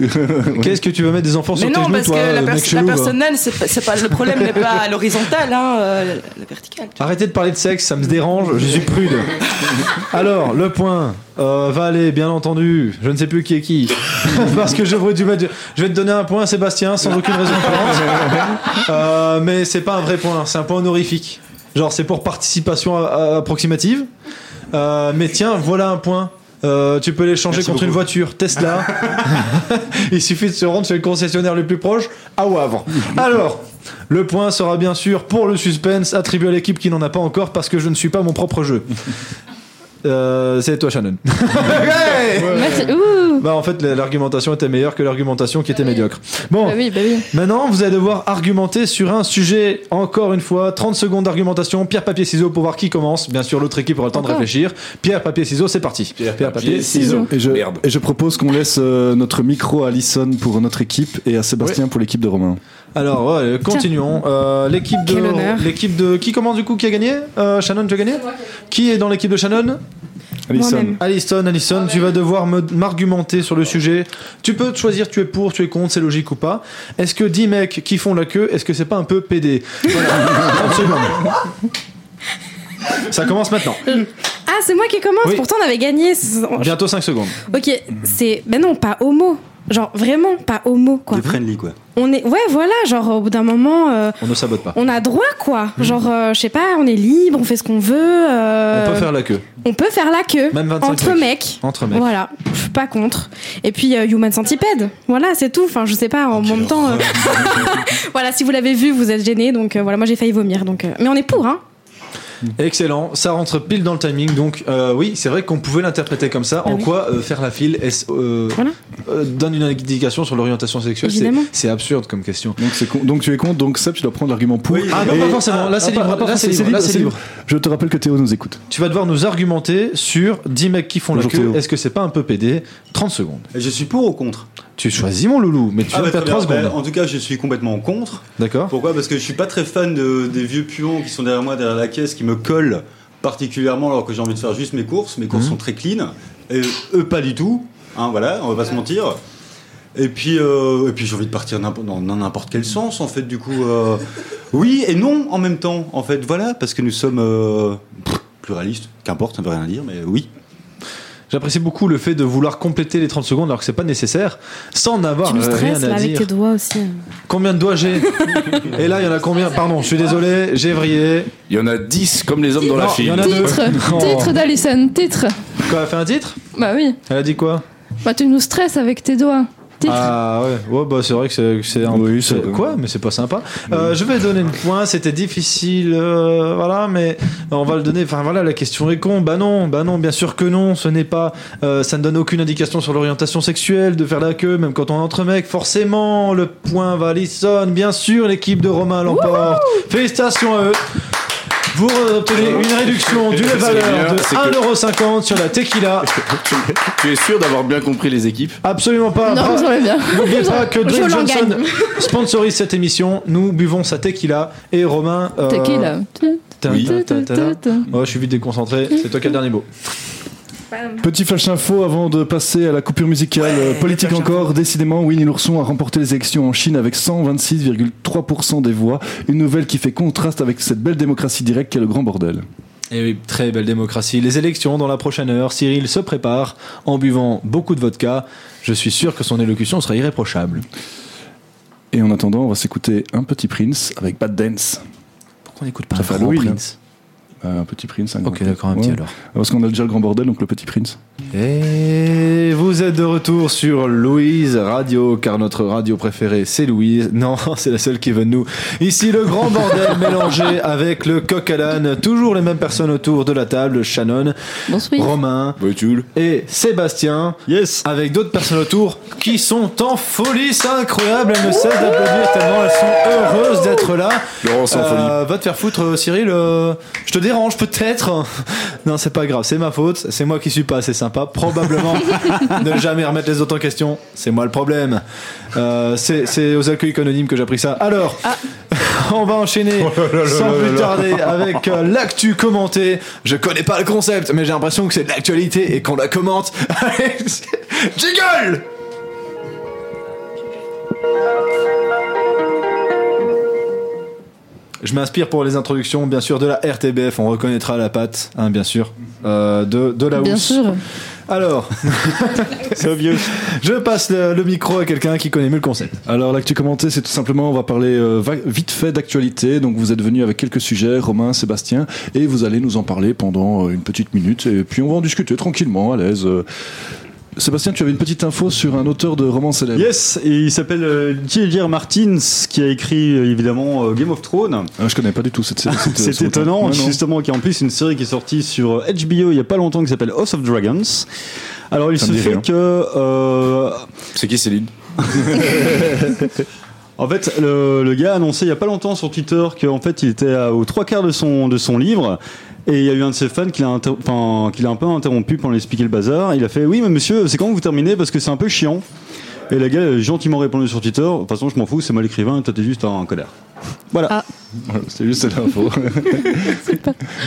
Qu'est-ce que tu veux mettre des enfants sur
Mais
tes
non,
genoux,
parce
toi, euh,
que la,
mec
pers- la
chelou, quoi
personne naine, c'est pas, c'est pas- le problème n'est pas à l'horizontale, hein, euh, la verticale.
hein Arrêtez de parler de sexe, ça me dérange, je suis prude. Alors, le point euh, va aller, bien entendu. Je ne sais plus qui est qui. Parce que je voudrais du mettre. Je vais te donner un point, Sébastien, sans aucune raison apparente. Euh, mais c'est pas un vrai point, c'est un point honorifique. Genre, c'est pour participation a- a- approximative. Euh, mais tiens, voilà un point. Euh, tu peux l'échanger
Merci
contre une
beaucoup.
voiture Tesla. Il suffit de se rendre chez le concessionnaire le plus proche, à Wavre. Alors, le point sera bien sûr pour le suspense attribué à l'équipe qui n'en a pas encore parce que je ne suis pas mon propre jeu. Euh, c'est toi Shannon.
Merci.
Bah en fait l'argumentation était meilleure que l'argumentation qui était médiocre. Bon,
Bah oui, bah oui.
maintenant vous allez devoir argumenter sur un sujet encore une fois, 30 secondes d'argumentation, pierre papier ciseaux pour voir qui commence. Bien sûr l'autre équipe aura le temps de
Encore
réfléchir. Pierre papier ciseaux, c'est parti. Pierre,
Papier, ciseaux. Et je, et je propose qu'on laisse euh, notre micro à Alison pour notre équipe et à Sébastien pour l'équipe de Romain.
Alors ouais, continuons. Euh, l'équipe
Quel honneur.
de l'équipe de qui commence du coup qui a gagné Euh, Shannon tu as gagné Qui est dans l'équipe de Shannon
Alison. Moi-même.
Alison, Alison, tu vas devoir me- m'argumenter sur le sujet. Tu peux te choisir, tu es pour, tu es contre, c'est logique ou pas. Est-ce que 10 mecs qui font la queue, est-ce que c'est pas un peu PD Voilà, absolument. Ça commence maintenant.
Ah, c'est moi qui commence,
Oui.
pourtant on avait gagné. C'est-
Bientôt 5 secondes.
Ok, c'est. Ben non, pas homo. Genre vraiment pas homo, quoi.
Des friendly, quoi.
On est. Ouais, voilà, genre au bout d'un moment. euh,
On ne sabote pas. Hmm.
On a droit quoi, genre euh, je sais pas, on est libre, on fait ce qu'on veut. euh,
On peut faire la queue.
On peut faire la queue.
Même 25
entre
mecs.
mecs.
Entre mecs.
Voilà, je suis pas contre. Et puis euh, Human Centipede, voilà, c'est tout. Enfin, je sais
Oh,
pas, en même temps. euh, voilà, si vous l'avez vu, vous êtes gêné. Donc euh, voilà, moi j'ai failli vomir. Donc, euh, Mais on est pour, hein.
Excellent, ça rentre pile dans le timing. Donc euh, oui, c'est vrai qu'on pouvait l'interpréter comme ça. en
Ah oui.
quoi euh, faire la file est-ce, euh, euh, donne une indication sur l'orientation sexuelle C'est-
Évidemment.
C'est absurde comme question.
Donc, c'est con- donc tu es contre, donc Seb, tu dois prendre l'argument pour.
Ah non,
Et-
pas forcément. Là, c'est
Ah, pas-
libre.
pas
Là, c'est
forcément.
libre. Là, c'est libre.
Je te rappelle que Théo nous écoute.
Tu vas devoir nous argumenter sur 10 mecs qui font
Bonjour,
la queue.
Théo.
Est-ce que c'est pas un peu pédé 30 secondes.
Je suis pour ou contre
Tu choisis mon loulou, mais tu
Ah
vas
bah,
faire
très
3
bien. Bah,
secondes.
en tout cas, je suis complètement contre.
D'accord.
Pourquoi Parce que je suis pas très fan de- des vieux puants qui sont derrière moi, derrière la caisse, qui me collent particulièrement alors que j'ai envie de faire juste mes courses. Mes
Mhm.
courses sont très clean. Et eux, pas du tout. Hein, voilà, on va pas se mentir. Et puis, euh, et puis j'ai envie de partir n'importe- dans dans n'importe quel sens, en fait, du coup. euh, oui et non en même temps, en fait, voilà, parce que nous sommes euh, pff, pluralistes, qu'importe, ça veut rien dire, mais oui.
J'apprécie beaucoup le fait de vouloir compléter les 30 secondes alors que c'est pas nécessaire, sans avoir
tu me
euh,
stresses
rien
là
à
avec
dire.
tes doigts aussi.
Combien de doigts j'ai Et là, il y en a combien Pardon, je suis désolé, j'ai vrillé.
Il y en a 10 comme les hommes dans la
Non, il
file.
y en a deux.
Titre,
Oh.
titre d'Alison, titre.
Quoi, elle a fait un titre
Bah oui,
Elle a dit quoi
bah tu nous stresses avec tes doigts. Titre.
Ah ouais, ouais bah c'est vrai que c'est- que c'est un oui, quoi, mais c'est pas sympa. Euh, je vais donner le point. C'était difficile, euh, voilà, mais on va le donner. Enfin voilà, la question est con. Bah non, bah non, bien sûr que non. Ce n'est pas, euh, ça ne donne aucune indication sur l'orientation sexuelle de faire la queue, même quand on est entre mecs. Forcément, le point va à Alison. Bien sûr, l'équipe de Romain l'emporte. Félicitations à eux. Vous obtenez une réduction d'une
Ce qui est
valeur
bien,
de
c'est que-
1,50€ sur la tequila.
Tu es sûr d'avoir bien compris les équipes
Absolument pas.
Non,
Pas-
j'aurais bien.
N'oubliez pas que
Je
Dwayne
l'en
Johnson
gagne.
sponsorise cette émission. Nous buvons sa tequila et Romain. euh,
Tequila.
ta-
Oui.
ta- ta- ta- ta- Ouais, Oh, je suis vite déconcentré. C'est toi qui as le dernier mot.
Petit flash info avant de passer à la coupure musicale. Euh, politique encore, décidément, Winnie l'ourson a remporté les élections en Chine avec 126,3% des voix. Une nouvelle qui fait contraste avec cette belle démocratie directe qu'est le grand bordel.
Et Eh oui, très belle démocratie. Les élections dans la prochaine heure. Cyril se prépare en buvant beaucoup de vodka. Je suis sûr que son élocution sera irréprochable.
Et en attendant, on va s'écouter un petit Prince avec Bad Dance.
Pourquoi on n'écoute pas
Ça
un
fait
grand
Halloween,
Prince
hein. Euh, Un petit Prince, un
Ok, d'accord, un petit alors.
Parce qu'on a déjà le grand bordel, donc le petit Prince.
hein. Et vous êtes de retour sur Louise Radio, car notre radio préférée, c'est Louise. Non, c'est la seule qui veut de nous. Ici, le grand bordel mélangé avec le coq à l'âne. Toujours les mêmes personnes autour de la table. Shannon, Romain et Sébastien. Yes. Avec d'autres personnes autour qui sont en folie. C'est incroyable. Elles ne cessent d'applaudir tellement elles sont heureuses d'être là.
Laurence en
Euh, va te faire foutre, euh, Cyril. euh, je te dérange peut-être. non, c'est pas grave. C'est ma faute. C'est moi qui suis pas assez sympa. Probablement. ne jamais remettre les autres en question. C'est moi le problème. Euh, c'est c'est aux alcooliques anonymes que j'ai appris ça. Alors, on va enchaîner
là là
sans
là
plus
là.
tarder avec euh, l'actu commentée. Je connais pas le concept, mais j'ai l'impression que c'est de l'actualité et qu'on la commente. Allez, c'est- Jingle Je m'inspire pour les introductions, bien sûr, de la RTBF. On reconnaîtra la patte, hein, bien sûr, euh, de, de la
Bien
housse.
sûr.
Alors, c'est obvious. Je passe le, le micro à quelqu'un qui connaît mieux le concept.
Alors l'actu commentée, c'est tout simplement, on va parler euh, va- vite fait d'actualité. Donc vous êtes venus avec quelques sujets, Romain, Sébastien, et vous allez nous en parler pendant euh, une petite minute, et puis on va en discuter tranquillement, à l'aise. Euh, Sébastien, tu avais une petite info sur un auteur de roman célèbre.
Yes, et il s'appelle euh, J.J.R. Martins, qui a écrit euh, évidemment euh, Game of Thrones.
Ah, je connais pas du tout cette série. cette-
Ah, C'est
cet auteur.
étonnant,
Ouais, non.
justement, qui est en plus une série qui est sortie sur euh, HBO il y a pas longtemps qui s'appelle House of Dragons. Alors il
Ça
se
me dit
fait
rien.
que. euh, C'est qui Céline En fait, le, le gars a annoncé il y a pas longtemps sur Twitter qu'en fait il était à- aux trois quarts de son, de son livre. Et il y a eu un de ses fans qui l'a inter- enfin, qui l'a un peu interrompu pour lui expliquer le bazar. Il a fait Oui, mais monsieur, c'est quand que vous terminez Parce que c'est un peu chiant. Et le gars a gentiment répondu sur Twitter De toute façon, je m'en fous, c'est moi l'écrivain, toi t'es juste un connard. Voilà.
C'est juste l'info.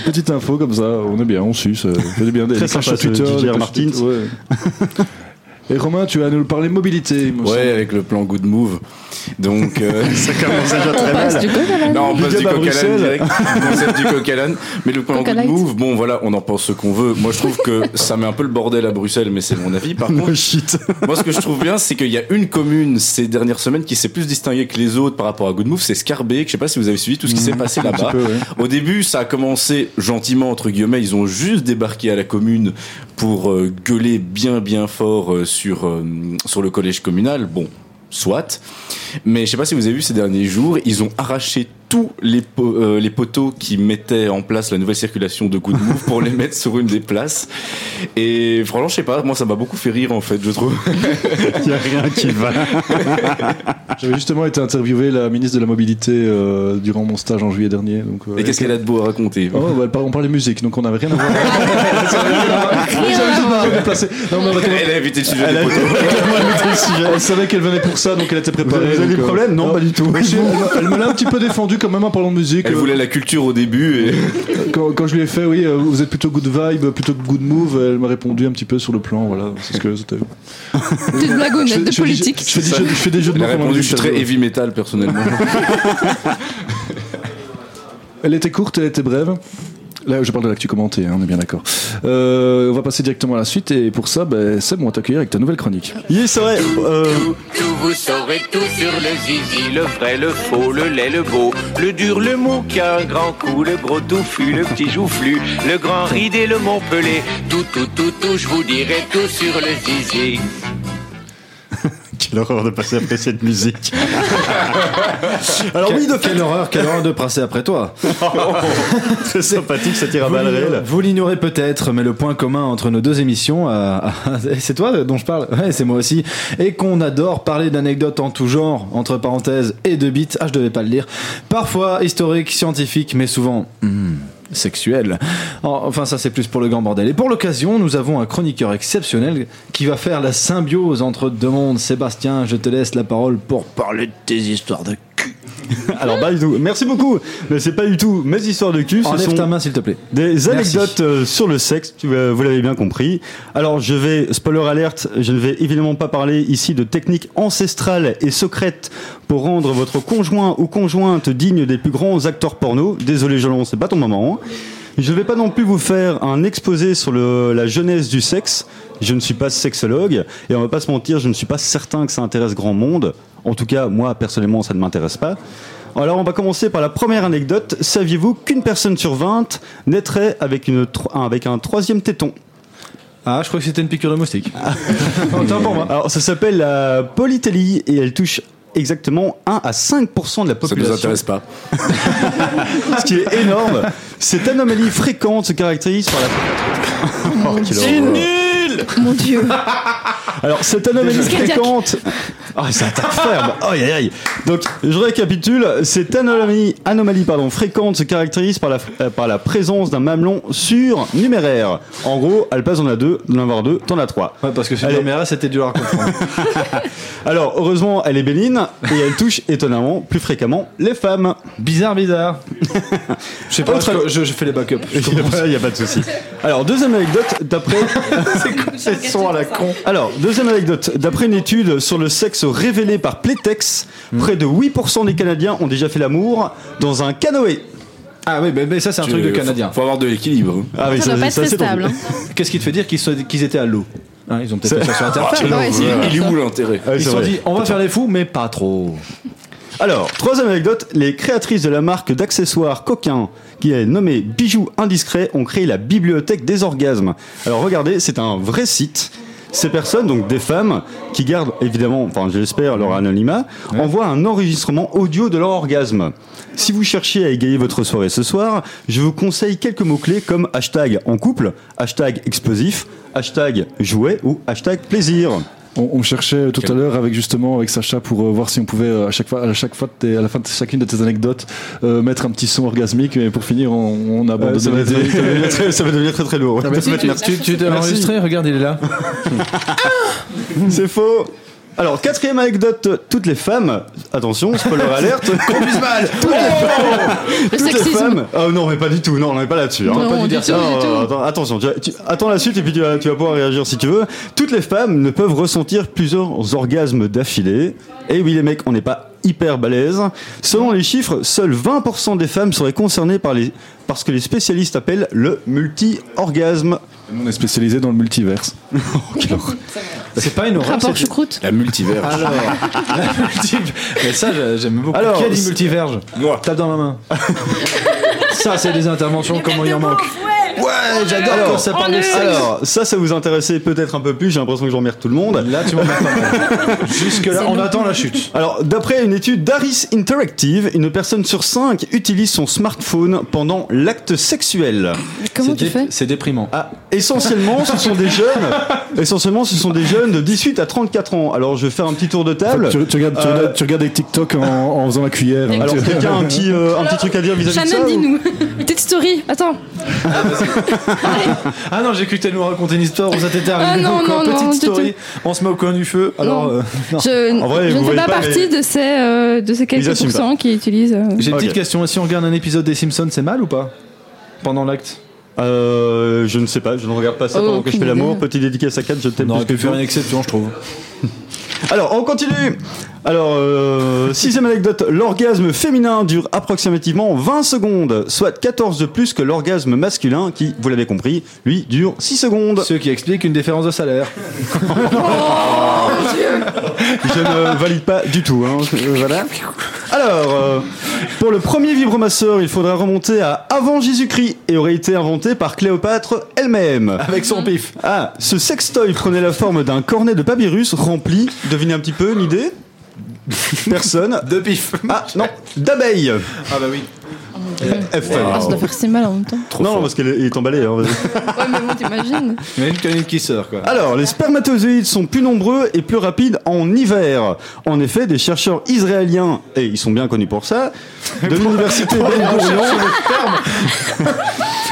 Petite info comme ça, on est bien, on suce. euh, C'est bien des
Très
des clashs sur
sympa, ce
Twitter,
J.J.R.
des clashs
Martins.
sur- ouais. Et Romain, tu vas nous parler mobilité.
Ouais, avec le plan Good Move. Donc, ça
commence déjà très On passe mal. du coq à l'âne.
Non, on
Big
passe
up
du
à
coq à l'âne
Bruxelles.
direct. Concept du coq à l'âne. Mais le plan
Coq à
Good
light.
Move, bon, voilà, on en pense ce qu'on veut. Moi, je trouve que ça met un peu le bordel à Bruxelles, mais c'est mon avis. Par contre, moi, ce que je trouve bien, c'est qu'il y a une commune ces dernières semaines qui s'est plus distinguée que les autres par rapport à Good Move, c'est Scarbeck. Je sais pas si vous avez suivi tout ce qui s'est passé
Mm. un petit
là-bas.
peu, ouais.
Au début, ça a commencé gentiment, entre guillemets. Ils ont juste débarqué à la commune pour euh, gueuler bien, bien fort euh, sur, euh, sur le collège communal. Bon, soit. Mais je sais pas si vous avez vu ces derniers jours, ils ont arraché tous les, po- euh, les poteaux qui mettaient en place la nouvelle circulation de Good Move pour les mettre sur une des places. Et franchement, je sais pas, moi ça m'a beaucoup fait rire en fait, je trouve.
Il n'y a rien qui va.
J'avais justement été interviewé la ministre de la Mobilité euh, durant mon stage en juillet dernier. Donc, euh,
Et qu'est-ce qu'elle a de beau à raconter
Oh, bah, elle parle- on parlait musique, donc on n'avait rien à voir.
Elle a évité le sujet des poteaux.
Elle savait qu'elle venait pour ça, donc elle était préparée.
Vous avez des
donc, euh,
problèmes Non, pas du tout.
Elle m'a- Elle me l'a un petit peu défendu quand même en parlant de musique.
Elle
euh,
voulait la culture au début et.
Quand, quand je lui ai fait, oui, euh, vous êtes plutôt good vibe, plutôt good move, elle m'a répondu un petit peu sur le plan, voilà, c'est ce que c'était.
Petite blagounette
Je fais-
de
je fais des
politique.
jeux- je fais des jeux- je fais des jeux de
Elle a
mots pendant
répondu,
le
je suis très
interview.
heavy metal personnellement.
Elle était courte, elle était brève. Là, je parle de l'actu commentée, hein, on est bien d'accord. Euh, on va passer directement à la suite, et pour ça, ben, Seb, on va t'accueillir avec ta nouvelle chronique.
Oui, c'est vrai.
euh.
Tout vous saurez tout sur le zizi, le vrai, le faux, le laid, le beau, le dur, le mou, qu'un grand coup, le gros touffu, le petit joufflu, le grand ridé, le montpelé. Tout, tout, tout, tout, je vous dirai tout sur le zizi.
Quelle horreur de passer après cette musique.
Alors oui, de quelle horreur, quelle horreur de passer après toi.
Très sympathique, ça tire à
Vous
balles
l'ignorez-
réelles.
Vous l'ignorez peut-être, mais le point commun entre nos deux émissions, euh, c'est toi dont je parle, ouais, c'est moi aussi, et qu'on adore parler d'anecdotes en tout genre, entre parenthèses, et de bits, ah je devais pas le lire, parfois historiques, scientifiques, mais souvent hmm, sexuelles. En- Enfin ça c'est plus pour le grand bordel. Et pour l'occasion, nous avons un chroniqueur exceptionnel qui va faire la symbiose entre deux mondes. Sébastien, je te laisse la parole pour parler de tes histoires de cul.
Alors, pas du tout. Merci beaucoup. Mais c'est pas du tout mes histoires de cul. ce
Enlève
sont
ta main s'il te plaît.
Des
Merci.
anecdotes euh, sur le sexe, tu, euh, vous l'avez bien compris. Alors, je vais, spoiler alerte, je ne vais évidemment pas parler ici de techniques ancestrales et secrètes pour rendre votre conjoint ou conjointe digne des plus grands acteurs porno. Désolé, Jolon, c'est pas ton moment. Je ne vais pas non plus vous faire un exposé sur le- la jeunesse du sexe. Je ne suis pas sexologue et on va pas se mentir, je ne suis pas certain que ça intéresse grand monde. En tout cas, moi, personnellement, ça ne m'intéresse pas. Alors on va commencer par la première anecdote. Saviez-vous qu'une personne sur 20 naîtrait avec, une tro- avec un troisième téton
Ah, je crois que c'était une piqûre de moustique.
Autant pour moi. Alors ça s'appelle la polytélie et elle touche exactement 1 à 5% de la
Ça
population.
nous intéresse pas.
Ce qui est énorme. Cette anomalie fréquente se caractérise par la... Oh, quelle horreur.
nul
Mon dieu.
Alors, cette anomalie
Déjà.
fréquente. Ah, ça attaque ferme. Aïe, aïe, aïe. Donc, je récapitule. Cette anomalie, anomalie pardon, fréquente se caractérise par la, euh, par la présence d'un mamelon surnuméraire. En gros, à la place, on a deux, d'en avoir deux, t'en as trois.
parce que
Allez.
caméra, c'était dur à comprendre.
Alors, heureusement, elle est bénigne et elle touche étonnamment plus fréquemment les femmes.
Bizarre, bizarre.
Je
sais pas, je- je- je fais les backups. Je
Il
commence.
n'y a, pas de souci. Alors, deuxième anecdote, d'après. C'est quoi
cette son à la con
Alors, deuxième anecdote. D'après une étude sur le sexe révélée
Hmm.
par Playtex, près de 8% des Canadiens ont déjà fait l'amour dans un canoë.
Ah oui, mais, mais ça c'est un
Tu-
truc de Canadien.
faut avoir de l'équilibre.
Ah
Ça doit pas être
c'est
très
ton-
stable, hein.
Qu'est-ce qui te fait dire qu'ils, sont- qu'ils étaient à l'eau Hein, Ils ont peut-être
C'est-
fait ça sur
Ah,
Internet.
quel Ouais, enfer. c'est- Il est où l'intérêt
Ouais,
Ils
Ah, c'est
se sont
vrai.
dit, on va faire les fous, mais pas trop.
Alors, troisième anecdote, les créatrices de la marque d'accessoires Coquin, qui est nommée Bijoux Indiscrets, ont créé la bibliothèque des orgasmes. Alors regardez, c'est un vrai site. Ces personnes, donc des femmes, qui gardent évidemment, enfin j'espère, leur anonymat, envoient un enregistrement audio de leur orgasme. Si vous cherchez à égayer votre soirée ce soir, je vous conseille quelques mots-clés comme hashtag en couple, hashtag explosif, hashtag jouet ou hashtag plaisir.
On, on cherchait tout à l'heure avec justement avec Sacha pour euh, voir si on pouvait euh, à chaque fois à chaque fois de tes- à la fin de chacune de tes anecdotes euh, mettre un petit son orgasmique mais pour finir on,
ah
on a
Euh, ça, va
abandonné
être- ça va
l'idée.
devenir très, ça va devenir très très lourd.
Ah, mais
Ça va
si,
être-
tu- tu- tu t'es
Merci.
enregistré,
regarde, il est là.
C'est faux. Alors, quatrième anecdote, toutes les femmes, attention, spoiler alerte,
Conduisent mal.
Toutes les femmes-
Le
toutes les
sexisme.
femmes, oh non, mais pas du tout, non, on n'est pas là-dessus. hein.
Non,
pas
du tout, du tout.
euh, attends, attention, tu, tu- attends la suite et puis tu vas, tu vas pouvoir réagir si tu veux. Toutes les femmes ne peuvent ressentir plusieurs orgasmes d'affilée. Et oui, les mecs, on n'est pas hyper balèze. Selon les chiffres, seuls 20% des femmes seraient concernées par les, par ce que les spécialistes appellent le multi-orgasme.
On est spécialisé dans le multiverse.
C'est pas une horreur. c'est-
choucroute.
La multiverse.
Alors, la multi- mais ça je- j'aime beaucoup.
Alors,
Qui a dit
c'est-
multiverge Tape dans ma main. ça c'est des interventions, comment il en manque. Ouais, Oh j'adore quand ça parle de sexe.
Alors, ça, ça vous intéressait peut-être un peu plus. J'ai l'impression que je remercie tout le monde.
Là, tu m'emmerdes pas. Jusque-là, C'est on long. attend la chute.
Alors, d'après une étude d'Aris Interactive, une personne sur cinq utilise son smartphone pendant l'acte sexuel.
C'est dé- C'est déprimant.
Ah, Essentiellement, ce sont des jeunes. Essentiellement, ce sont des jeunes de 18 à 34 ans. Alors, je vais faire un petit tour de table.
En fait, tu, tu regardes, tu,
Euh,
regardes, tu regardes des TikTok en, en faisant la cuillère. hein.
alors,
Tu-
quelqu'un a un petit, euh, un petit truc à dire vis-à-vis de ça
Shannon,
ou-
dis-nous. Petite story, attends.
Ah non, j'ai cru que t'allais nous raconter une histoire où ça t'était
Ah
arrivé.
non,
donc,
non,
petite
non, du
story. On se met au coin du feu. Alors,
Non.
euh, non.
Je, je ne fais pas, partie de ces, euh, de ces quelques
assument pas.
pourcents qui utilisent. euh,
J'ai une petite question. Si on regarde un épisode des Simpsons, c'est mal ou pas Pendant l'acte
Euh, je ne sais pas, je ne regarde pas ça
Oh,
pendant que je fais
aucune
l'amour.
idée.
Petite dédicace à 4, je t'aime
On aurait
plus que
pu faire
tout.
une exception, je trouve.
Alors, on continue. Alors, euh, sixième anecdote, l'orgasme féminin dure approximativement 20 secondes, soit 14 de plus que l'orgasme masculin qui, vous l'avez compris, lui dure 6 secondes. Ce
qui explique une différence de salaire.
Oh,
Oh,
Je ne valide pas du tout. hein. Euh, Voilà. Alors, euh, pour le premier vibromasseur, il faudra remonter à avant Jésus-Christ et aurait été inventé par Cléopâtre elle-même.
Avec son pif.
Ah, ce sextoy prenait la forme d'un cornet de papyrus rempli, devinez un petit peu l'idée Personne.
De pif.
Ah, non, d'abeilles.
Ah bah oui.
F.
Ah, ça doit faire si mal en même temps.
non, parce qu'il est, il est emballé. hein, vas-y.
Ouais, mais bon, t'imagines.
Il y a une canine qui sort, quoi.
Alors, les spermatozoïdes sont plus nombreux et plus rapides en hiver. En effet, des chercheurs israéliens, et ils sont bien connus pour ça, de l'université
Pour aller en
Ben-Gurion,
chercher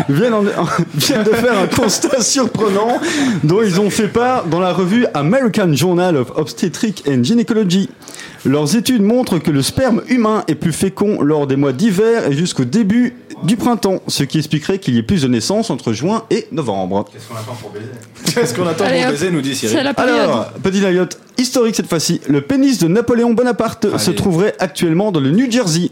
viennent, en- viennent de faire un constat surprenant dont ils ont fait part dans la revue American Journal of Obstetric and Gynecology. Leurs études montrent que le sperme humain est plus fécond lors des mois d'hiver et jusqu'au début du printemps, ce qui expliquerait qu'il y ait plus de naissances entre juin et novembre.
Qu'est-ce qu'on attend
Allez,
pour
hop.
baiser, nous dit Cyril
Alors, petite anecdote historique cette fois-ci. Le pénis de Napoléon Bonaparte se trouverait actuellement dans le New Jersey.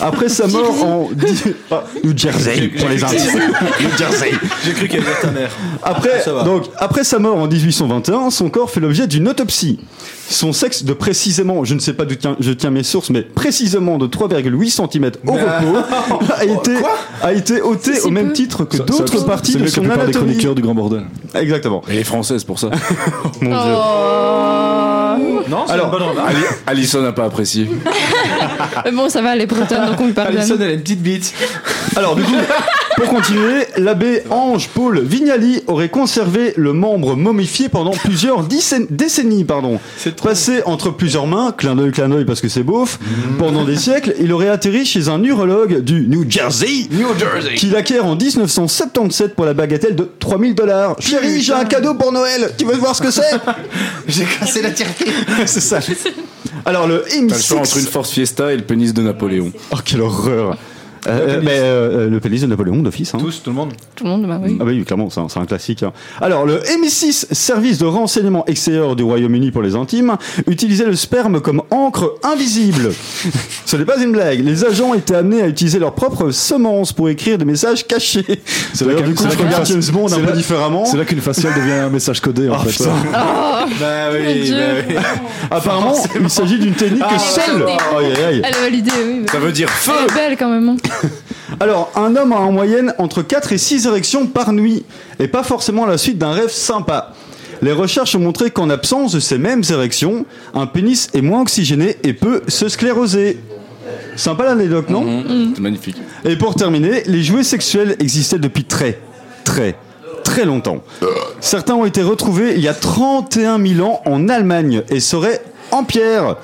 Après sa mort en dix- Ah, New Jersey pour les intimes. New Jersey.
J'ai cru qu'elle était ta mère.
Après,
Ça va.
donc, après sa mort en 1821, son corps fait l'objet d'une autopsie. Son sexe de précisément, je ne sais pas d'où tiens- je tiens mes sources, mais précisément de 3,8 cm
Mais-
au repos, a été, a été ôté au même titre que
Ça- ça-
d'autres
c'est-
parties
c'est
de
mieux que la
son
plupart des
anatomie.
chroniqueurs du Grand Bordel.
Exactement.
Elle est française pour ça.
Mon Dieu.
Non, c'est
Alors,
une bonne remarque.
Ali- Alison n'a pas apprécié.
Mais bon, ça va, les bretonnes, donc on lui pardonne.
Alison, elle a une petite bite.
Alors, du coup, pour continuer, l'abbé Ange-Paul Vignali aurait conservé le membre momifié pendant plusieurs dicé- décennies. Pardon. Passé entre plusieurs mains, clin d'œil, clin d'œil, parce que c'est beauf, pendant des siècles, il aurait atterri chez un urologue du New Jersey,
New Jersey.
qu'il acquiert en 1977 pour la bagatelle de 3000 dollars. Chérie, j'ai un cadeau pour Noël, tu veux voir ce que c'est Euh,
J'ai cassé la tirelire.
C'est ça. Alors, le
T'as le choix entre une Force Fiesta et le pénis de Napoléon.
Oh, quelle horreur Euh, mais euh, euh, le pénis de Napoléon d'office. hein. Tous,
tout le monde.
Tout le monde, bah oui.
Ah oui, clairement, c'est un, c'est un classique. hein. Alors, le M6, service de renseignement extérieur du Royaume-Uni pour les intimes, utilisait le sperme comme encre invisible. Ce n'est pas une blague. Les agents étaient amenés à utiliser leur propre semence pour écrire des messages cachés.
C'est là
D'ailleurs,
qu'un-
du coup,
c'est là
je
qu'une
regarde
face-
James Bond un
c'est
peu
là-
différemment.
C'est là qu'une faciale devient un message codé en fait.
Ah,
Bah oui, bah oui.
Apparemment, il s'agit d'une technique
Ah,
seule.
validé.
bah, Aïe, aïe, aïe.
Elle a validé, oui. bah
Ça
oui.
veut dire feu.
Elle est belle quand même. hein.
Alors, un homme a en moyenne entre 4 et 6 érections par nuit, et pas forcément la suite d'un rêve sympa. Les recherches ont montré qu'en absence de ces mêmes érections, un pénis est moins oxygéné et peut se scléroser. Sympa l'anecdote, non
Mhm. C'est magnifique.
Et pour terminer, les jouets sexuels existaient depuis très, très, très longtemps. Certains ont été retrouvés il y a 31 000 ans en Allemagne et seraient en pierre.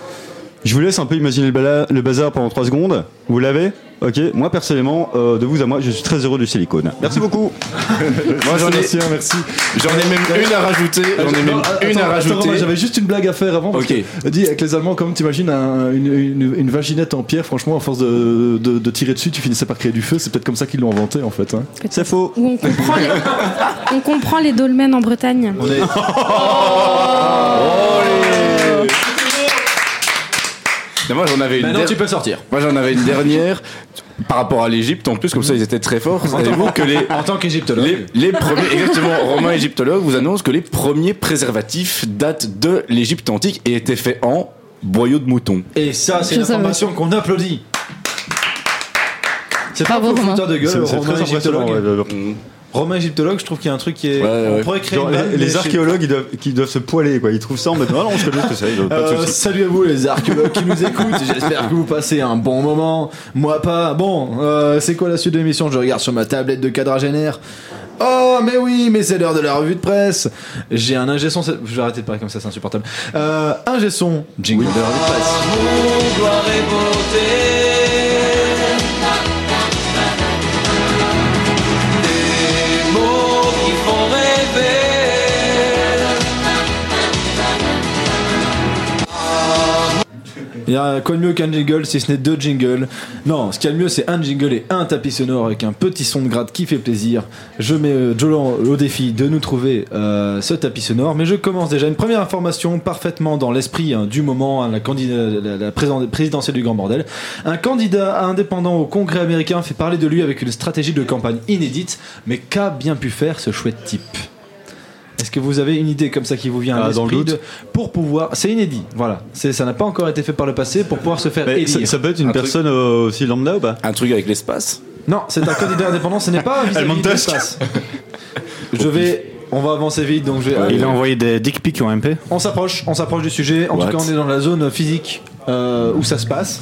Je vous laisse un peu imaginer le, bala- le bazar pendant 3 secondes. Vous l'avez Ok, moi personnellement, euh, de vous à moi, je suis très heureux du silicone. Merci beaucoup.
Moi, j'en ai- Sébastien,
merci.
J'en ai même une à rajouter, j'en ai même une à rajouter. J'avais juste une blague à faire avant. parce
Ok.
que, euh, Dis, avec les Allemands, comment t'imagines un- une, une- une vaginette en pierre Franchement, à force de, de- de tirer dessus, tu finissais par créer du feu. C'est peut-être comme ça qu'ils l'ont inventé en fait. hein.
C'est faux.
Où on comprend les, on comprend les dolmens en Bretagne.
Mais moi j'en avais une.
Maintenant,
der-
tu peux sortir.
Moi j'en avais une dernière par rapport à l'Égypte. En plus, comme ça, ils étaient très forts. Savez-vous que les
en tant qu'égyptologue.
les, les premiers, exactement, Romain égyptologue vous annonce que les premiers préservatifs datent de l'Égypte antique et étaient faits en boyaux de mouton.
Et ça, c'est
Je
une information qu'on applaudit. C'est pas un fouteur de gueule,
C'est- c'est
Romain
très
égyptologue.
impressionnant,
Romain égyptologue, je trouve qu'il y a un truc qui est. on pourrait créer
Genre,
une vanne,
les, les
mais je-
archéologues ils doivent, qui doivent se poiler quoi. Ils trouvent ça en mode non, non, je connais ce que c'est. Pas de
Euh,
soucis.
salut à vous les archéologues qui nous écoutent, j'espère que vous passez un bon moment. Moi pas. Bon, euh, c'est quoi la suite de l'émission Je regarde sur ma tablette de quadragénaire. Oh mais oui, mais c'est l'heure de la revue de presse. J'ai un ingé son, c'est- je vais arrêter de parler comme ça, c'est insupportable. Euh, ingé son, jingle de la revue de presse.
Des mots qui font rêver.
Il y a quoi de mieux qu'un jingle si ce n'est deux jingles Non, ce qu'il y a de mieux c'est un jingle et un tapis sonore avec un petit son de gratte qui fait plaisir. Je mets euh, Jolan au défi de nous trouver euh, ce tapis sonore, mais je commence déjà une première information parfaitement dans l'esprit hein, du moment, hein, la, candida- la- la présent- présidentielle du grand bordel. Un candidat indépendant au Congrès américain fait parler de lui avec une stratégie de campagne inédite, mais qu'a bien pu faire ce chouette type est-ce que vous avez une idée comme ça qui vous vient à
Ah, dans le
l'esprit
doute.
de- pour pouvoir c'est inédit voilà c'est ça n'a pas encore été fait par le passé pour pouvoir se faire
Mais
élire.
ça, ça peut être une
Un truc-
personne euh, aussi lambda ou pas
Un truc avec l'espace
non c'est un candidat indépendant ce n'est pas vis-à-vis
Elon
de
Musk.
l'espace. je vais on va avancer vite donc je vais
Il a envoyé des dick pics en MP.
on s'approche on s'approche du sujet en
What
tout cas on est dans la zone physique euh, où ça se passe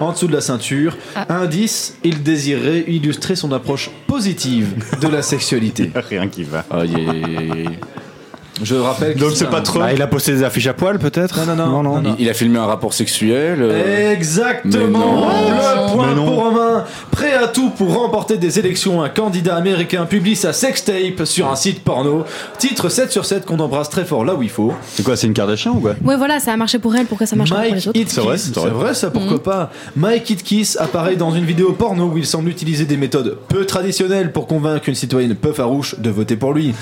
en dessous de la ceinture indice il désirait illustrer son approche positive de la sexualité
rien qui va
je rappelle que un-
Bah, il a posté des affiches à poil peut-être
Non, non,
Il, il a filmé un rapport sexuel. euh,
Exactement
Mais non.
Le point
Mais non.
pour Romain Prêt à tout pour remporter des élections, un candidat américain publie sa sextape sur un site porno. Titre 7 sur 7 qu'on embrasse très fort là où il faut.
C'est quoi, c'est une Kardashian ou quoi
Ouais, voilà, ça a marché pour elle, pourquoi ça marche pas pour les
Mike
autres Mm.
Hitkiss, c'est vrai, ça, pourquoi pas Mike Hitkiss apparaît dans une vidéo porno où il semble utiliser des méthodes peu traditionnelles pour convaincre une citoyenne peu farouche de voter pour lui.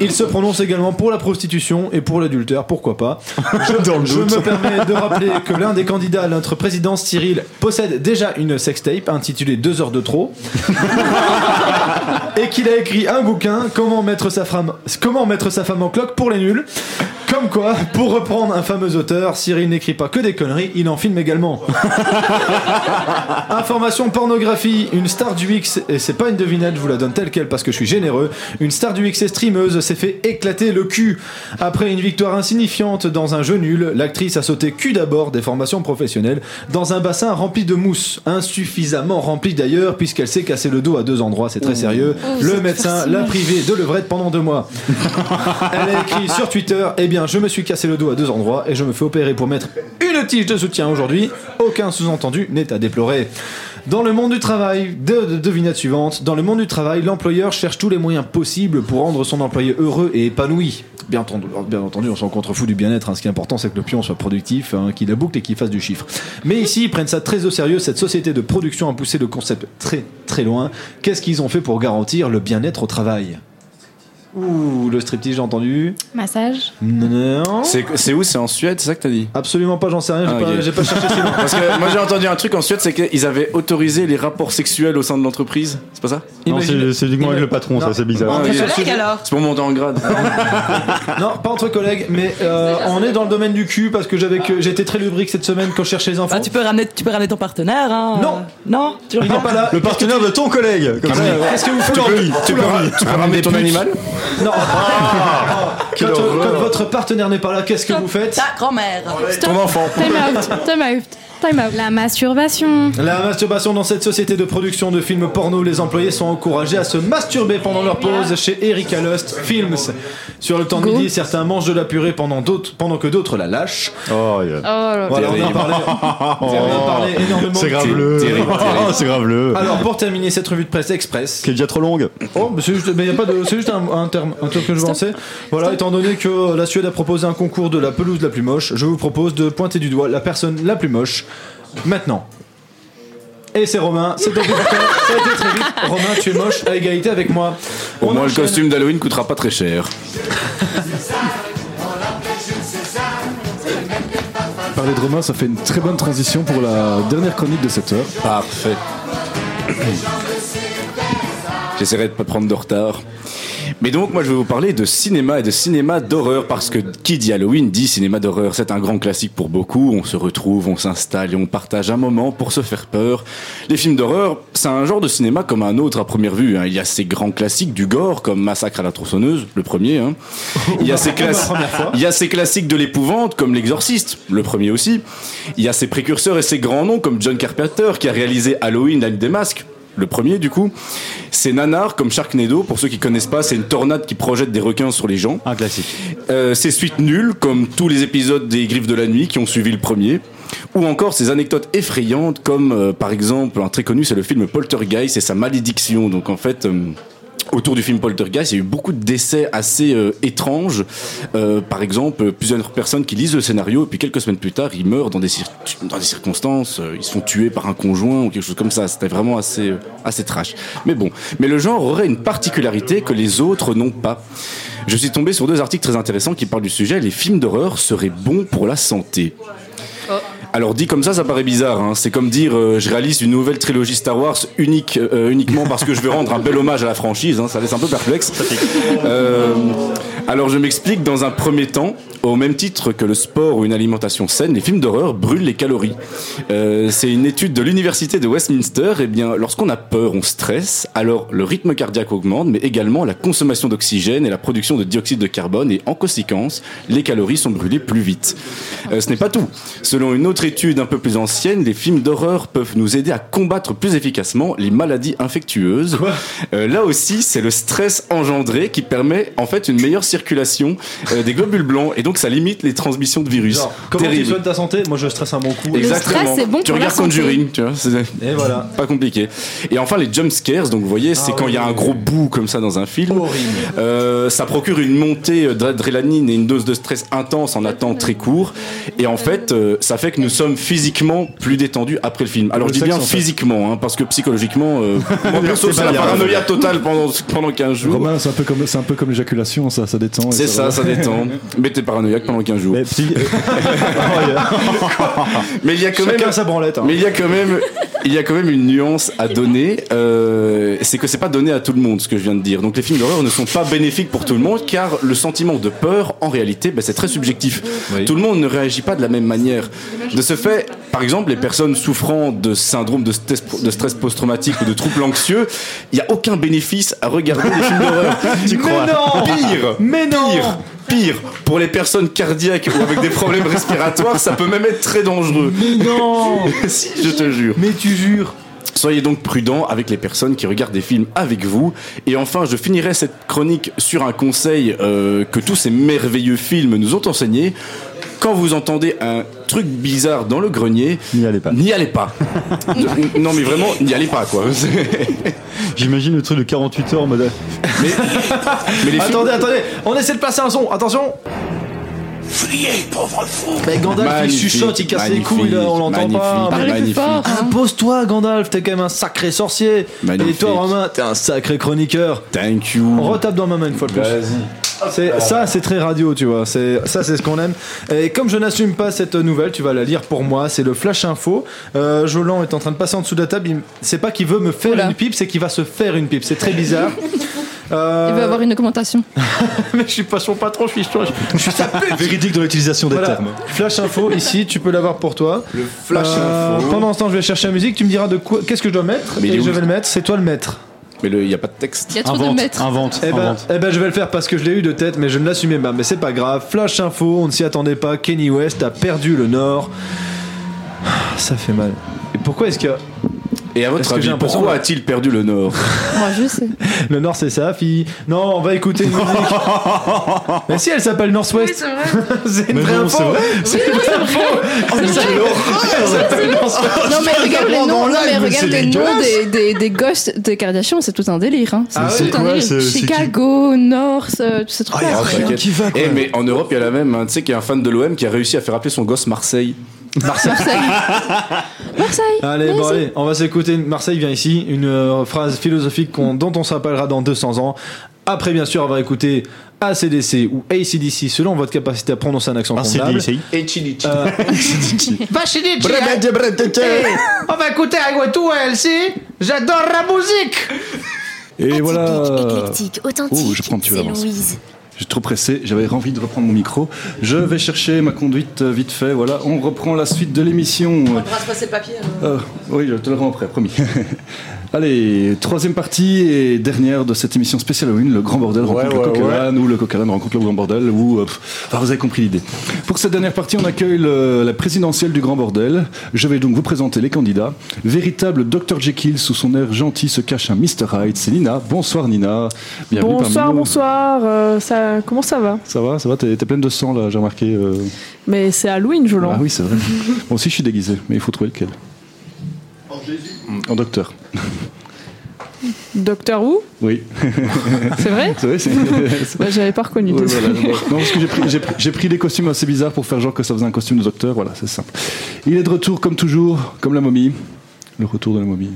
Il se prononce également pour la prostitution et pour l'adultère, pourquoi pas Je, je me permets de rappeler que l'un des candidats à notre présidence, Cyril, possède déjà une sextape intitulée 2 heures de trop et qu'il a écrit un bouquin comment mettre sa femme comment mettre sa femme en cloque pour les nuls comme quoi pour reprendre un fameux auteur Cyril n'écrit pas que des conneries il en filme également information pornographie une star du X et c'est pas une devinette je vous la donne telle quelle parce que je suis généreux une star du X et streameuse s'est fait éclater le cul après une victoire insignifiante dans un jeu nul l'actrice a sauté cul d'abord des formations professionnelles dans un bassin rempli de mousse insuffisamment rempli d'ailleurs puisqu'elle s'est cassé le dos à deux endroits c'est très sérieux
Oh,
le
cette
médecin
personne.
l'a privée de levrette pendant deux mois elle a écrit sur Twitter Eh bien, je me suis cassé le dos à deux endroits et je me fais opérer pour mettre une tige de soutien aujourd'hui. Aucun sous-entendu n'est à déplorer. Dans le monde du travail, de, de- devinette suivante. Dans le monde du travail, l'employeur cherche tous les moyens possibles pour rendre son employé heureux et épanoui. Bien entendu, bien entendu on s'en contrefout du bien-être. hein. Ce qui est important, c'est que le pion soit productif, hein, qu'il la boucle et qu'il fasse du chiffre. Mais ici, ils prennent ça très au sérieux. Cette société de production a poussé le concept très très loin. Qu'est-ce qu'ils ont fait pour garantir le bien-être au travail Eh, Ouh, le striptease, j'ai entendu.
Massage.
Non.
C'est c'est où C'est en Suède, c'est ça que t'as dit Ah,
Absolument pas, j'en sais rien, j'ai pas- j'ai pas cherché si loin.
Parce que moi j'ai entendu un truc en Suède, c'est qu'ils avaient autorisé les rapports sexuels au sein de l'entreprise, c'est pas ça
Non, c'est c'est uniquement avec le patron, ça, c'est bizarre.
Ah, ok. C'est pour monter en grade.
Ah, Non, pas entre collègues, mais euh, on est dans le domaine du cul parce que j'avais que j'étais très lubrique cette semaine quand je cherchais les infos.
Ah, tu peux ramener, tu peux ramener ton partenaire. Hein,
Non.
euh, non. Tu
Il n'est pas là.
Le partenaire de ton collègue. Comme ça, euh,
Qu'est-ce que vous faites
Tu
en-
peux-
en-
tu peux- tu peux ramener ton animal
Non. quand, quand votre partenaire n'est pas là, qu'est-ce que vous faites
Ta grand-mère.
Ton enfant.
Time out, time out, time out. La masturbation.
La masturbation dans cette société de production de films porno, les employés sont encouragés à se masturber pendant leur pause chez Erika Lust Films. Sur le temps de
Go.
midi, certains mangent de la purée pendant, d'autres, pendant que d'autres la lâchent. Oh,
là.
voilà, on en
Terrible.
parlait, on en parlait énormément.
Oh. C'est graveleux.
Terrible, terrible.
C'est graveleux.
Alors, pour terminer cette revue de presse express,
Qui est déjà trop longue.
Oh, mais c'est juste, mais y a pas de, c'est juste un, un terme, un truc que je veux lancer. Voilà, étant donné que la Suède a proposé un concours de la pelouse la plus moche, je vous propose de pointer du doigt la personne la plus moche maintenant. Et c'est Romain, c'est donc- ça a été très vite. Romain, tu es moche à égalité avec moi.
Au moins le costume d'Halloween coûtera pas très cher.
Parler de Romain, ça fait une très bonne transition pour la dernière chronique de cette heure.
Parfait. J'essaierai de pas prendre de retard. Mais donc, moi, je vais vous parler de cinéma et de cinéma d'horreur parce que qui dit Halloween dit cinéma d'horreur. C'est un grand classique pour beaucoup. On se retrouve, on s'installe et on partage un moment pour se faire peur. Les films d'horreur, c'est un genre de cinéma comme un autre à première vue. hein. Il y a ces grands classiques du gore comme Massacre à la tronçonneuse, le premier. hein. Il y a ces
Pour la
classes-
première fois.
il y a ces classiques de l'épouvante comme L'Exorciste, le premier aussi. Il y a ses précurseurs et ses grands noms comme John Carpenter qui a réalisé Halloween, la nuit des masques. Le premier, du coup, c'est Nanar comme Sharknado. Pour ceux qui connaissent pas, c'est une tornade qui projette des requins sur les gens.
Un classique.
ses suites nulles, comme tous les épisodes des Griffes de la Nuit qui ont suivi le premier. Ou encore ces anecdotes effrayantes, comme euh, par exemple, un très connu, c'est le film Poltergeist et sa malédiction. Donc en fait. euh, Autour du film Poltergeist, il y a eu beaucoup de décès assez euh, étranges. Euh, par exemple, euh, plusieurs personnes qui lisent le scénario et puis quelques semaines plus tard, ils meurent dans des, cir- dans des circonstances. euh, ils se font tuer par un conjoint ou quelque chose comme ça. C'était vraiment assez, euh, assez trash. Mais bon, mais le genre aurait une particularité que les autres n'ont pas. Je suis tombé sur deux articles très intéressants qui parlent du sujet. Les films d'horreur seraient bons pour la santé. Alors dit comme ça, ça paraît bizarre. hein. C'est comme dire euh, je réalise une nouvelle trilogie Star Wars unique, euh, uniquement parce que je veux rendre un bel hommage à la franchise. hein. Ça laisse un peu perplexe. Euh, alors je m'explique. Dans un premier temps, au même titre que le sport ou une alimentation saine, les films d'horreur brûlent les calories. Euh, C'est une étude de l'université de Westminster. Eh bien, lorsqu'on a peur, on stresse. Alors le rythme cardiaque augmente, mais également la consommation d'oxygène et la production de dioxyde de carbone. Et en conséquence, les calories sont brûlées plus vite. Euh, ce n'est pas tout. Selon une autre étude un peu plus ancienne, les films d'horreur peuvent nous aider à combattre plus efficacement les maladies infectieuses. Euh, là aussi, c'est le stress engendré qui permet en fait une meilleure circulation euh, des globules blancs et donc ça limite les transmissions de virus.
Genre, comment tu
Terrible.
soignes ta santé Moi, je stresse un bon coup.
Exactement. tu regardes Conjuring, tu vois, c'est
Et voilà.
pas compliqué. Et enfin les jump scares, donc vous voyez,
Ah
c'est quand il y a un gros bout comme ça dans un film. Euh, ça procure une montée euh, d'adrénaline et une dose de stress intense en un temps très court. Et en fait, euh, ça fait que nous sommes physiquement plus détendus après le film. Alors
Le
je dis bien
sexe, en fait.
physiquement, hein, parce que psychologiquement, euh, moi, perso,
C'est
c'est la
pas
paranoïa
grave.
totale pendant pendant 15 jours.
Romain, c'est un peu comme, c'est un peu comme l'éjaculation, ça, ça détend. et
C'est ça,
va.
ça détend. Mais t'es paranoïaque pendant 15 jours. mais il y a quand
Chacun
même
sa branlette, hein.
Mais il y a quand même il y a quand même une nuance à donner, euh, c'est que c'est pas donné à tout le monde ce que je viens de dire. Donc les films d'horreur ne sont pas bénéfiques pour tout le monde car le sentiment de peur en réalité ben, c'est très subjectif. Tout le monde ne réagit pas de la même manière. De ce fait, par exemple, les personnes souffrant de syndrome de stress, de stress post-traumatique ou de troubles anxieux, il y a aucun bénéfice à regarder les films d'horreur.
Tu crois Mais non
Pire
Mais non
Pire Pire, pour les personnes cardiaques ou avec des problèmes respiratoires, ça peut même être très dangereux.
non
Si, je te jure.
Mais tu jures
Soyez donc prudents avec les personnes qui regardent des films avec vous. Et enfin, je finirai cette chronique sur un conseil euh, que tous ces merveilleux films nous ont enseigné. quand vous entendez un truc bizarre dans le grenier,
n'y allez pas.
N'y allez pas. De- non, mais vraiment, n'y allez pas, quoi.
J'imagine le truc de 48 heures en mode.
Mais les attendez, attendez, on essaie de passer un son, attention
Fuyez, pauvre fou
Mais Gandalf il
Magnifique,
chuchote, il casse les
magnifique,
couilles, là, on l'entend pas.
magnifique, Parlez plus magnifique. fort, hein.
Impose-toi Gandalf, t'es quand même un sacré sorcier.
Magnifique.
Et toi Romain, t'es un sacré chroniqueur.
Thank you.
On retape dans ma main une fois de plus.
Vas-y.
C'est, ça, c'est très radio, tu vois. C'est, ça, c'est ce qu'on aime. Et comme je n'assume pas cette nouvelle, tu vas la lire pour moi. C'est le Flash Info. Euh, Jolan est en train de passer en dessous de la table. Il- c'est pas qu'il veut me faire une pipe, c'est qu'il va se faire une pipe. C'est très bizarre. Euh,
Il veut avoir une augmentation.
mais je suis pas son patron, je suis, je suis sa pute.
Véridique dans l'utilisation des
Voilà.
termes.
Flash info ici, tu peux l'avoir pour toi. Le
flash info.
Pendant ce temps, je vais chercher la musique. Tu me diras de quoi, qu'est-ce que je dois mettre
Mais il est
et
où,
je
le-
vais le mettre. C'est toi le maître.
Mais il n'y a pas de texte.
Il y a trop de Invente, maîtres. invente,
Eh ben,
invente.
eh ben, je vais le faire parce que je l'ai eu de tête, mais je ne l'assumais pas. Mais c'est pas grave. Flash info, on ne s'y attendait pas. Kenny West a perdu le Nord. Ça fait mal. Et pourquoi est-ce que
Et à
Est-ce
votre
que j'ai
avis,
l'impression
pourquoi
de-
a-t-il perdu le Nord
Moi, je sais.
le Nord c'est sa fille Non, on va écouter une musique. mais si, elle s'appelle Northwest. c'est une
Mais
vraie
non,
info.
c'est vrai.
C'est une vraie info.
C'est vrai.
Elle s'appelle Northwest.
Non mais regarde les noms,
En
non, mais
live,
regarde
c'est
les noms
dégueulasse.
des, des, des ghosts des Kardashians, c'est tout un délire. Hein. C'est
Ah
tout
ouais,
un
quoi,
délire.
c'est- c'est qui
Chicago, North, euh, tout ce truc-là.
Ah,
quoi.
t'inquiète. Eh, mais en Europe, il y a la même. hein. Tu sais qu'il y a un fan de l'OM qui a réussi à faire appeler son gosse Marseille.
Marseille.
Allez, bon, allez, on va s'écouter. une- Marseille vient ici, une euh, phrase philosophique qu'on- dont on s'appellera dans 200 ans. Après, bien sûr, avoir écouté ACDC ou ACDC selon votre capacité à prononcer un accent convenable.
AC/DC.
Et
Euh,
Pas chez Nietzsche,
Brrr,
ben,
hein.
brrr, brrr, brrr.
Eh, On va écouter avec toi, Elsie. J'adore la musique.
Et voilà.
éclectique, authentique,
Oh, je prends un petit peu
c'est
d'avance.
Louise.
J'ai trop pressé, j'avais envie de reprendre mon micro. Je vais chercher ma conduite euh, vite fait. Voilà, on reprend la suite de l'émission.
Brasse pas ses papiers.
Euh, oui, je te le rends après, promis. Allez, troisième partie et dernière de cette émission spéciale Halloween, le grand bordel rencontre
ouais,
le coquelin, ou le coquelin rencontre le grand bordel, ou... euh, pff, enfin, vous avez compris l'idée. Pour cette dernière partie, on accueille le- la présidentielle du grand bordel. Je vais donc vous présenter les candidats. Véritable Dr Jekyll, sous son air gentil se cache un Mr Hyde, c'est Nina. Bonsoir Nina, bienvenue
bonsoir,
parmi nous.
bonsoir. euh, ça, comment ça va
Ça va, ça va, t'es t'es pleine de sang là, j'ai remarqué. euh.
Mais c'est Halloween, Jolan.
Ah oui, c'est vrai. Moi aussi, je suis déguisé, mais il faut trouver lequel. Mm, En docteur.
Docteur Who
Oui.
C'est vrai
C'est vrai, c'est-
Bah, J'avais pas reconnu.
Ouais,
désolé.
voilà. Non, parce que j'ai pris, j'ai pris- j'ai pris des costumes assez bizarres pour faire genre que ça faisait un costume de docteur. Voilà, c'est simple. Il est de retour comme toujours, comme la momie. Le retour de la momie.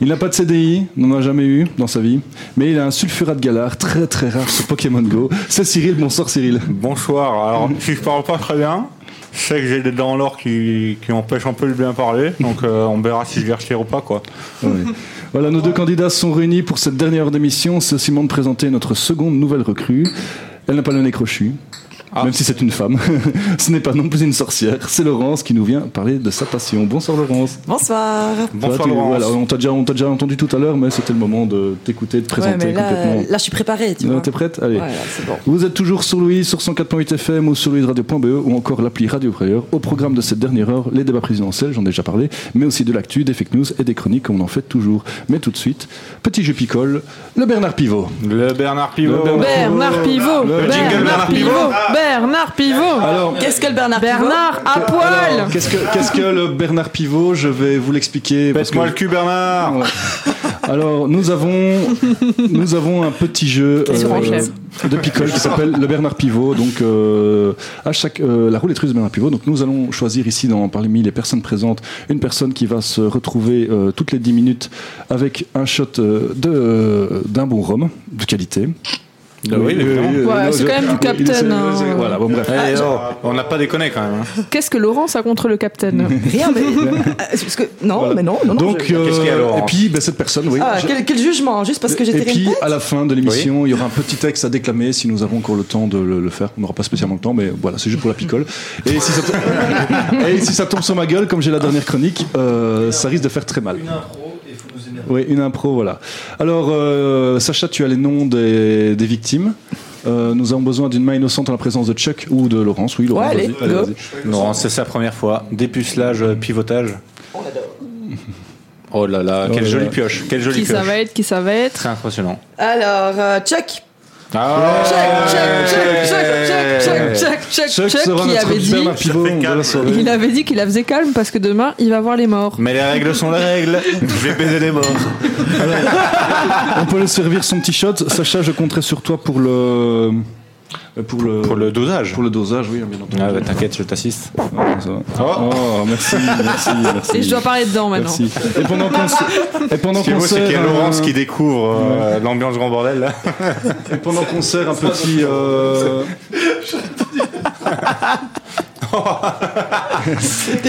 Il n'a pas de CDI, n'en a jamais eu dans sa vie, mais il a un sulfurat de galar très très rare sur Pokémon Go. C'est Cyril, bonsoir Cyril.
Bonsoir. Alors, si je parle pas très bien, je sais que j'ai des dents en l'or qui, qui empêchent un peu de bien parler. Donc, euh, on verra si je vais retirer ou pas, quoi.
Ouais. Voilà, nos deux candidats sont réunis pour cette dernière heure d'émission. C'est aussi le moment de présenter notre seconde nouvelle recrue. Elle n'a pas le nez crochu, même si c'est une femme. Ce n'est pas non plus une sorcière. C'est Laurence qui nous vient parler de sa passion. Bonsoir Laurence.
Bonsoir.
Toi, tu- voilà, on t'a déjà, on t'a déjà entendu tout à l'heure, mais c'était le moment de t'écouter, de te
Ouais,
présenter
mais là,
complètement.
là, je suis préparée, tu
Non,
vois.
T'es prête Allez.
Ouais, là, c'est bon.
Vous êtes toujours sur Louis, sur 104.8 FM ou sur louisradio.be E ou encore l'appli Radio Player. Au programme de cette dernière heure, les débats présidentiels, j'en ai déjà parlé, mais aussi de l'actu, des fake news et des chroniques comme on en fait toujours. Mais tout de suite, petit jeu picole, le Bernard Pivot.
Le Bernard
Le
Pivot.
Bernard Pivot
Le jingle
Bernard
Bernard
Pivot
Pivot.
Bernard Pivot
Alors-
Qu'est-ce que le Bernard Bernard à poil
Alors, Qu'est-ce que, qu'est-ce que le Bernard Pivot Je vais vous l'expliquer. parce
Pèse-moi
que-
le cul, Bernard
Ouais. Alors, nous avons, nous avons un petit jeu euh,
Sur un chef.
de picole qui s'appelle le Bernard Pivot. Donc, euh, à chaque, euh, la roulette russe de Bernard Pivot. Donc, nous allons choisir ici, dans, parmi les personnes présentes, une personne qui va se retrouver euh, toutes les 10 minutes avec un shot euh, de, euh, d'un bon rhum de qualité.
Ah oui, mais vraiment.
Ouais, c'est
je-
quand même du
il-
Captain,
c'est-
hein.
c'est- Voilà, bon, bref.
Eh, oh, on n'a pas déconné quand même. hein.
Qu'est-ce que Laurence a contre le capitaine
Rien, mais. euh, parce que, non,
Voilà.
Oh, mais non, non, non,
Donc,
je-
euh,
Qu'est-ce qu'il y a, Laurent
et puis, ben, cette personne, oui.
Ah,
je-
quel, quel jugement, juste parce que j'étais
Et puis,
une tête
à la fin de l'émission, il y aura un petit texte à déclamer si nous avons encore le temps de le, le faire. On n'aura pas spécialement le temps, mais voilà, c'est juste pour la picole. Et si ça tombe, et si ça tombe sur ma gueule, comme j'ai la dernière chronique, euh, ça risque de faire très mal. Oui, une impro, voilà. Alors, euh, Sacha, tu as les noms des, des victimes. Euh, nous avons besoin d'une main innocente en la présence de Chuck ou de Laurence. Oui, Laurence, vas-y, allez, vas-y.
Non, c'est sa première fois. Dépucelage, euh, pivotage. Oh là là,
Oh
quelle
là
jolie
là.
pioche. Quelle jolie
Qui ça
pioche.
va être Qui ça va être
Très impressionnant.
Alors, euh, Chuck.
Ah
Chuck, Chuck, Chuck, Chuck, Chuck, Chuck,
Chuck, Chuck,
Chuck
Chuck,
sera
qui
notre
avait dit,
Bernard Pivot de la soirée.
il avait dit qu'il la faisait calme parce que demain il va voir les morts.
Mais les règles sont les règles. Je vais baiser les morts.
On peut le servir son petit shot. Sacha, je compterai sur toi pour le. Euh, Pour le, pour
le dosage.
Pour le dosage, oui, bien entendu.
Ah bah, t'inquiète, je t'assiste.
Oh. merci, merci, merci.
Et je dois parler dedans maintenant. Euh,
Merci. Et pendant qu'on se- et pendant
Ce qui est
qu'on
beau, c'est qu'il y a
sert,
Laurence
euh,
qui découvre euh, l'ambiance grand bordel. Là.
Et pendant qu'on sert un petit. euh,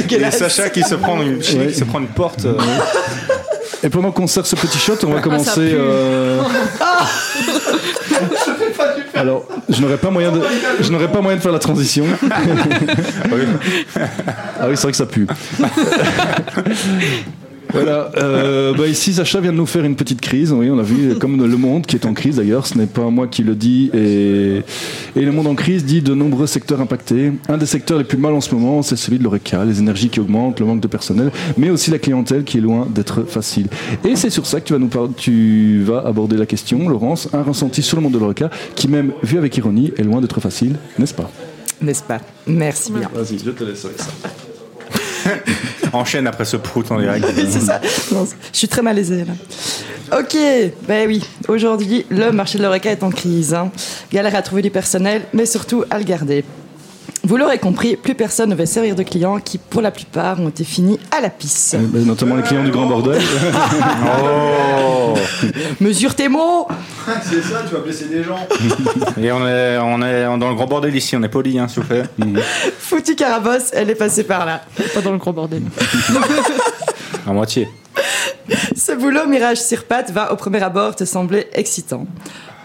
Et Sacha qui se prend une,
Ouais.
qui se prend une porte. euh,
Et pendant qu'on sert ce petit shot, on va
Ah, ça
commencer.
pue.
euh,
Ah.
Alors, je n'aurais pas moyen de, je n'aurais pas moyen de faire la transition. ah oui, c'est vrai que ça pue. Voilà, euh, bah ici Sacha vient de nous faire une petite crise, oui, on a vu comme le monde qui est en crise d'ailleurs, ce n'est pas moi qui le dis, et, et le monde en crise dit de nombreux secteurs impactés. Un des secteurs les plus mal en ce moment, c'est celui de l'ORECA, les énergies qui augmentent, le manque de personnel, mais aussi la clientèle qui est loin d'être facile. Et c'est sur ça que tu vas nous par- tu vas aborder la question, Laurence, un ressenti sur le monde de l'ORECA qui même, vu avec ironie, est loin d'être facile, n'est-ce pas
N'est-ce pas Merci bien.
Vas-y, je te laisse avec ça.
Enchaîne après ce prout en direct.
c'est ça. Non, je suis très malaisée là. Ok, ben oui, aujourd'hui, le marché de l'oreca est en crise. hein. Galère à trouver du personnel, mais surtout à le garder. Vous l'aurez compris, plus personne ne va servir de clients qui, pour la plupart, ont été finis à la pisse.
Euh, bah, Notamment les clients du Grand Bordel.
Mesure tes mots
Ah,
C'est ça, tu vas blesser des gens. Et on est, on est dans le grand bordel ici, on est poli, hein, s'il vous plaît.
Mm. Foutu carabosse, elle est passée par là.
Pas dans le gros bordel.
À moitié.
Ce boulot mirage sur pattes va au premier abord te sembler excitant.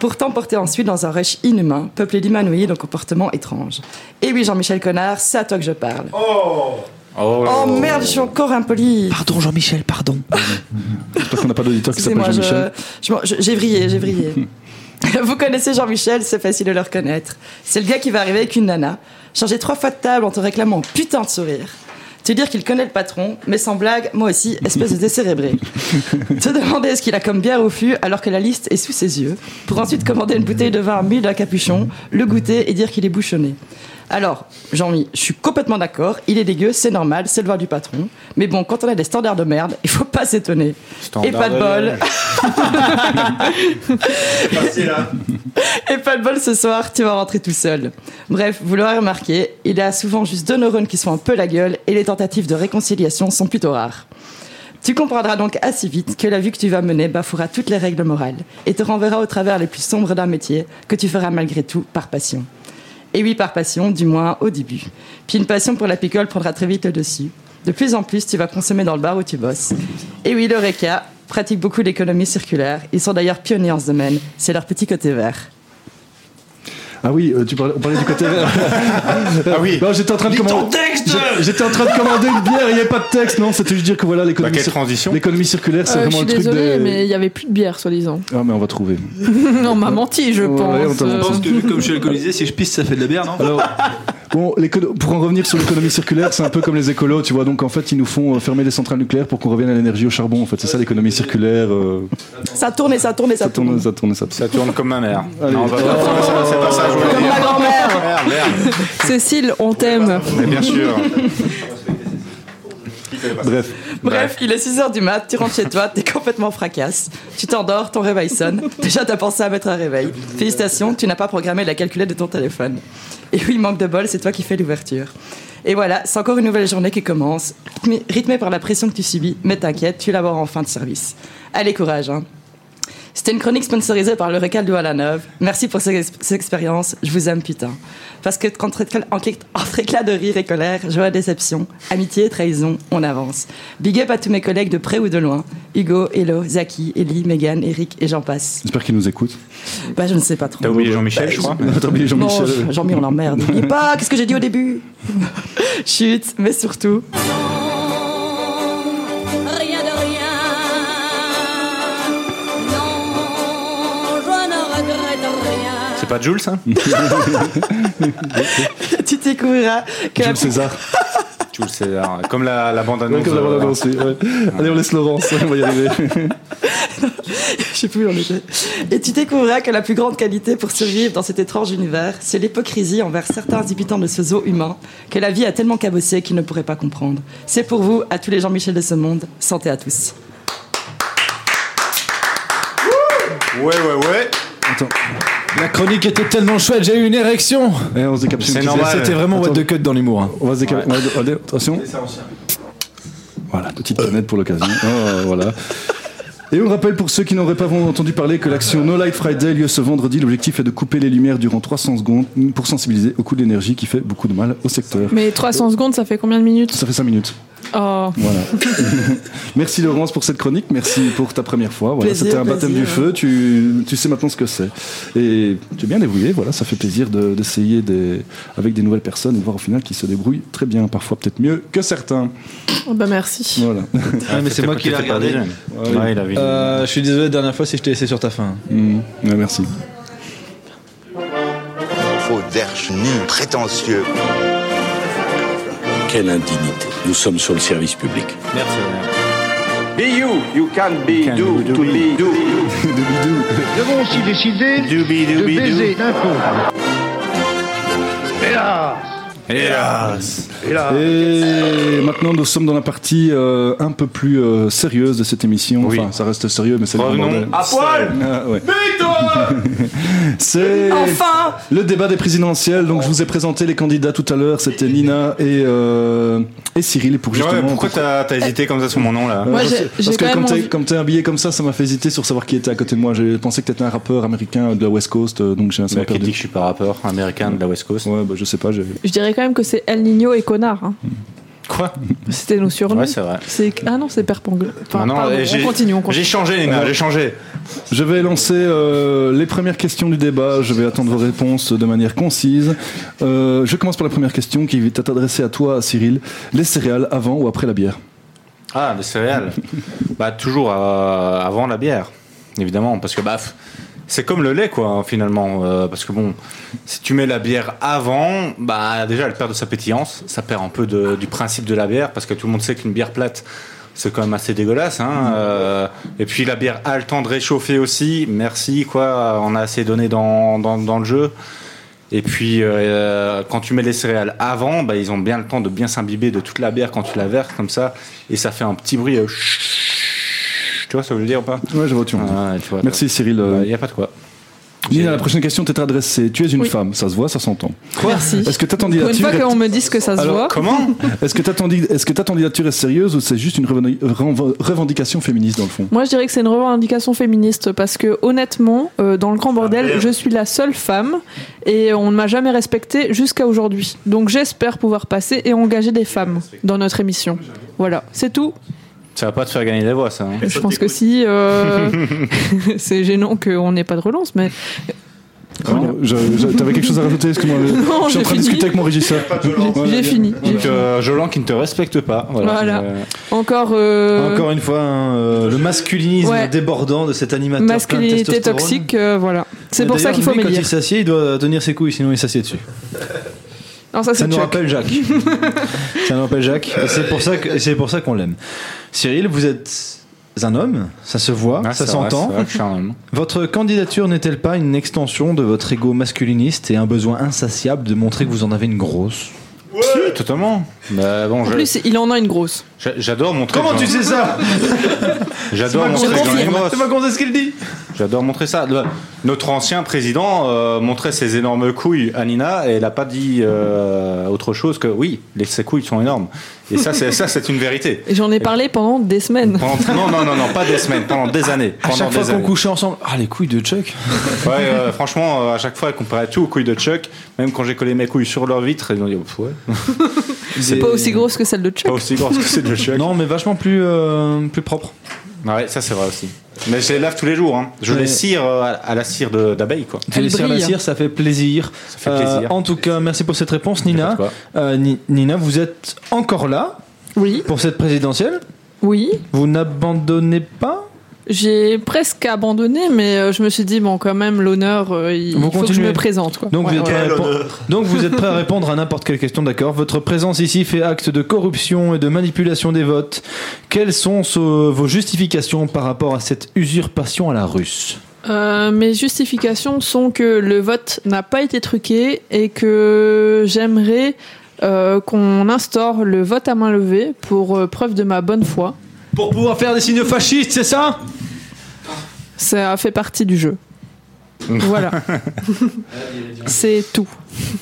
Pourtant porté ensuite dans un rush inhumain, peuplé d'humanoïdes aux comportements étranges. Et oui, Jean-Michel Connard, c'est à toi que je parle.
Oh
Oh, merde, je suis encore impoli. Pardon Jean-Michel, pardon.
Parce qu'on n'a pas d'auditeur qui s'appelle
Excusez-moi, je-
Jean-Michel.
je m'en- je- j'ai vrillé, j'ai vrillé. Vous connaissez Jean-Michel, c'est facile de le reconnaître. C'est le gars qui va arriver avec une nana, changer trois fois de table en te réclamant un putain de sourire. Te dire qu'il connaît le patron, mais sans blague, moi aussi, espèce de décérébré. Te demander ce qu'il a comme bière au fût alors que la liste est sous ses yeux, pour ensuite commander une bouteille de vin à mille d'un capuchon, le goûter et dire qu'il est bouchonné. Alors, Jean-Mi, je suis complètement d'accord, il est dégueu, c'est normal, c'est le vin du patron. Mais bon, quand on a des standards de merde, il faut pas s'étonner. Et pas de bol. Et pas de bol ce soir, tu vas rentrer tout seul. Bref, vous l'aurez remarqué, il y a souvent juste deux neurones qui sont un peu la gueule et les tentatives de réconciliation sont plutôt rares. Tu comprendras donc assez vite que la vie que tu vas mener bafouera toutes les règles morales et te renverra au travers les plus sombres d'un métier que tu feras malgré tout par passion. Et oui, par passion, du moins au début. Puis une passion pour la picole prendra très vite le dessus. De plus en plus, tu vas consommer dans le bar où tu bosses. Et oui, l'Oreca pratique beaucoup l'économie circulaire. Ils sont d'ailleurs pionniers en ce domaine. C'est leur petit côté vert.
Ah oui, euh, tu parlais, on parlait du côté. ah oui. Non, j'étais en train de commander. J'ai- J'étais en train de commander une bière, il n'y avait pas de texte, non. C'était juste dire que voilà
Bah,
l'économie. cir- L'économie circulaire, c'est
Euh, je
vraiment
suis
le truc
désolée,
des.
mais il y avait plus de bière, soi-disant.
Ah mais on va trouver.
on m'a menti, je
Ouais, on
pense.
t'a menti.
Euh,
Parce
que comme je suis alcoolisé, si je pisse, ça fait de la hein. bière, non
Alors, bon, l'éco- pour en revenir sur l'économie circulaire, c'est un peu comme les écolos, tu vois. Donc en fait, ils nous font euh, fermer les centrales nucléaires pour qu'on revienne à l'énergie au charbon. En fait, c'est ça l'économie circulaire. euh,
Ça tourne et ça tourne et ça,
ça tourne, ça tourne, ça tourne. Ça
tourne comme ma mère.
on va pas-
c'est pas ça, je voulais
Comme
dire.
ma
Oh,
grand-mère.
Merde, merde.
Cécile, on t'aime.
Mais bien sûr.
Bref.
Bref, il est 6h du mat, tu rentres chez toi, t'es complètement fracasse. Tu t'endors, ton réveil sonne. Déjà, t'as pensé à mettre un réveil. Félicitations, tu n'as pas programmé la calculette de ton téléphone. Et oui, manque de bol, c'est toi qui fais l'ouverture. Et voilà, c'est encore une nouvelle journée qui commence, rythmée- rythmée par la pression que tu subis, mais t'inquiète, tu l'abores en fin de service. Allez, courage, hein. C'était une chronique sponsorisée par le Récal de Neuve. Merci pour ces, ex- ces expériences. Je vous aime, putain. Parce que entre, écla- en cli- entre éclats de rire et colère, joie et déception, amitié et trahison, on avance. Big up à tous mes collègues de près ou de loin. Hugo, Hello, Zaki, Ellie, Megan, Eric et j'en passe.
J'espère qu'ils nous écoutent.
Bah, je ne sais pas trop.
T'as oublié Jean-Michel, je crois.
Bah,
Bah,
T'as oublié Jean-Michel.
Non, Jean-Mi, on l'emmerde. N'oublie pas, qu'est-ce que j'ai dit au début Chut, mais surtout.
Rien de rien. Non, je ne regrette rien.
C'est pas Jules, ça
Tu découvriras que.
Jules César. Jules César. Comme la, la bande annonce.
Ouais, comme la bande-annonce, oui, ouais. Allez, on laisse Laurence, on va y arriver.
Je sais plus où on était. Et tu découvriras que la plus grande qualité pour survivre dans cet étrange univers, c'est l'hypocrisie envers certains habitants de ce zoo humain que la vie a tellement cabossé qu'ils ne pourraient pas comprendre. C'est pour vous, à tous les Jean-Michel de ce monde, santé à tous.
Ouais, ouais, ouais.
Attends. La chronique était tellement chouette, j'ai eu une érection.
Et Eh, on se décapsule.
C'est normal. C'était vraiment what the cut dans l'humour. hein.
On va se décaler. Attention. Voilà, petite planète pour l'occasion. Oh, voilà. Et on rappelle pour ceux qui n'auraient pas entendu parler que l'action No Light Friday lieu ce vendredi, l'objectif est de couper les lumières durant 300 secondes pour sensibiliser au coût de l'énergie qui fait beaucoup de mal au secteur.
Mais 300 secondes, ça fait combien de minutes
Ça fait 5 minutes.
Oh.
Voilà. merci Laurence pour cette chronique, merci pour ta première fois. Voilà,
Plaisir,
c'était un baptême
plaisir.
du feu, tu, tu sais maintenant ce que c'est. Et tu es bien débrouillé, voilà, ça fait plaisir de- d'essayer des, avec des nouvelles personnes et de voir au final qu'ils se débrouillent très bien, parfois peut-être mieux que certains.
Oh, Bah merci.
Voilà.
Ah, mais c'est moi qui l'ai regardé.
Ouais, il a vu.
Euh, je suis désolé, la dernière fois, si je t'ai laissé sur ta fin.
Mhm. Ouais, merci.
Faux derche nul, prétentieux. Quelle indignité. Nous sommes sur le service public.
Merci.
Be you, you can be do, to be do. Nous devons aussi décider de baiser d'un pauvre. Hélas
Hélas
Hélas
Et maintenant, nous sommes dans la partie euh, un peu plus euh, sérieuse de cette émission. Enfin, ça reste sérieux, mais c'est le
Revenons
bordel.
à poil
Ah, ouais.
Victoire
C'est
Enfin
le débat des présidentielles. Donc, je vous ai présenté les candidats tout à l'heure. C'était Nina et, euh, et Cyril. Et pour justement,
Ouais, pourquoi t'as t'as hésité comme ça sur mon nom là
Euh, parce,
j'ai-
parce
j'ai
que
quand
comme
même
t'es-
envie-
comme t'es habillé comme ça, ça m'a fait hésiter sur savoir qui était à côté de moi. J'ai pensé que t'étais un rappeur américain de la West Coast, euh, donc j'ai un
Bah, qui dit que je suis pas rappeur américain de la West Coast
Ouais, bah je sais pas. j'ai-
Je dirais quand même que c'est El Nino et connard. hein.
Quoi
C'était nos surnoms.
Ouais, c'est vrai.
C'est- Ah non, c'est perpangule. Enfin,
Maintenant,
pardon,
euh,
on
j'ai-
continue, on continue.
J'ai changé, les gars,
Alors,
j'ai changé.
Je vais lancer euh, les premières questions du débat. Je vais attendre vos réponses de manière concise. Euh, je commence par la première question qui est adressée à toi, Cyril. Les céréales avant ou après la bière
Ah, les céréales. bah toujours euh, avant la bière, évidemment, parce que bah f- c'est comme le lait quoi hein, finalement, euh, parce que bon, si tu mets la bière avant, bah déjà elle perd de sa pétillance, ça perd un peu de- du principe de la bière, parce que tout le monde sait qu'une bière plate c'est quand même assez dégueulasse. Hein, euh, et puis la bière a le temps de réchauffer aussi. Merci quoi, on a assez donné dans, dans, dans le jeu. Et puis, euh, quand tu mets les céréales avant, bah, ils ont bien le temps de bien s'imbiber de toute la bière quand tu la verses comme ça. Et ça fait un petit bruit. euh, chut. tu vois, ça veut dire ou pas Ah,
Ouais, je vois, tu
vois.
Merci, Cyril. Il
n'y Bah, a pas de quoi.
Nina, la prochaine question t'est adressée. Tu es une femme, ça se voit, ça s'entend.
Merci.
Est-ce que ta
Pour une
candidature
fois
est-
qu'on me dise que ça se voit.
Alors, Est-ce que ta candi- est-ce que ta candidature est sérieuse ou c'est juste une revendi- renvo- revendication féministe dans le fond
Moi, je dirais que c'est une revendication féministe parce que honnêtement, euh, dans le grand bordel, je suis la seule femme et on ne m'a jamais respectée jusqu'à aujourd'hui. Donc, j'espère pouvoir passer et engager des femmes dans notre émission. Voilà, c'est tout.
Ça va pas te faire gagner la voix, ça. hein.
Je pense que si. euh, c'est gênant qu'on n'ait pas de relance, mais
Pardon, je- je- T'avais quelque chose à rajouter Excuse-moi. je-
Non,
je suis en
j'ai
train de
fini.
discuter avec mon régisseur.
J'ai- j'ai fini.
Donc, euh, Jolan qui ne te respecte pas. Voilà.
Voilà.
Euh,
encore. euh,
Encore une fois, hein, euh, le masculinisme
Ouais.
débordant de cet animateur. plein de
masculinité
testostérone.
toxique, euh, voilà. C'est
Et
pour ça
d'ailleurs,
qu'il faut
lui, Quand
m'élire.
il s'assied, il doit tenir ses couilles, sinon il s'assied dessus.
Non, ça,
Ça
c'est
nous
Chuck.
rappelle Jacques. ça nous rappelle Jacques. Et C'est pour ça que- et c'est pour ça qu'on l'aime. Cyril, vous êtes un homme, ça se voit,
Ah,
ça
c'est vrai,
s'entend.
c'est vrai que je suis un homme.
Votre candidature n'est-elle pas une extension de votre ego masculiniste et un besoin insatiable de montrer que vous en avez une grosse
Si, totalement. Bah, bon,
En
je-
plus, il en a une grosse.
j'a- j'adore montrer.
Comment
que
tu
j'en-
sais ça
J'adore
C'est ma
montrer. que j'en ai une
confirme.
grosse.
C'est ma
ce qu'il dit.
J'adore montrer ça. Le- Notre ancien président euh, montrait ses énormes couilles à Nina et elle n'a pas dit euh, autre chose que oui, les- ses couilles sont énormes. Et ça, c'est ça, c'est une vérité.
Et J'en ai parlé pendant des semaines.
Pendant- non, non, non, non, pas des semaines, pendant des années.
À
pendant
chaque
des
fois qu'on
années.
couchait ensemble, ah les couilles de Chuck.
Ouais, euh, franchement, euh, à chaque fois, elle comparait tout aux couilles de Chuck. Même quand j'ai collé mes couilles sur leur vitre, ils ont dit oh, Pff, ouais.
C'est pas aussi grosse que celle de Chuck.
Pas aussi grosse que c'est de Chuck.
Non, mais vachement plus euh, plus propre.
Ouais, ça c'est vrai aussi. Mais je les lave tous les jours. hein. Je
Ouais.
les cire euh, à- à la cire de- d'abeille, quoi.
Tu les cires la cire, ça fait plaisir. Euh,
fait plaisir.
en tout cas, merci pour cette réponse, Nina.
quoi.
Euh, Ni- Nina, vous êtes encore là
Oui.
pour cette présidentielle
Oui.
Vous n'abandonnez pas
J'ai presque abandonné, mais euh, je me suis dit, bon, quand même, l'honneur, euh, il il
Vous
faut que je
continuez.
me présente. Quoi.
Donc, vous êtes prêt à répondre- Donc vous êtes prêt à répondre à n'importe quelle question, d'accord Votre présence ici fait acte de corruption et de manipulation des votes. Quelles sont so- vos justifications par rapport à cette usurpation à la russe
Euh, mes justifications sont que le vote n'a pas été truqué et que j'aimerais euh, qu'on instaure le vote à main levée pour euh, preuve de ma bonne foi.
Pour pouvoir faire des signes fascistes, c'est ça
Ça fait partie du jeu. voilà. C'est tout.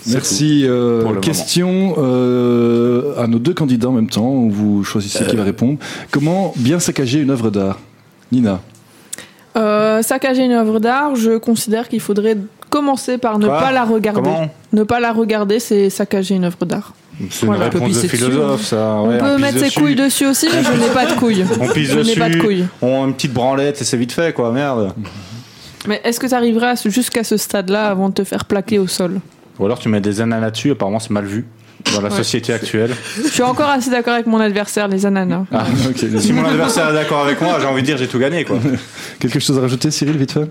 Merci. euh, question euh, à nos deux candidats en même temps. Vous choisissez qui va répondre. Comment bien saccager une œuvre d'art Nina.
Euh, saccager une œuvre d'art, je considère qu'il faudrait commencer par ne
Quoi
pas la regarder.
Comment
ne pas la regarder, c'est saccager une œuvre d'art.
C'est
Voilà.
une
On peut
réponse de
pisser dessus,
philosophe,
hein.
ça.
On
ouais,
peut
pisse
mettre ses
dessus.
couilles dessus aussi, mais je n'ai pas de couilles.
On pisse
je
dessus.
n'ai pas de couilles.
On une petite branlette et c'est vite fait, quoi. Merde.
Mais est-ce que tu arriveras à ce- jusqu'à ce stade-là avant de te faire plaquer au sol
Ou alors tu mets des ananas là-dessus, apparemment c'est mal vu dans la
Ouais.
société actuelle.
Je suis encore assez d'accord avec mon adversaire, les ananas.
Ah, ok. Si mon adversaire est d'accord avec moi, j'ai envie de dire j'ai tout gagné, quoi.
Quelque chose à rajouter, Cyril, vite fait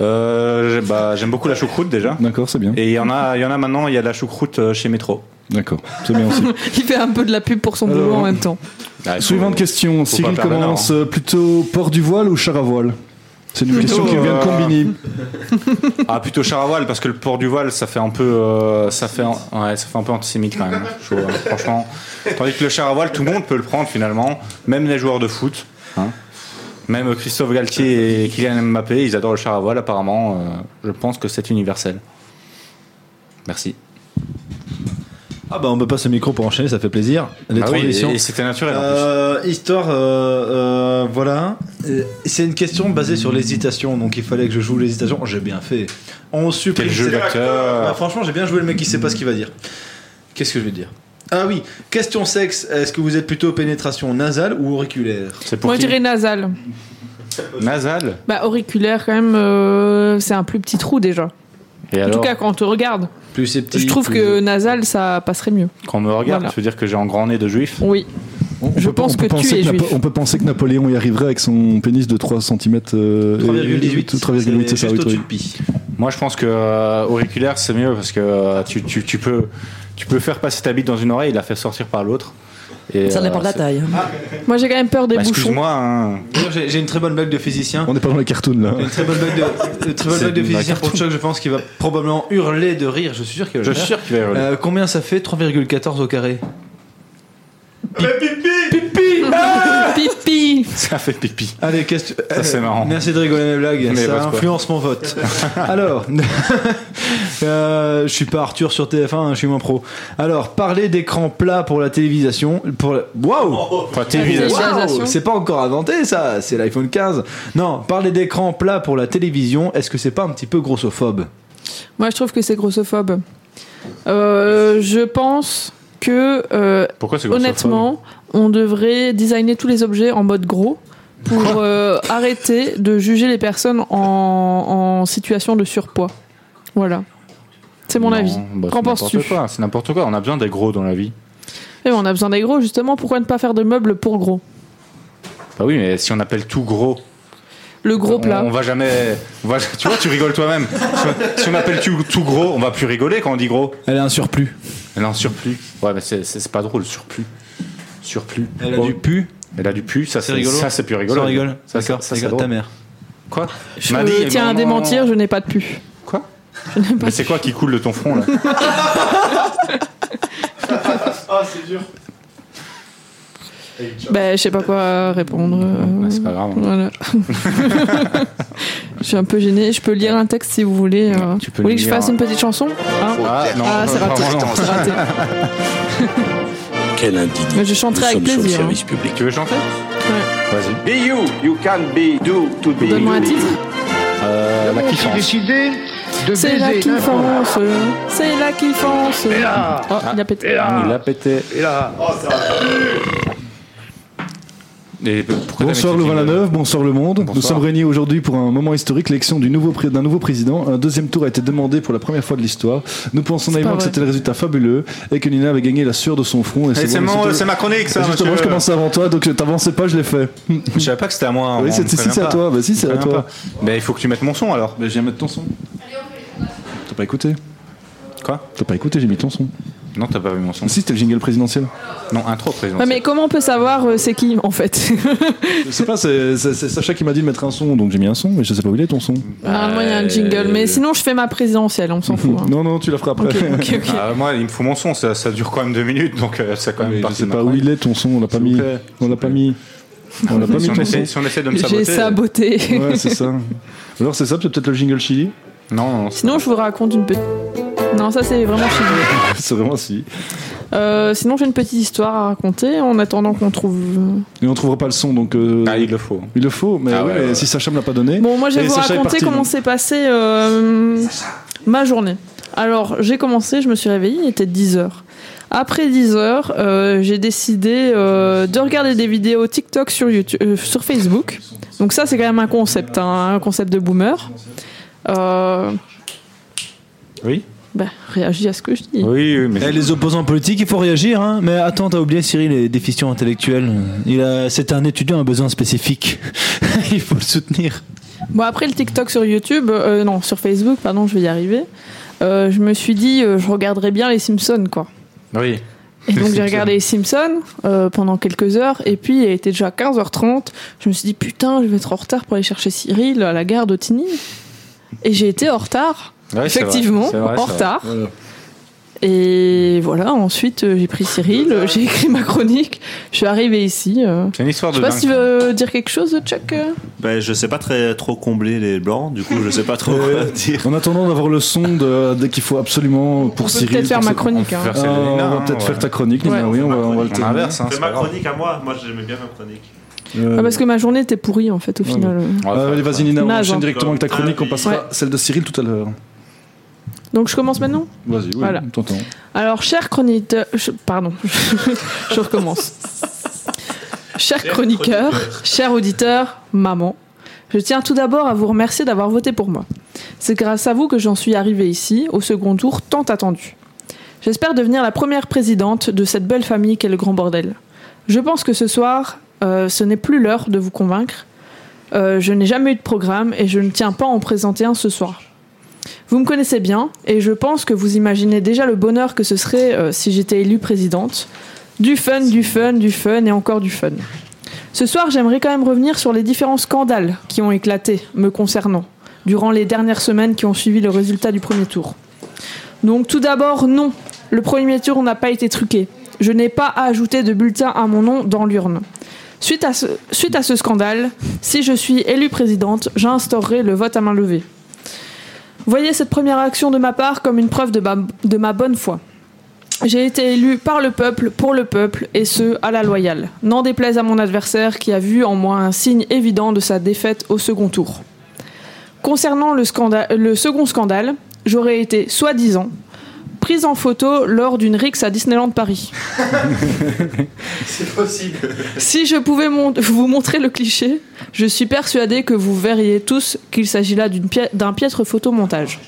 Euh, j'ai- bah, j'aime beaucoup la choucroute déjà.
D'accord, c'est bien.
Et il y en a, il y en a maintenant. Il y a de la choucroute euh, chez Métro.
D'accord, c'est bien
Il fait un peu de la pub pour son boulot en même temps.
Suivante question.
faut
Cyril
pas hein. perdre
commence
le
euh, plutôt port du voile ou char à voile C'est une question qui vient de combiner.
euh, Ah, plutôt char à voile parce que le port du voile, ça fait un peu, euh, ça fait, un- ouais, ça fait un peu antisémite quand même. je trouve, hein, franchement, tandis que le char à voile, tout le monde peut le prendre finalement, même les joueurs de foot, hein. même Christophe Galtier et Kylian Mbappé, ils adorent le char à voile. Apparemment, euh, je pense que c'est universel. Merci.
Ah bah on me passe le micro pour enchaîner, ça fait plaisir. Les
Ah oui,
transitions.
et- et c'était naturel, en
Euh, histoire, euh, euh, voilà. Euh, C'est une question basée sur l'hésitation, donc il fallait que je joue l'hésitation. J'ai bien fait. On supprime.
Quel jeu
C'est-
d'acteur.
Bah, Franchement, j'ai bien joué le mec qui sait pas ce qu'il va dire. Qu'est-ce que je vais dire Ah oui, question sexe. Est-ce que vous êtes plutôt pénétration nasale ou auriculaire
C'est
Moi, je dirais nasal.
nasal.
Bah, auriculaire, quand même, euh, c'est un plus petit trou déjà.
Et
en tout
alors,
cas, quand on te regarde.
plus
Je trouve que nasal, ça passerait mieux.
quand on me regarde,
Voilà.
tu veux dire que j'ai un grand nez de juif
Oui. je pense que tu es juif.
Napo- on peut penser que Napoléon y arriverait avec son pénis de euh, 3 cm.
3,18,
3,18, c'est
c'est
ça,
juste
oui,
au-dessus
oui.
de Moi, je pense que euh, auriculaire, c'est mieux parce que euh, tu, tu- tu peux, tu peux faire passer ta bite dans une oreille et la faire sortir par l'autre. Et,
Ça
euh,
dépend de la
c'est-
taille.
Moi, j'ai quand même peur des
Bah,
bouchons.
Excuse-moi. hein.
D'ailleurs, J'ai j'ai une très bonne blague de physicien.
On n'est pas dans les cartoons là.
Une très bonne blague de, une très bonne
C'est
blague de
une
physicien
blague
pour Chuck, je pense qu'il va probablement hurler de rire, je suis sûr qu'il va
Je
le
suis
faire.
sûr qu'il va hurler.
Euh, combien ça fait 3,14 au carré
Pipi Ah, Pipi
Ça fait pipi.
Allez, question.
Ça, c'est
euh,
marrant.
Merci de rigoler mes blagues,
Mais bah, vote
ça
quoi.
influence mon vote. Alors, euh, je suis pas Arthur sur TF1, hein, je suis moins pro. Alors, parler d'écran plat pour la télévision. Pour la... Waouh
Oh, Pour la télévision.
Waouh
Télévision.
C'est pas encore inventé ça, c'est l'iPhone 15. Non, parler d'écran plat pour la télévision, est-ce que c'est pas un petit peu grossophobe
Moi, je trouve que c'est grossophobe. Euh, je pense que, euh,
Pourquoi c'est grossophobe
honnêtement, on devrait designer tous les objets en mode gros pour euh, arrêter de juger les personnes en, en situation de surpoids. Voilà. C'est mon
Non,
avis.
bah, c'est
Qu'en
n'importe
penses-tu
quoi, C'est n'importe quoi. On a besoin des gros dans la vie.
Eh, On a besoin des gros, justement. Pourquoi ne pas faire de meubles pour gros
Bah oui, mais si on appelle tout gros.
Le gros
on-
plat.
On, va jamais. on va- tu vois, tu rigoles toi-même. si on appelle tout, tout gros, on va plus rigoler quand on dit gros.
Elle a un surplus.
Elle a un surplus. Ouais, mais c'est- c'est c'est pas drôle, surplus. Surplus.
Elle a
Oh.
du pu.
Elle a du pu, ça
C'est
c'est
rigolo.
Ça c'est plus rigolo.
Ça, on rigole.
Ça,
D'accord,
ça,
ta
drôle.
mère.
Quoi
Je Euh, tiens à démentir, je n'ai pas de pu.
Quoi
Je n'ai pas
Mais c'est quoi qui coule de ton front là
Ah, c'est dur.
Ben, je sais pas quoi répondre. euh,
Ben, c'est pas grave. hein.
voilà. je suis un peu gênée. Je peux lire un texte si vous voulez. euh.
tu peux
vous voulez que je
lire.
fasse une petite chanson Hein
Ah, non,
c'est raté.
vraiment non.
c'est raté.
Quelle indignité.
Mais je chanterai avec plaisir. hein.
Tu veux chanter Vas-y.
Be you, you can be, do, to be.
Donne-moi un titre.
Euh, la kiffance.
C'est la
baiser
kiffance. C'est la Ah, kiffance. Oh, il a pété.
Il a pété.
Et là.
Bonsoir le Neuve, bonsoir le monde. Nous sommes réunis aujourd'hui pour un moment historique, l'élection du nouveau pré- d'un nouveau président. Un deuxième tour a été demandé pour la première fois de l'histoire. Nous pensons
C'est
naïvement
pas
que
vrai.
c'était le résultat fabuleux et que Nina avait gagné la sueur de son front. Et
Eh,
bon,
c'est
le
mon-
résultat-
c'est ma chronique, ça,
Et Justement,
monsieur.
je commençais avant toi, donc t'avançais pas, je l'ai fait.
Je savais pas que c'était à moi.
Oui,
on
c'est-
me
si,
prévient
c'est à
pas.
toi. Bah, si,
On
c'est
me
à
prévient
toi.
pas.
Bah,
Mais il faut que tu mettes mon son alors.
Mais je viens mettre ton son. T'as pas écouté
Quoi
T'as pas écouté, j'ai mis ton son.
Non, t'as pas vu mon son.
Si, c'était le jingle présidentiel.
Non, intro
Ouais,
Ah.
présidentiel.
mais comment on peut savoir euh, c'est qui en fait
Je sais pas, c'est c'est- c'est Sacha qui m'a dit de mettre un son, donc j'ai mis un son, mais je sais pas où il est ton son.
Bah,
Euh,
Normalement, il y a un jingle,
euh,
mais sinon, je fais ma présidentielle, on s'en fout. hein.
Non, non, tu la feras après.
Ah, moi, il me faut mon son, ça, ça dure quand même deux minutes, donc euh, ça quand même
Je
partie
sais
de ma
pas où il est ton son, on l'a pas mis. On l'a pas mis. On l'a pas mis
Si on
ton
essaie-
son.
si on essaie de me J'ai saboter. saboté.
Ouais, c'est ça. Alors c'est ça, c'est peut-être le jingle chili
Non, non,
Sinon, je vous raconte une petite. Non, ça, c'est vraiment chiant.
c'est vraiment si.
Euh, sinon, j'ai une petite histoire à raconter en attendant qu'on trouve. euh,
Et on trouvera pas le son, donc. Ah, il le faut. Il le faut, mais,
Ah
ouais,
ouais,
mais
ouais.
si Sacha me l'a pas donné.
Bon, moi, je vais
Et
vous
Sacha est
raconter
parti,
comment
donc.
s'est passée euh, ma journée. Alors, j'ai commencé, je me suis réveillée, il était 10h. Après 10h, j'ai décidé euh, de regarder des vidéos TikTok sur, YouTube, euh, sur Facebook. Donc, ça, c'est quand même un concept, hein, un concept de boomer. Euh,
Oui
bah, réagis à ce que je dis.
Oui, mais.
Eh, les opposants politiques, il faut réagir. Hein. Mais attends, t'as oublié Cyril est déficient intellectuel. Il a, c'est un étudiant à un besoin spécifique. il faut le soutenir.
Bon, après le TikTok sur YouTube, euh, non, sur Facebook, pardon, je vais y arriver. Euh, je me suis dit, euh, je regarderais bien les Simpsons, quoi.
Oui.
Et donc j'ai regardé les Simpsons euh, pendant quelques heures, et puis il était déjà 15h30. Je me suis dit, putain, je vais être en retard pour aller chercher Cyril à la gare de Tigny. Et j'ai été en retard,
Ouais, c'est vrai,
effectivement,
c'est vrai,
en
c'est
retard.
vrai.
Et voilà, ensuite euh, j'ai pris Cyril, euh, j'ai écrit ma chronique, je suis arrivé ici. euh.
C'est une histoire
Je sais
de
pas si tu veux dire quelque chose, Chuck euh
Ben, je sais pas très trop combler les blancs, du coup, je sais pas trop quoi dire.
En attendant d'avoir le son de, de- qu'il faut absolument pour
peut
Cyril.
peut-être faire
pour
ma
ce-
chronique, hein.
Ah,
On peut faire celle de
on
Nina,
va
hein,
peut-être
ouais. hein,
faire ta chronique, Nina, oui, on va, on va le
C'est
terminer.
ma chronique à moi. Moi, j'aimais bien ma chronique.
Euh,
Ah, Parce que ma journée était pourrie en fait au final. euh.
Euh, allez, vas-y, Nina, on
Nage,
enchaîne
hein.
directement avec ta chronique, on passera
Ouais.
celle de Cyril tout à l'heure.
Donc je commence maintenant
Vas-y, oui,
Voilà.
t'entends.
Alors, cher chroniqueur, je- pardon, je recommence. Cher chroniqueur, cher auditeur, maman, je tiens tout d'abord à vous remercier d'avoir voté pour moi. C'est grâce à vous que j'en suis arrivée ici, au second tour tant attendu. J'espère devenir la première présidente de cette belle famille qu'est le grand bordel. Je pense que ce soir, euh, ce n'est plus l'heure de vous convaincre. Euh, je n'ai jamais eu de programme et je ne tiens pas à en présenter un ce soir. Vous me connaissez bien et je pense que vous imaginez déjà le bonheur que ce serait euh, si j'étais élue présidente. Du fun, du fun, du fun et encore du fun. Ce soir, j'aimerais quand même revenir sur les différents scandales qui ont éclaté me concernant durant les dernières semaines qui ont suivi le résultat du premier tour. Donc tout d'abord, non, le premier tour n'a pas été truqué. Je n'ai pas ajouté de bulletin à mon nom dans l'urne. Suite à, ce, suite à ce scandale, si je suis élue présidente, j'instaurerai le vote à main levée. Voyez cette première action de ma part comme une preuve de ma, de ma bonne foi. J'ai été élu par le peuple, pour le peuple, et ce, à la loyale. N'en déplaise à mon adversaire qui a vu en moi un signe évident de sa défaite au second tour. Concernant le, scanda- le second scandale, j'aurais été, soi-disant, prise en photo lors d'une rixe à Disneyland Paris.
C'est possible.
Si je pouvais mon- vous montrer le cliché, je suis persuadée que vous verriez tous qu'il s'agit là d'une pie- d'un piètre photomontage.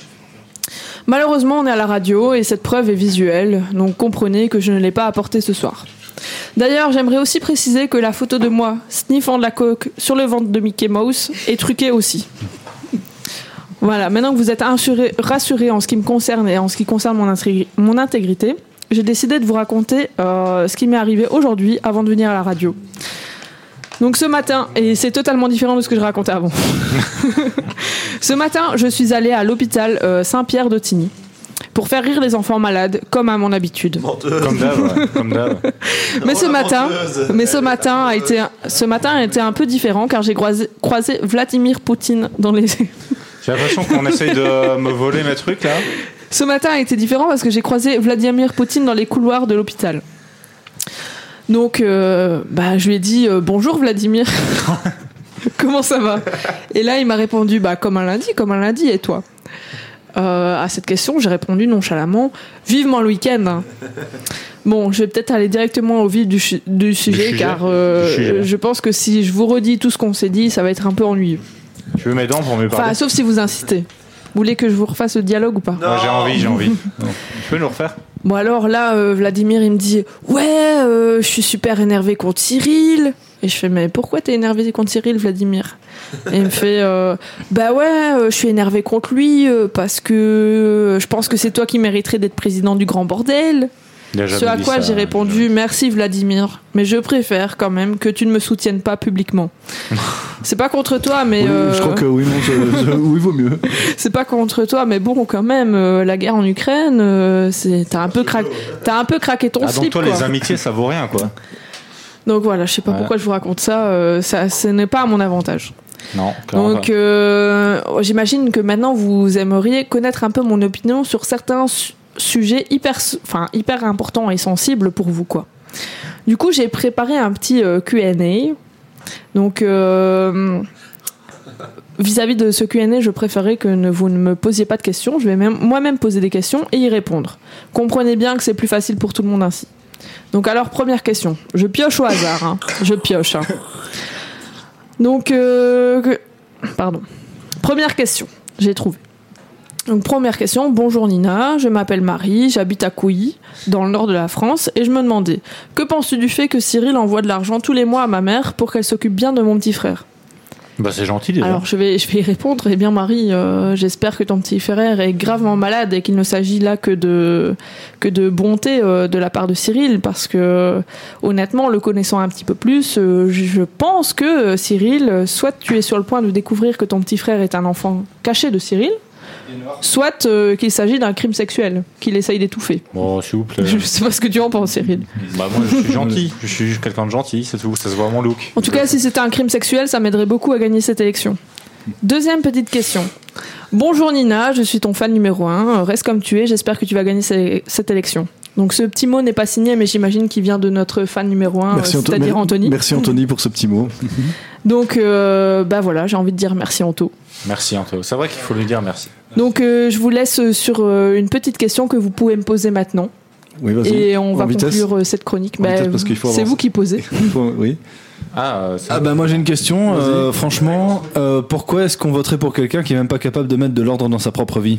Malheureusement, on est à la radio et cette preuve est visuelle, donc comprenez que je ne l'ai pas apportée ce soir. D'ailleurs, j'aimerais aussi préciser que la photo de moi, sniffant de la coke sur le ventre de Mickey Mouse, est truquée aussi. Voilà, maintenant que vous êtes assuré- rassurés en ce qui me concerne et en ce qui concerne mon, intégri- mon intégrité, j'ai décidé de vous raconter euh, ce qui m'est arrivé aujourd'hui avant de venir à la radio. Donc ce matin, et c'est totalement différent de ce que je racontais avant. ce matin, je suis allée à l'hôpital euh, Saint-Pierre de Tigny pour faire rire les enfants malades, comme à mon habitude.
Comme d'hab, ouais, comme d'hab.
Mais ce matin, mais ce matin a été, ce matin a été un peu différent car j'ai croisé, croisé Vladimir Poutine dans les.
J'ai l'impression qu'on essaye de me voler mes trucs là.
Ce matin a été différent parce que j'ai croisé Vladimir Poutine dans les couloirs de l'hôpital. Donc, euh, bah, je lui ai dit euh, bonjour Vladimir. Comment ça va Et là, il m'a répondu bah comme un lundi, comme un lundi. Et toi Euh, À cette question, j'ai répondu nonchalamment vivement le week-end. Bon, je vais peut-être aller directement au vif du, chu- du sujet,
sujet.
car euh,
Du sujet.
je pense que si je vous redis tout ce qu'on s'est dit, ça va être un peu ennuyeux.
Tu veux mes dents pour me parler
Enfin, sauf si vous insistez. Vous voulez que je vous refasse le dialogue ou pas
Moi, J'ai envie, j'ai envie. Tu peux nous refaire
Bon alors là, euh, Vladimir, il me dit ouais, euh, je suis super énervé contre Cyril. Et je fais mais pourquoi t'es énervé contre Cyril, Vladimir Et il me fait euh, bah ouais, euh, je suis énervé contre lui euh, parce que euh, je pense que c'est toi qui mériterais d'être président du grand bordel.
Il a jamais
Ce à
dit
quoi
ça,
j'ai
hein.
répondu merci Vladimir, mais je préfère quand même que tu ne me soutiennes pas publiquement. c'est pas contre toi, mais
Oui,
euh,
Je crois que oui, non, je- je- oui, vaut mieux.
c'est pas contre toi, mais bon, quand même, euh, la guerre en Ukraine, euh, c'est t'as un peu craqué, t'as un peu craqué ton
Ah, donc
slip.
toi,
quoi.
les amitiés, ça vaut rien, quoi.
Donc voilà, je sais pas
Ouais.
pourquoi je vous raconte ça. euh, ça, ce n'est pas à mon avantage.
Non, clairement
Donc
pas.
euh, j'imagine que maintenant vous aimeriez connaître un peu mon opinion sur certains su- sujets hyper, s- enfin hyper importants et sensibles pour vous, quoi. Du coup, j'ai préparé un petit euh, Q&A. Donc euh, Vis-à-vis de ce Q&A, je préférais que ne- vous ne me posiez pas de questions. Je vais même, moi-même poser des questions et y répondre. Comprenez bien que c'est plus facile pour tout le monde ainsi. Donc alors, première question. Je pioche au hasard. hein. Je pioche. hein. Donc, euh, que- pardon. Première question. J'ai trouvé. Donc, première question. Bonjour Nina, je m'appelle Marie, j'habite à Couilly, dans le nord de la France, et je me demandais, que penses-tu du fait que Cyril envoie de l'argent tous les mois à ma mère pour qu'elle s'occupe bien de mon petit frère
Bah, c'est gentil déjà.
alors je vais, je vais y répondre. Eh bien Marie, euh, j'espère que ton petit Ferrer est gravement malade et qu'il ne s'agit là que de, que de bonté euh, de la part de Cyril parce que honnêtement, le connaissant un petit peu plus, euh, je- je pense que euh, Cyril, euh, soit tu es sur le point de découvrir que ton petit frère est un enfant caché de Cyril, soit euh, qu'il s'agit d'un crime sexuel qu'il essaye d'étouffer.
Bon, s'il vous plaît.
Je sais pas ce que tu en penses Cyril.
Bah, moi, je suis gentil. Je suis juste quelqu'un de gentil, c'est tout. Ça se voit à mon look.
En tout cas, si c'était un crime sexuel, ça m'aiderait beaucoup à gagner cette élection. Deuxième petite question. Bonjour Nina, je suis ton fan numéro 1. Reste comme tu es, j'espère que tu vas gagner ce- cette élection. Donc ce petit mot n'est pas signé, mais j'imagine qu'il vient de notre fan numéro 1,
Merci, Anto-
c'est-à-dire
mer-
Anthony.
Merci Anthony pour ce petit mot.
Donc euh, bah voilà, j'ai envie de dire merci Anto.
Merci, Anto. C'est vrai qu'il faut lui dire merci.
Donc euh, je vous laisse sur euh, une petite question que vous pouvez me poser maintenant.
Oui, vas-y.
Et on
En
va
vitesse.
conclure euh, cette chronique.
En
Bah,
vitesse, parce qu'il faut
c'est
avancer.
vous qui posez.
oui.
Ah,
bah moi j'ai une question. euh, franchement, euh, pourquoi est-ce qu'on voterait pour quelqu'un qui est même pas capable de mettre de l'ordre dans sa propre vie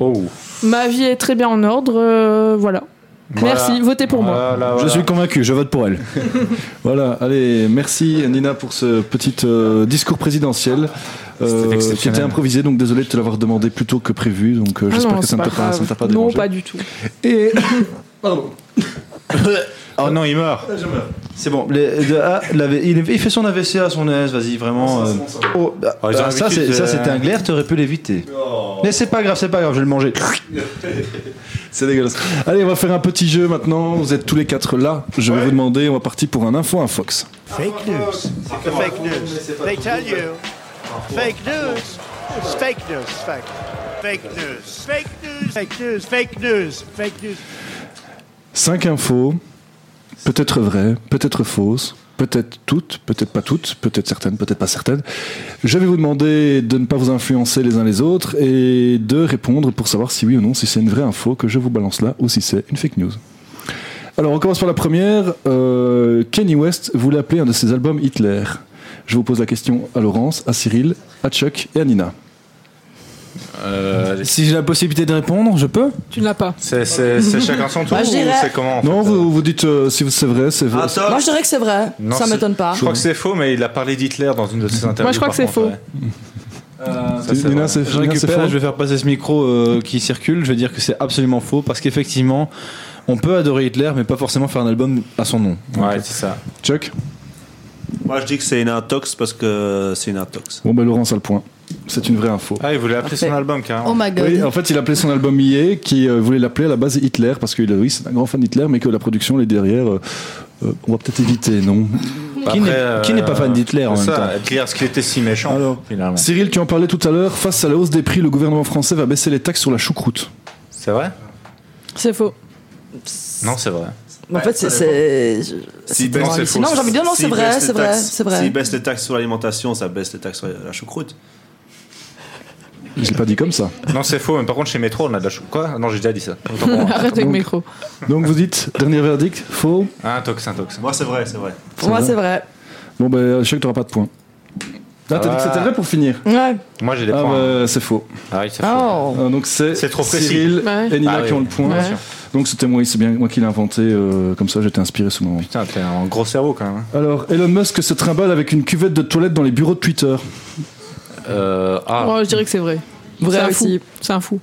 Oh.
Ma vie est très bien en ordre, euh, voilà.
Voilà.
Merci, votez pour moi.
Je suis convaincu, je vote pour elle. voilà, allez, merci Nina pour ce petit euh, discours présidentiel euh, qui
exceptionnel.
était improvisé, donc désolé de te l'avoir demandé plus tôt que prévu, donc euh,
Ah
j'espère
non,
que
c'est
ça ne
pas
t'a pas,
grave.
ça ne t'a pas
Non,
dérangé.
pas du tout.
Et
Oh non, il meurt.
C'est bon. les- de- ah, l'AV il, il fait son AVC à son aise, vas-y, vraiment. euh. Oh, bah,
Oh, ils ont
bah, ça,
l'habitude,
c'est- ça,
euh,
c'était un glaire, t'aurais pu l'éviter. Mais c'est pas grave, c'est pas grave, je vais le manger.
C'est dégueulasse. Allez, on va faire un petit jeu maintenant. Vous êtes tous les quatre là. Je vais vous demander, on va partir pour un info infox.
Fake news. Fake news. They tell you. Fake news. It's fake news. Fake. Fake news. Fake news. Fake news. Fake news. Fake news.
Cinq infos, peut-être vraies, peut-être fausses, peut-être toutes, peut-être pas toutes, peut-être certaines, peut-être pas certaines. Je vais vous demander de ne pas vous influencer les uns les autres et de répondre pour savoir si oui ou non, si c'est une vraie info que je vous balance là ou si c'est une fake news. Alors on commence par la première. Euh, Kenny West voulait appeler un de ses albums Hitler. Je vous pose la question à Laurence, à Cyril, à Chuck et à Nina.
Euh,
si j'ai la possibilité de répondre, je peux
Tu ne l'as pas.
C'est c'est chacun son tour
Bah, je
ou
dirais-
c'est comment en fait
Non, vous, vous dites euh, si c'est vrai, c'est
Ah,
vrai.
Moi, je dirais que c'est vrai.
Non,
ça
c'est-
m'étonne pas.
Je crois que c'est faux, mais il a parlé d'Hitler dans une de ses interviews.
Moi, je crois que
par
c'est faux.
contre, ouais.
Ça, c'est vrai.
Euh,
je
Nina, c'est
récupère,
faux
je vais faire passer ce micro euh, qui circule, je vais dire que c'est absolument faux, parce qu'effectivement, on peut adorer Hitler, mais pas forcément faire un album à son nom.
Ouais, c'est ça.
Chuck
Moi, je dis que c'est une intox parce que c'est une intox.
Bon, ben Laurence a le point. C'est une vraie info.
Ah, il voulait appeler son album carrément.
Oh my God. Oui, en fait, il appelait son album IE, qui euh, voulait l'appeler à la base Hitler, parce qu'il a oui, c'est un grand fan d'Hitler, mais que la production, les derrière, euh, euh, on va peut-être éviter, non
Après, euh, c'est ça, Hitler, est-ce qu'il était si méchant finalement
Cyril, tu en parlais tout à l'heure, face à la hausse des prix, le gouvernement français va baisser les taxes sur la choucroute.
C'est vrai
C'est faux.
Non, c'est vrai.
En fait, c'est- c'est. je- c'est
baisse-
vraiment hallucinant. Non, j'ai envie de dire non,
S'il
c'est vrai,
baisse les
c'est vrai,
taxes-
c'est vrai.
S'il baisse les taxes sur l'alimentation, ça baisse les taxes sur la choucroute.
Je l'ai pas dit comme ça.
Non, c'est faux, mais par contre, chez Métro, on a de la chou- Quoi Non, j'ai déjà dit ça. Autant pour moi.
Arrête avec
Donc,
le micro.
Donc vous dites, dernier verdict, faux
Un tox, un tox.
Moi, c'est vrai, c'est vrai.
Pour moi, c'est vrai.
Bon, ben, je sais que t'auras pas de points. Ah, t'as dit que c'était vrai pour finir
Ouais.
Moi, j'ai des
Ah,
points.
bah, c'est faux.
Ah oui, c'est
Oh.
Ah, donc c'est
C'est trop précis.
Cyril
Ouais.
et Nina
Ah oui,
qui ont le point.
bien sûr.
Donc c'était moi, c'est bien moi qui l'ai inventé. euh, comme ça, j'étais inspiré sous le moment.
Putain, t'es un gros cerveau quand même. hein.
Alors, Elon Musk se trimballe avec une cuvette de toilette dans les bureaux de Twitter.
Euh, ah.
Moi, Oh, je dirais que c'est vrai.
C'est
Vrai
un
aussi. C'est un fou.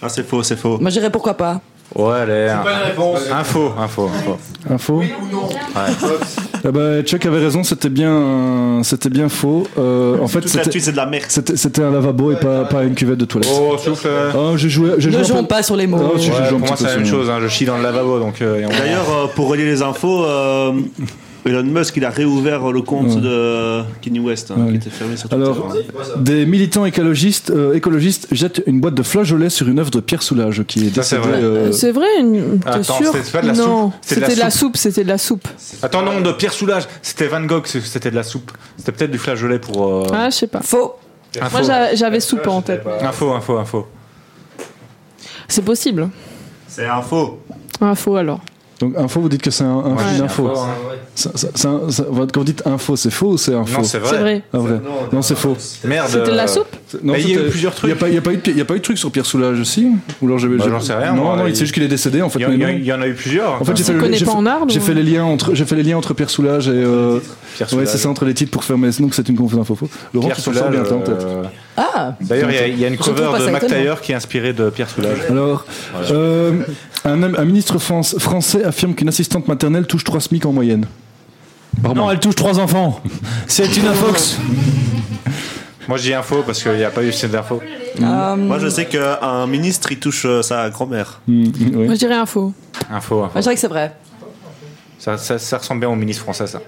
Ah, c'est faux, c'est faux.
Moi, je dirais pourquoi pas.
Ouais, allez. un-
pas une réponse.
Info, info, info.
Info
Ouais.
Eh ben, Chuck avait raison, c'était bien, c'était bien faux. Euh, en fait,
Toute l'astuce, c'est de la merde.
C'était, c'était un lavabo et pas, pas une cuvette de toilette.
Oh, souffle.
Oh, j'ai joué, j'ai joué un peu- Oh, j'ai
Ouais, pour
joué un petit
moi,
peu
c'est la
sur
même
le-
chose. hein, Je chie dans le lavabo. donc. euh, et on-
D'ailleurs, euh, pour relier les infos, euh, Elon Musk, il a réouvert le compte de Kanye West, hein, qui était fermé sur Twitter.
Alors, des militants écologistes, euh, écologistes jettent une boîte de flageolets sur une œuvre de Pierre Soulages qui est
Ça, c'est
décédée.
vrai.
euh,
C'est vrai une... t'es
Attends,
sûr
c'était pas de la
Non,
soupe, c'était de
c'était
la
de la
soupe.
soupe, c'était de la soupe.
Attends, non, de Pierre Soulage. C'était Van Gogh, c'était de la soupe. C'était peut-être du flageolet pour. euh,
Ah, je sais pas. Faux.
Info.
Moi, j'a- j'avais soupe en tête.
Info, info, info.
C'est possible.
C'est info.
Un faux alors.
Donc info, vous dites que c'est un, un-
Ouais.
une
C'est
info.
info, hein.
Ça- ça- ça- ça- votre- quand vous dites info, c'est faux ou c'est info
Non, c'est vrai. C'est vrai.
Ah, vrai. Non, c'est faux.
Merde, C'était de la euh, soupe
C'est- non,
Mais il y a eu
c'était-
plusieurs trucs.
Il n'y a, pas eu de- il y a pas eu de truc sur Pierre Soulages aussi Ou alors j'avais.
Bah,
j'avais-
j'en sais rien,
Non,
moi,
non,
il-
c'est juste qu'il est décédé en fait.
Il y en-
mais
il y en-
non.
il y en a eu plusieurs.
En fait, j'ai fait,
On
le-
connaît
j'ai
pas
fait-
en arbre,
j'ai
ou-
fait les liens entre, j'ai fait les liens entre Pierre Soulages et. euh, ouais,
Soulages.
c'est ça entre les titres pour faire. Mais donc c'est une conférence info. faux. Laurent,
Pierre
tu te sens
Soulages.
bien t'es en tête.
euh,
Ah
D'ailleurs, il y a- il y, a une
Je trouve
cover
pas
de
ça
Mac
étonnant.
Taylor qui est inspirée de Pierre Soulages.
Alors,
Voilà.
euh, un, homme- un ministre France- français affirme qu'une assistante maternelle touche 3 SMIC en moyenne.
Non, elle touche trois enfants. C'est une infox.
Moi, je dis info parce qu'il n'y a pas eu cette info.
Moi, je sais qu'un ministre, il touche euh, sa grand-mère.
Mm,
Moi, je dirais un faux.
Info, info.
Moi, je dirais que c'est vrai.
Ça, ça- ça ressemble bien au ministre français, ça.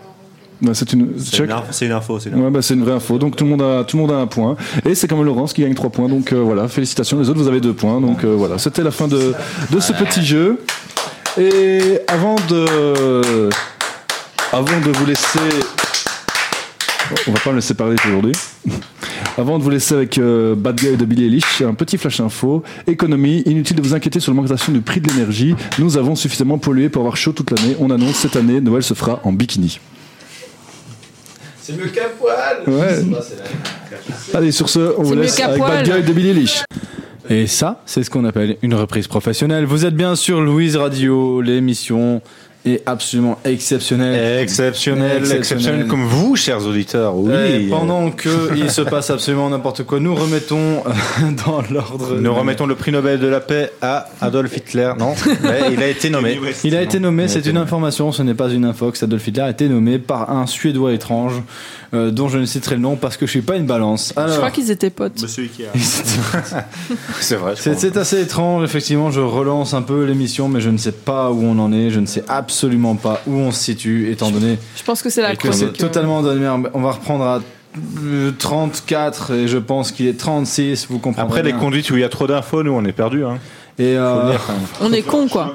Bah, c'est une.
C'est
Chuck
une info, c'est une info. c'est une info.
Ouais, bah, c'est une vraie info. Donc tout le monde a tout le monde a un point et c'est quand même Laurence qui gagne 3 points. Donc euh, voilà, félicitations les autres, vous avez 2 points. Donc euh, voilà, c'était la fin de de ce petit jeu. Et avant de avant de vous laisser Oh, on va pas me laisser parler aujourd'hui. Avant de vous laisser avec euh, Bad Guy de Billy Eilish, un petit flash info. Économie, inutile de vous inquiéter sur l'augmentation du prix de l'énergie. Nous avons suffisamment pollué pour avoir chaud toute l'année. On annonce cette année, Noël se fera en bikini.
C'est mieux qu'à poil
Ouais. Allez, sur ce, on vous
mieux
laisse
qu'à
avec
poil.
Bad Guy de Billy Eilish.
Et ça, c'est ce qu'on appelle une reprise professionnelle. Vous êtes bien sur Louise Radio, l'émission est absolument exceptionnelle.
Exceptionnel, exceptionnel, comme vous, Euh, chers auditeurs. Oui.
Et Eh, pendant que il se passe absolument n'importe quoi, nous remettons euh, dans l'ordre.
Nous remettons le prix Nobel de la paix à Adolf Hitler. Non, mais il a été nommé.
Il a été nommé,
Il a
c'est
été
une information, ce n'est pas une infox. Adolf Hitler a été nommé par un Suédois étrange euh, dont je ne citerai le nom parce que je suis pas une balance.
Je
Alors,
crois qu'ils étaient potes.
Monsieur Ikea.
C'est vrai. je
c'est
crois.
c'est assez étrange, effectivement. Je relance un peu l'émission, mais je ne sais pas où on en est. Je ne sais absolument pas où on se situe, étant donné
Je pense que c'est la
et que c'est
chronique. euh,
totalement donné. On va reprendre à euh, 34 et je pense qu'il est 36. Vous comprenez.
Après les
bien.
conduites où il y a trop d'infos, nous on est perdus. Hein.
Et
Faut le
euh,
dire, quand même.
On est con quoi.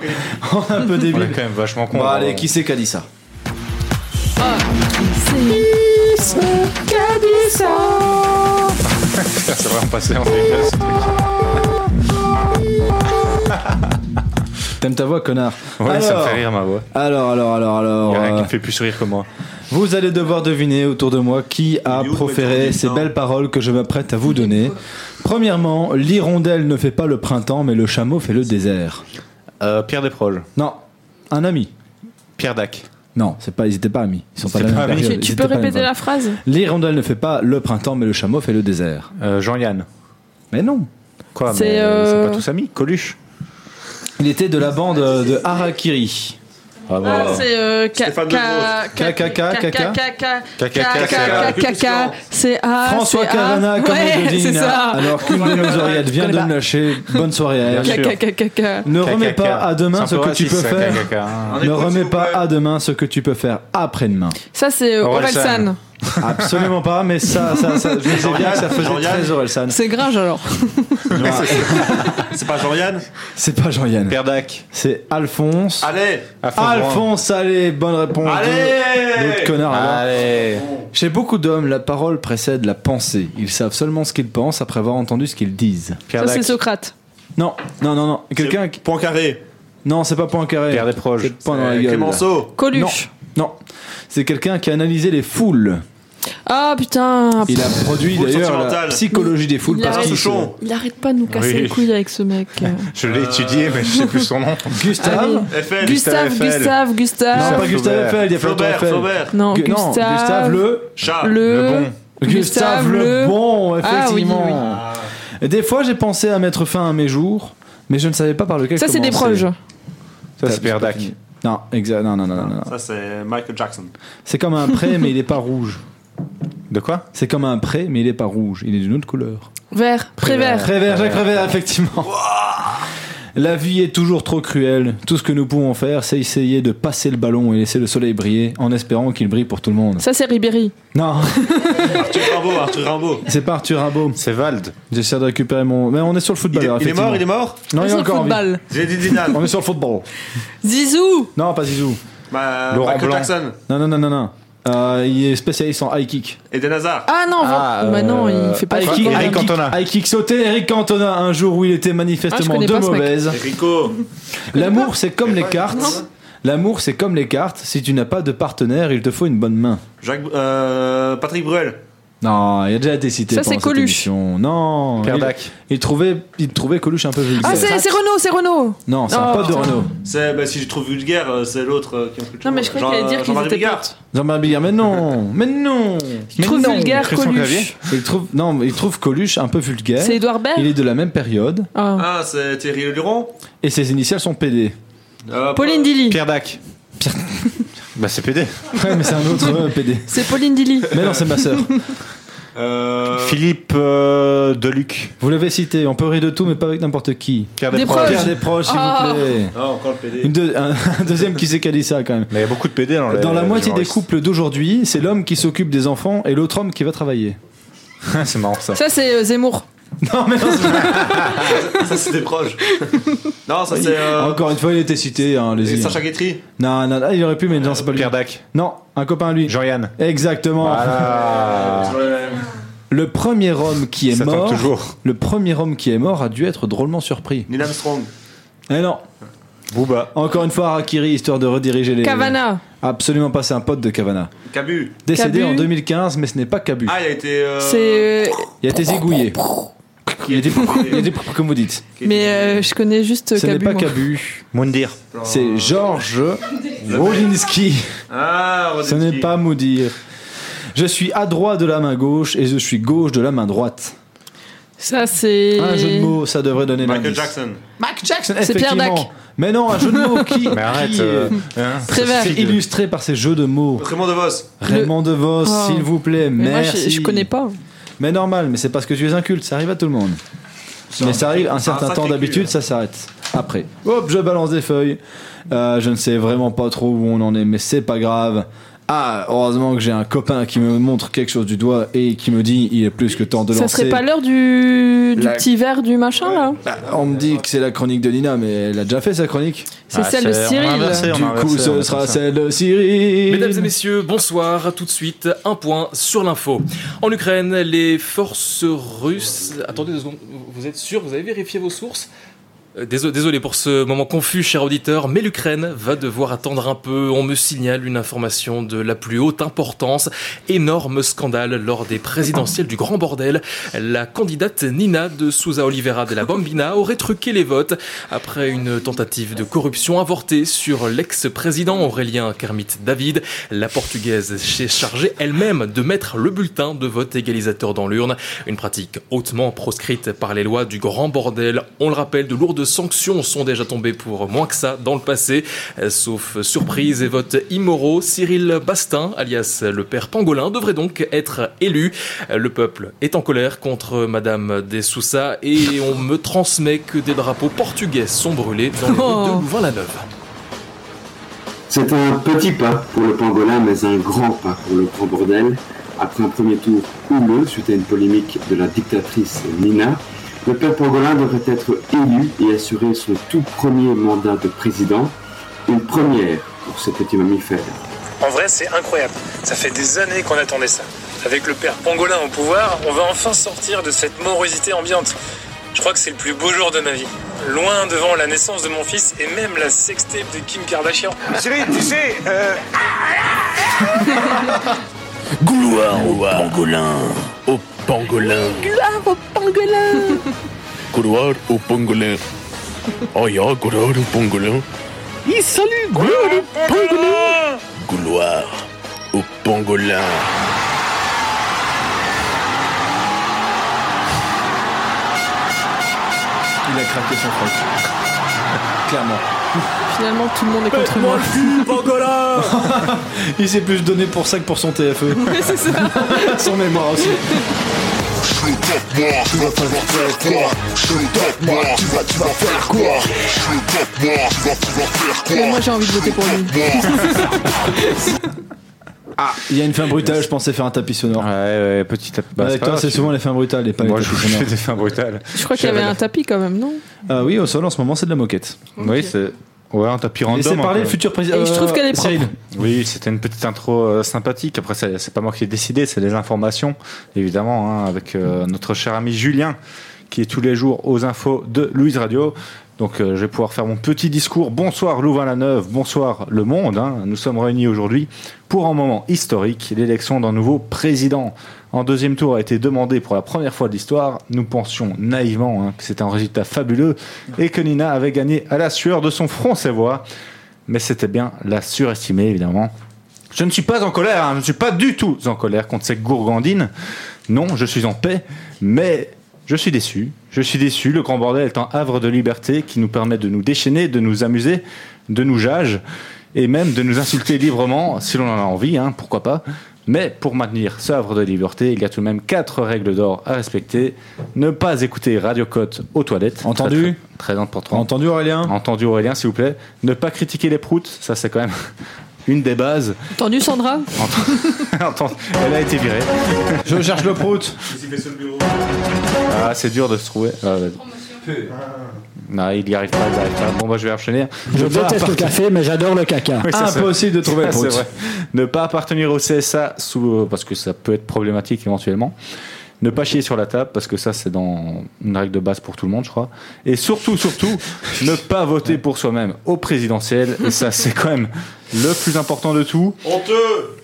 un
On
peu
est
débile.
quand même vachement con.
Bon, allez, qui c'est qui a dit ça
Ah.
C'est vraiment passé en dégueulasse.
T'aimes ta voix, connard
Ouais, ça me fait rire ma voix.
Alors, alors, alors, alors.
Il y a rien qui
euh,
me fait plus sourire que moi.
Vous allez devoir deviner autour de moi qui a proféré ces belles paroles que je m'apprête à vous donner. Premièrement, l'hirondelle ne fait pas le printemps, mais le chameau fait le désert.
Euh,
Pierre Desproges.
Non, un ami.
Pierre Dac.
Non, c'est pas, ils étaient pas amis. Ils sont pas de
C'était
la même
pas amis.
période,
Tu- tu
ils
Tu
étaient
peux
pas la même
répéter
période.
la phrase
L'hirondelle ne fait pas le printemps, mais le chameau fait le désert.
Euh, Jean-Yann.
Mais non.
Quoi
C'est, mais ils sont euh, pas tous
amis. Coluche.
Il était de la bande euh, de Harakiri. Bravo.
Ah, c'est euh, ca-
Stéphane
ca-
Delbrosse.
ca-
Ca- ca-
ca- ca- ca-
ca- ca- ca-
ca-
ca-
ca-
ca-
ca- ca- c'est A,
François
c'est A.
Cavana, Ah, comme
Ouais,
on le
c'est
dit,
ça.
alors qu'une de nos oreillettes vient de me lâcher. Bonne soirée à elle.
Ca- ca- ca- ca- ca.
Ne
Caca,
remets pas
caca.
à demain ce
C'est un peu
que tu peux
raciste, ça,
faire.
caca, caca, hein. On
Ne
écoute,
remets pas à demain ce que tu peux faire après-demain.
Ça c'est euh,
Orelsan.
Orelsan.
Absolument pas, mais ça, ça, ça je disais bien que ça faisait
Jean-Yann
très Orelsan.
C'est Gringe alors.
C'est pas Jean-Yann
C'est pas Jean-Yann. Perdac. C'est Alphonse.
Allez
Alphonse, allez, bonne réponse.
Allez
L'autre connard là-bas. Chez beaucoup d'hommes, la parole précède la pensée. Ils savent seulement ce qu'ils pensent après avoir entendu ce qu'ils disent.
Ça, c'est Socrate.
Non, non, non, non. Quelqu'un qui.
Poincaré.
Non, c'est pas Poincaré. Pierre Desproges. C'est pas dans la
Euh,
gueule, là.
Clémenceau.
Coluche.
Non. non. C'est quelqu'un qui a analysé les foules.
Ah putain.
Il a produit
Foule
d'ailleurs la
sentimentale.
psychologie des foules
Il
parce
arrête-
qu'il
Il arrête pas de nous casser
Oui.
les couilles avec ce mec.
Je l'ai étudié, mais je sais plus son nom. Gustave
Allez. Gustave, Gustave, Gustave.
Non, pas Gustave Eiffel, il y a pas
Flaubert,
Eiffel.
Flaubert.
Non,
Gu-
Gustave.
Gustave le.
Chat.
Le bon.
Gustave le bon,
Ah oui,
effectivement.
oui.
Des fois, j'ai pensé à mettre fin à mes jours, mais je ne savais pas par lequel
Ça, c'est des
commencer.
proches.
Ça, c'est Perdac. Ah. Non, exact. Non, non, non, non, non.
Ça, c'est Michael Jackson.
C'est comme un pré, mais il n'est pas rouge.
De quoi
C'est comme un pré, mais il n'est pas rouge. Il est d'une autre couleur.
Vert, Prévert.
Prévert, Jacques Prévert, effectivement. La vie est toujours trop cruelle. Tout ce que nous pouvons faire, c'est essayer de passer le ballon et laisser le soleil briller en espérant qu'il brille pour tout le monde.
Ça, c'est Ribéry.
Non.
Arthur Rimbaud, Arthur Rimbaud.
C'est pas Arthur Rimbaud. C'est Vald. J'essaie de récupérer mon. Mais on est sur le football.
Il est-
alors,
il est mort,
effectivement.
il est mort
Non,
On
il
est
est
sur le
encore en vie.
football.
On est sur le football.
Zizou
Non, pas Zizou.
Bah,
Laurent
Michael
Blanc.
Jackson.
Non, non, non, non, non. Euh, il est spécialiste en high kick.
Eden Hazard.
Ah non, Van- bah non, il fait pas de
euh, high kick,
football. hein.
high kick- High kick sauté, Eric Cantona, un jour où il était
Ah, je
manifestement
connais
de
pas ce mec.
mauvaise.
Rico.
L'amour, c'est comme les cartes.
Non.
L'amour, c'est comme les cartes. Si tu n'as pas de partenaire, il te faut une bonne main.
Jacques, euh, Patrick Bruel.
Non, il a déjà été cité.
Ça,
pendant
c'est
cette
Coluche.
émission. Non.
Perdac.
Il, il trouvait, il trouvait Coluche un peu vulgaire.
Ah, c'est c'est Renault, c'est Renault.
Non, c'est un
Oh,
pote de
putain.
Renault.
C'est, bah, si je trouve vulgaire, euh, c'est l'autre euh, qui insulte.
Non, mais je croyais
Jean-
qu'il allait dire qu'ils
Jean-Marie
étaient
Bigard.
Jean-Marc Bigard, mais non, mais non. mais
trouve
non.
vulgaire Christian Coluche. Clavier
Il trouve, non, mais il trouve Coluche un peu vulgaire.
C'est Édouard Baird
Il est de la même période
Ah, c'est Thierry Le Luron.
et ses initiales sont PD.
Euh,
Pauline Dilly.
Pierre Dac. bah c'est PD. Ouais, mais c'est un autre euh, PD.
C'est Pauline Dilly.
Mais non, c'est ma sœur. Euh, Philippe euh, Deluc. Vous l'avez cité, on peut rire de tout, mais pas avec n'importe qui. Pierre
Desproges. Desproges.
Pierre Desproges, s'il
Ah.
vous plaît.
Ah, encore le PD.
Une deux- un, un deuxième qui s'est calé ça quand même.
Mais il y a beaucoup de PD dans
Dans la moitié des couples d'aujourd'hui, c'est l'homme qui s'occupe des enfants et l'autre homme qui va travailler. c'est marrant
Ça, c'est euh, Zemmour.
Ah, ça, c'était proche. non, ça, c'est. euh,
Encore une fois, il était cité. Hein, les
et Sacha Guitry.
Non, non, non, il aurait pu, mais non, c'est pas lui. Pierre Dac. Non, un copain à lui. Jean-Yann. Exactement. Le premier homme qui est
Ça tombe
mort.
toujours.
Le premier homme qui est mort a dû être drôlement surpris.
Neil Armstrong.
Eh non. Booba. Encore une fois, Harakiri, histoire de rediriger les.
Cavana.
Absolument pas, c'est un pote de Cavana.
Cabu.
Décédé
Cabu.
en 2015, mais ce n'est pas Cabu.
Ah, il a été. euh,
C'est. euh,
Il a été zigouillé. Il a été, il a été- comme vous dites.
Mais euh, je connais juste
Ce n'est
Cabu,
pas
moi.
Cabu. Moundir. C'est Georges Wolinski.
Ah,
Ce n'est pas Moudir. Je suis à droite de la main gauche et je suis gauche de la main droite.
Ça, c'est.
Un jeu de mots, ça devrait donner
Michael
l'indice.
Jackson.
Mac Jackson, c'est Pierre Dac.
effectivement. Mais non, un jeu de mots qui,
Mais arrête,
qui est-
euh, hein,
c'est
Prévert.
illustré par ces jeux de mots.
Raymond DeVos.
Raymond DeVos,
Oh.
s'il vous plaît,
Mais moi, je-
merci.
je connais pas.
Mais normal, mais c'est parce que tu es inculte, ça arrive à tout le monde. Mais ça arrive un
c'est un
certain
sacré
temps
cul,
d'habitude, ça s'arrête. Après, hop, je balance des feuilles. Euh, je ne sais vraiment pas trop où on en est, mais c'est pas grave. Ah, heureusement que j'ai un copain qui me montre quelque chose du doigt et qui me dit il est plus que temps de
Ça
lancer.
serait pas l'heure du, du
La-
petit verre du machin là
Bah, on me dit que c'est la chronique de Nina, mais elle a déjà fait sa chronique.
C'est Ah, celle de c'est- on a Cyril. inversé, on a
du
inversé,
coup,
on a
ce
fait
sera
ça.
celle de Cyril.
Mesdames et messieurs, bonsoir. Tout de suite, un point sur l'info. En Ukraine, les forces russes. Attendez deux secondes, vous êtes sûr Vous avez vérifié vos sources Euh, Désolé, désolé pour ce moment confus, cher auditeur, mais l'Ukraine va devoir attendre un peu. On me signale une information de la plus haute importance. Énorme scandale lors des présidentielles du grand bordel. La candidate Nina de Souza Oliveira de la Bombina aurait truqué les votes après une tentative de corruption avortée sur l'ex-président Aurélien Kermit David. La portugaise s'est chargée elle-même de mettre le bulletin de vote égalisateur dans l'urne. Une pratique hautement proscrite par les lois du grand bordel. On le rappelle, de lourdes sanctions sont déjà tombées pour moins que ça dans le passé. Euh, Sauf surprise et vote immoraux, Cyril Bastin, alias le père Pangolin, devrait donc être élu. Euh, Le peuple est en colère contre Madame des Sousa et on me transmet que des drapeaux portugais sont brûlés dans le de Louvain-la-Neuve.
C'est un petit pas pour le pangolin, mais un grand pas pour le grand bordel.
après un premier tour houleux suite à une polémique de la dictatrice Nina, le père Pangolin devrait être élu et assurer son tout premier mandat de président, une première pour ce petit mammifère.
En vrai, c'est incroyable. Ça fait des années qu'on attendait ça. Avec le père Pangolin au pouvoir, on va enfin sortir de cette morosité ambiante. Je crois que c'est le plus beau jour de ma vie. Loin devant la naissance de mon fils et même la sextape de Kim Kardashian.
Chérie, tu sais, euh,
Gloire au pangolin, au pangolin,
gloire au pangolin.
gloire au pangolin. Oh ya, gloire au pangolin,
Il salue, gloire au pangolin.
gloire au pangolin.
Il a craqué son froc. Clairement.
Finalement, tout le monde est contre moi.
Il s'est plus donné pour ça que pour son E. TFE.
Ouais, c'est ça.
son mémoire aussi.
Shoot up, moi, tu vas falloir faire quoi Shoot up, moi, tu vas, tu vas faire quoi Shoot up, moi, tu vas pouvoir faire quoi
Mais moi, j'ai envie de voter pour lui.
Ah, il y a une fin brutale, je pensais faire un tapis sonore. Ouais, ouais, petit tapis.
bah, c'est
Avec
pas
toi,
grave,
c'est
tu-
souvent les fins brutales et pas
Moi,
les
je
tapis
fais
sonores.
des fins brutales.
Je crois qu'il y avait un tapis quand même, non
Ah oui, au sol en ce moment, c'est de la moquette.
Oui, c'est. Ouais, un tapis random.
Laissez parler
encore.
le futur euh, président. Et je trouve qu'elle est propre.
Cyril. Oui, c'était une petite intro euh, sympathique. Après, c'est c'est pas moi qui ai décidé, c'est les informations, évidemment, hein, avec euh, notre cher ami Julien, qui est tous les jours aux infos de Louise Radio. Donc, euh, je vais pouvoir faire mon petit discours. Bonsoir Louvain-la-Neuve, bonsoir le monde. hein. Nous sommes réunis aujourd'hui pour un moment historique, l'élection d'un nouveau président. En deuxième tour a été demandé pour la première fois de l'histoire. Nous pensions naïvement hein, que c'était un résultat fabuleux et que Nina avait gagné à la sueur de son front, ses voix mais c'était bien la surestimée, évidemment. Je ne suis pas en colère, hein, je ne suis pas du tout en colère contre ces gourgandines. Non, je suis en paix, mais je suis déçu. Je suis déçu, le grand bordel est un havre de liberté qui nous permet de nous déchaîner, de nous amuser, de nous jage, et même de nous insulter librement, si l'on en a envie, hein, pourquoi pas. Mais pour maintenir ce havre de liberté, il y a tout de même quatre règles d'or à respecter. Ne pas écouter Radio Côte aux toilettes. Entendu Très, très, très important.
Entendu Aurélien
Entendu Aurélien, s'il vous plaît. Ne pas critiquer les proutes, ça c'est quand même une des bases.
Entendu, Sandra
Entend- Elle a été virée.
Je cherche le prout.
Ah, c'est dur de se trouver. Ah, vas-y. non, il y arrive pas, il y arrive pas. Bon, bah, je vais enchaîner.
Je
pars
déteste
par-
le café, mais j'adore le caca.
Oui, c'est ça. Ah,
le
C'est vrai. Ne pas appartenir au CSA sous, parce que ça peut être problématique éventuellement. Ne pas chier sur la table parce que ça c'est dans une règle de base pour tout le monde je crois. Et surtout surtout ne pas voter pour soi-même au présidentiel. Et ça c'est quand même le plus important de tout.
Honteux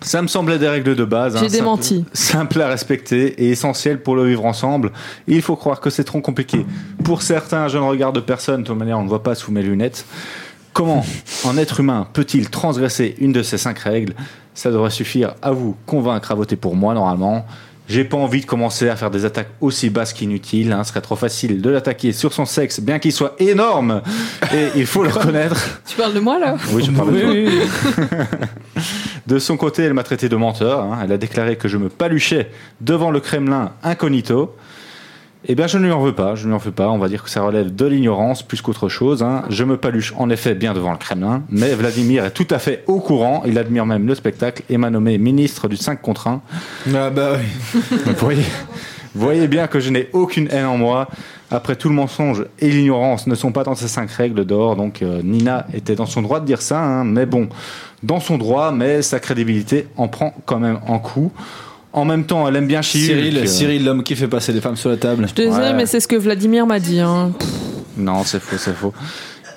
Ça me semblait des règles de base. hein,
J'ai
simple-
démenti.
Simple à respecter et essentiel pour le vivre ensemble. Il faut croire que c'est trop compliqué. Pour certains, je ne regarde personne, de toute manière, on ne voit pas sous mes lunettes. Comment un être humain peut-il transgresser une de ces cinq règles Ça devrait suffire à vous convaincre à voter pour moi, normalement. J'ai pas envie de commencer à faire des attaques aussi basses qu'inutiles. hein. Ce serait trop facile de l'attaquer sur son sexe, bien qu'il soit énorme. Et il faut le reconnaître.
Tu parles de moi là
Oui, je parle de
Oui,
toi.
oui, oui.
De son côté, elle m'a traité de menteur. hein. Elle a déclaré que je me paluchais devant le Kremlin incognito. Eh bien, je ne lui en veux pas. Je ne lui en veux pas. On va dire que ça relève de l'ignorance plus qu'autre chose. hein. Je me paluche en effet bien devant le Kremlin, mais Vladimir est tout à fait au courant. Il admire même le spectacle et m'a nommé ministre du 5 contre 1.
Ah bah oui.
Donc, voyez, voyez bien que je n'ai aucune haine en moi. Après tout, le mensonge et l'ignorance ne sont pas dans ces cinq règles d'or. Donc euh, Nina était dans son droit de dire ça, hein, mais bon, dans son droit, mais sa crédibilité en prend quand même un coup. En même temps, elle aime bien Chihul. euh,
Cyril, Cyril, l'homme qui fait passer les femmes sur la table.
Désolé, mais c'est ce que Vladimir m'a dit. hein.
Non, c'est faux, c'est faux.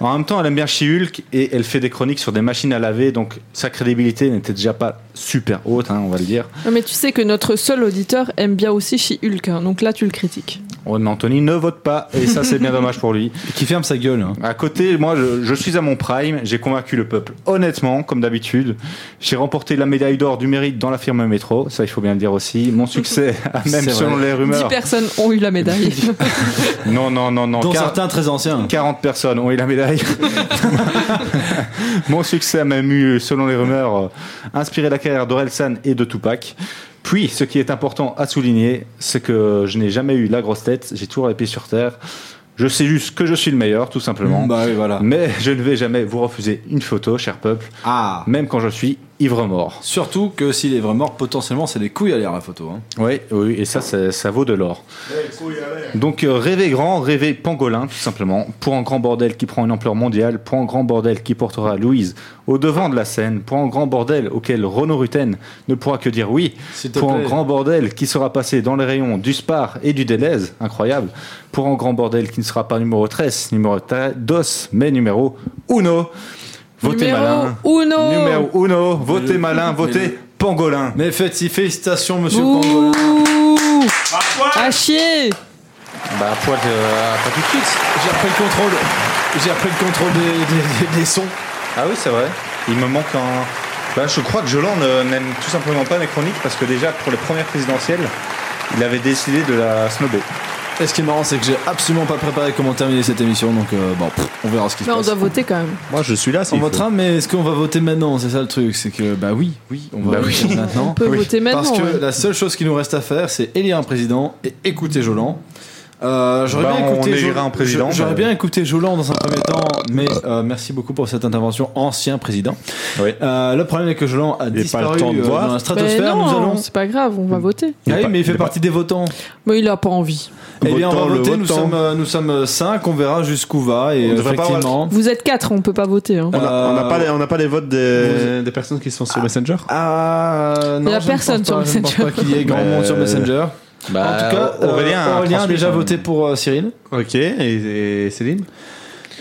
En même temps, elle aime bien She-Hulk et elle fait des chroniques sur des machines à laver, donc sa crédibilité n'était déjà pas super haute, hein, on va le dire.
Non, mais tu sais que notre seul auditeur aime bien aussi She-Hulk, hein, donc là tu le critiques.
Ouais, mais Oh, Anthony ne vote pas, et ça c'est bien dommage pour lui.
Qui ferme sa gueule. hein.
À côté, moi je, je suis à mon prime, j'ai convaincu le peuple honnêtement, comme d'habitude. J'ai remporté la médaille d'or du mérite dans la firme Métro, ça il faut bien le dire aussi. Mon succès, a même
C'est
selon
vrai.
les rumeurs.
10 personnes ont eu la médaille.
Non, non, non, non.
Dont certains
très anciens. 40 personnes ont eu la médaille. Mon succès a même eu, selon les rumeurs, euh, inspiré la carrière d'Orelsan et de Tupac. Puis, ce qui est important à souligner, c'est que je n'ai jamais eu la grosse tête, j'ai toujours les pieds sur terre. Je sais juste que je suis le meilleur, tout simplement.
Bah oui, voilà.
Mais je ne vais jamais vous refuser une photo, cher peuple. Même quand je suis ivre mort.
Ah. Surtout que s'il est vraiment mort, potentiellement, c'est des couilles à l'air la photo. hein.
Oui, oui, et ça, ça, ça vaut de l'or. Donc euh, rêvez grand, rêvez pangolin, tout simplement, pour un grand bordel qui prend une ampleur mondiale, pour un grand bordel qui portera Louise au devant de la scène, pour un grand bordel auquel Renaud Ruten ne pourra que dire oui,
te
pour un
plaît.
grand bordel qui sera passé dans les rayons du Spar et du Deleuze, incroyable, pour un grand bordel qui ne sera pas numéro 13, numéro ta- DOS, mais numéro Uno. Votez
Numéro
malin.
Uno.
Numéro Uno, votez
Mais le-
malin,
mais
votez
le-
pangolin.
Mais faites félicitations, monsieur
Ouh.
Pangolin.
À chier
Bah, à poil, euh, pas tout de suite.
J'ai repris le contrôle. J'ai repris le contrôle des, des- des- des sons.
Ah oui, c'est vrai. Il me manque un. Bah, je crois que Jolan ne- n'aime tout simplement pas mes chroniques parce que déjà pour les premières présidentielles, il avait décidé de la snobber.
Et ce qui est marrant, c'est que j'ai absolument pas préparé comment terminer cette émission, donc euh, bon, pff, on verra ce qui se
Mais on
passe.
doit voter quand même.
Moi, je suis là.
On votera, mais est-ce qu'on va voter maintenant C'est ça le truc, c'est que bah oui, oui, on va
Bah
voter
oui.
maintenant.
On peut
Oui.
voter maintenant,
Parce que
ouais.
la seule chose qui nous reste à faire, c'est élire un président et écouter Jolan. Euh, j'aurais
Bah,
bien
on
écouté
élira un président,
je- J'aurais
mais-
bien écouté Jolan dans un premier temps, mais euh, merci beaucoup pour cette intervention, ancien président. Euh, le problème est que Jolan a disparu
pas le temps de
euh,
voir.
dans la
Mais
stratosphère.
Ben non,
nous allons.
c'est pas grave, on va voter.
Ah oui, mais il fait partie des votants.
Mais il a pas envie.
Eh bien, on va
Votant, le
voter. Nous
votant.
sommes, euh, nous sommes cinq. On verra jusqu'où va. Et
On devrait pas avoir-
effectivement,
Vous êtes quatre, on peut pas voter. hein.
On n'a
Euh,
pas, les- on a pas les votes des, des personnes qui sont sur Messenger
Ah,
Il y a personne sur
Je ne pense
Messenger.
pas qu'il y ait grand monde
Euh,
sur Messenger.
bah,
en tout cas, euh, Aurélien, a déjà voté pour euh, Cyril.
Ok, et, et Céline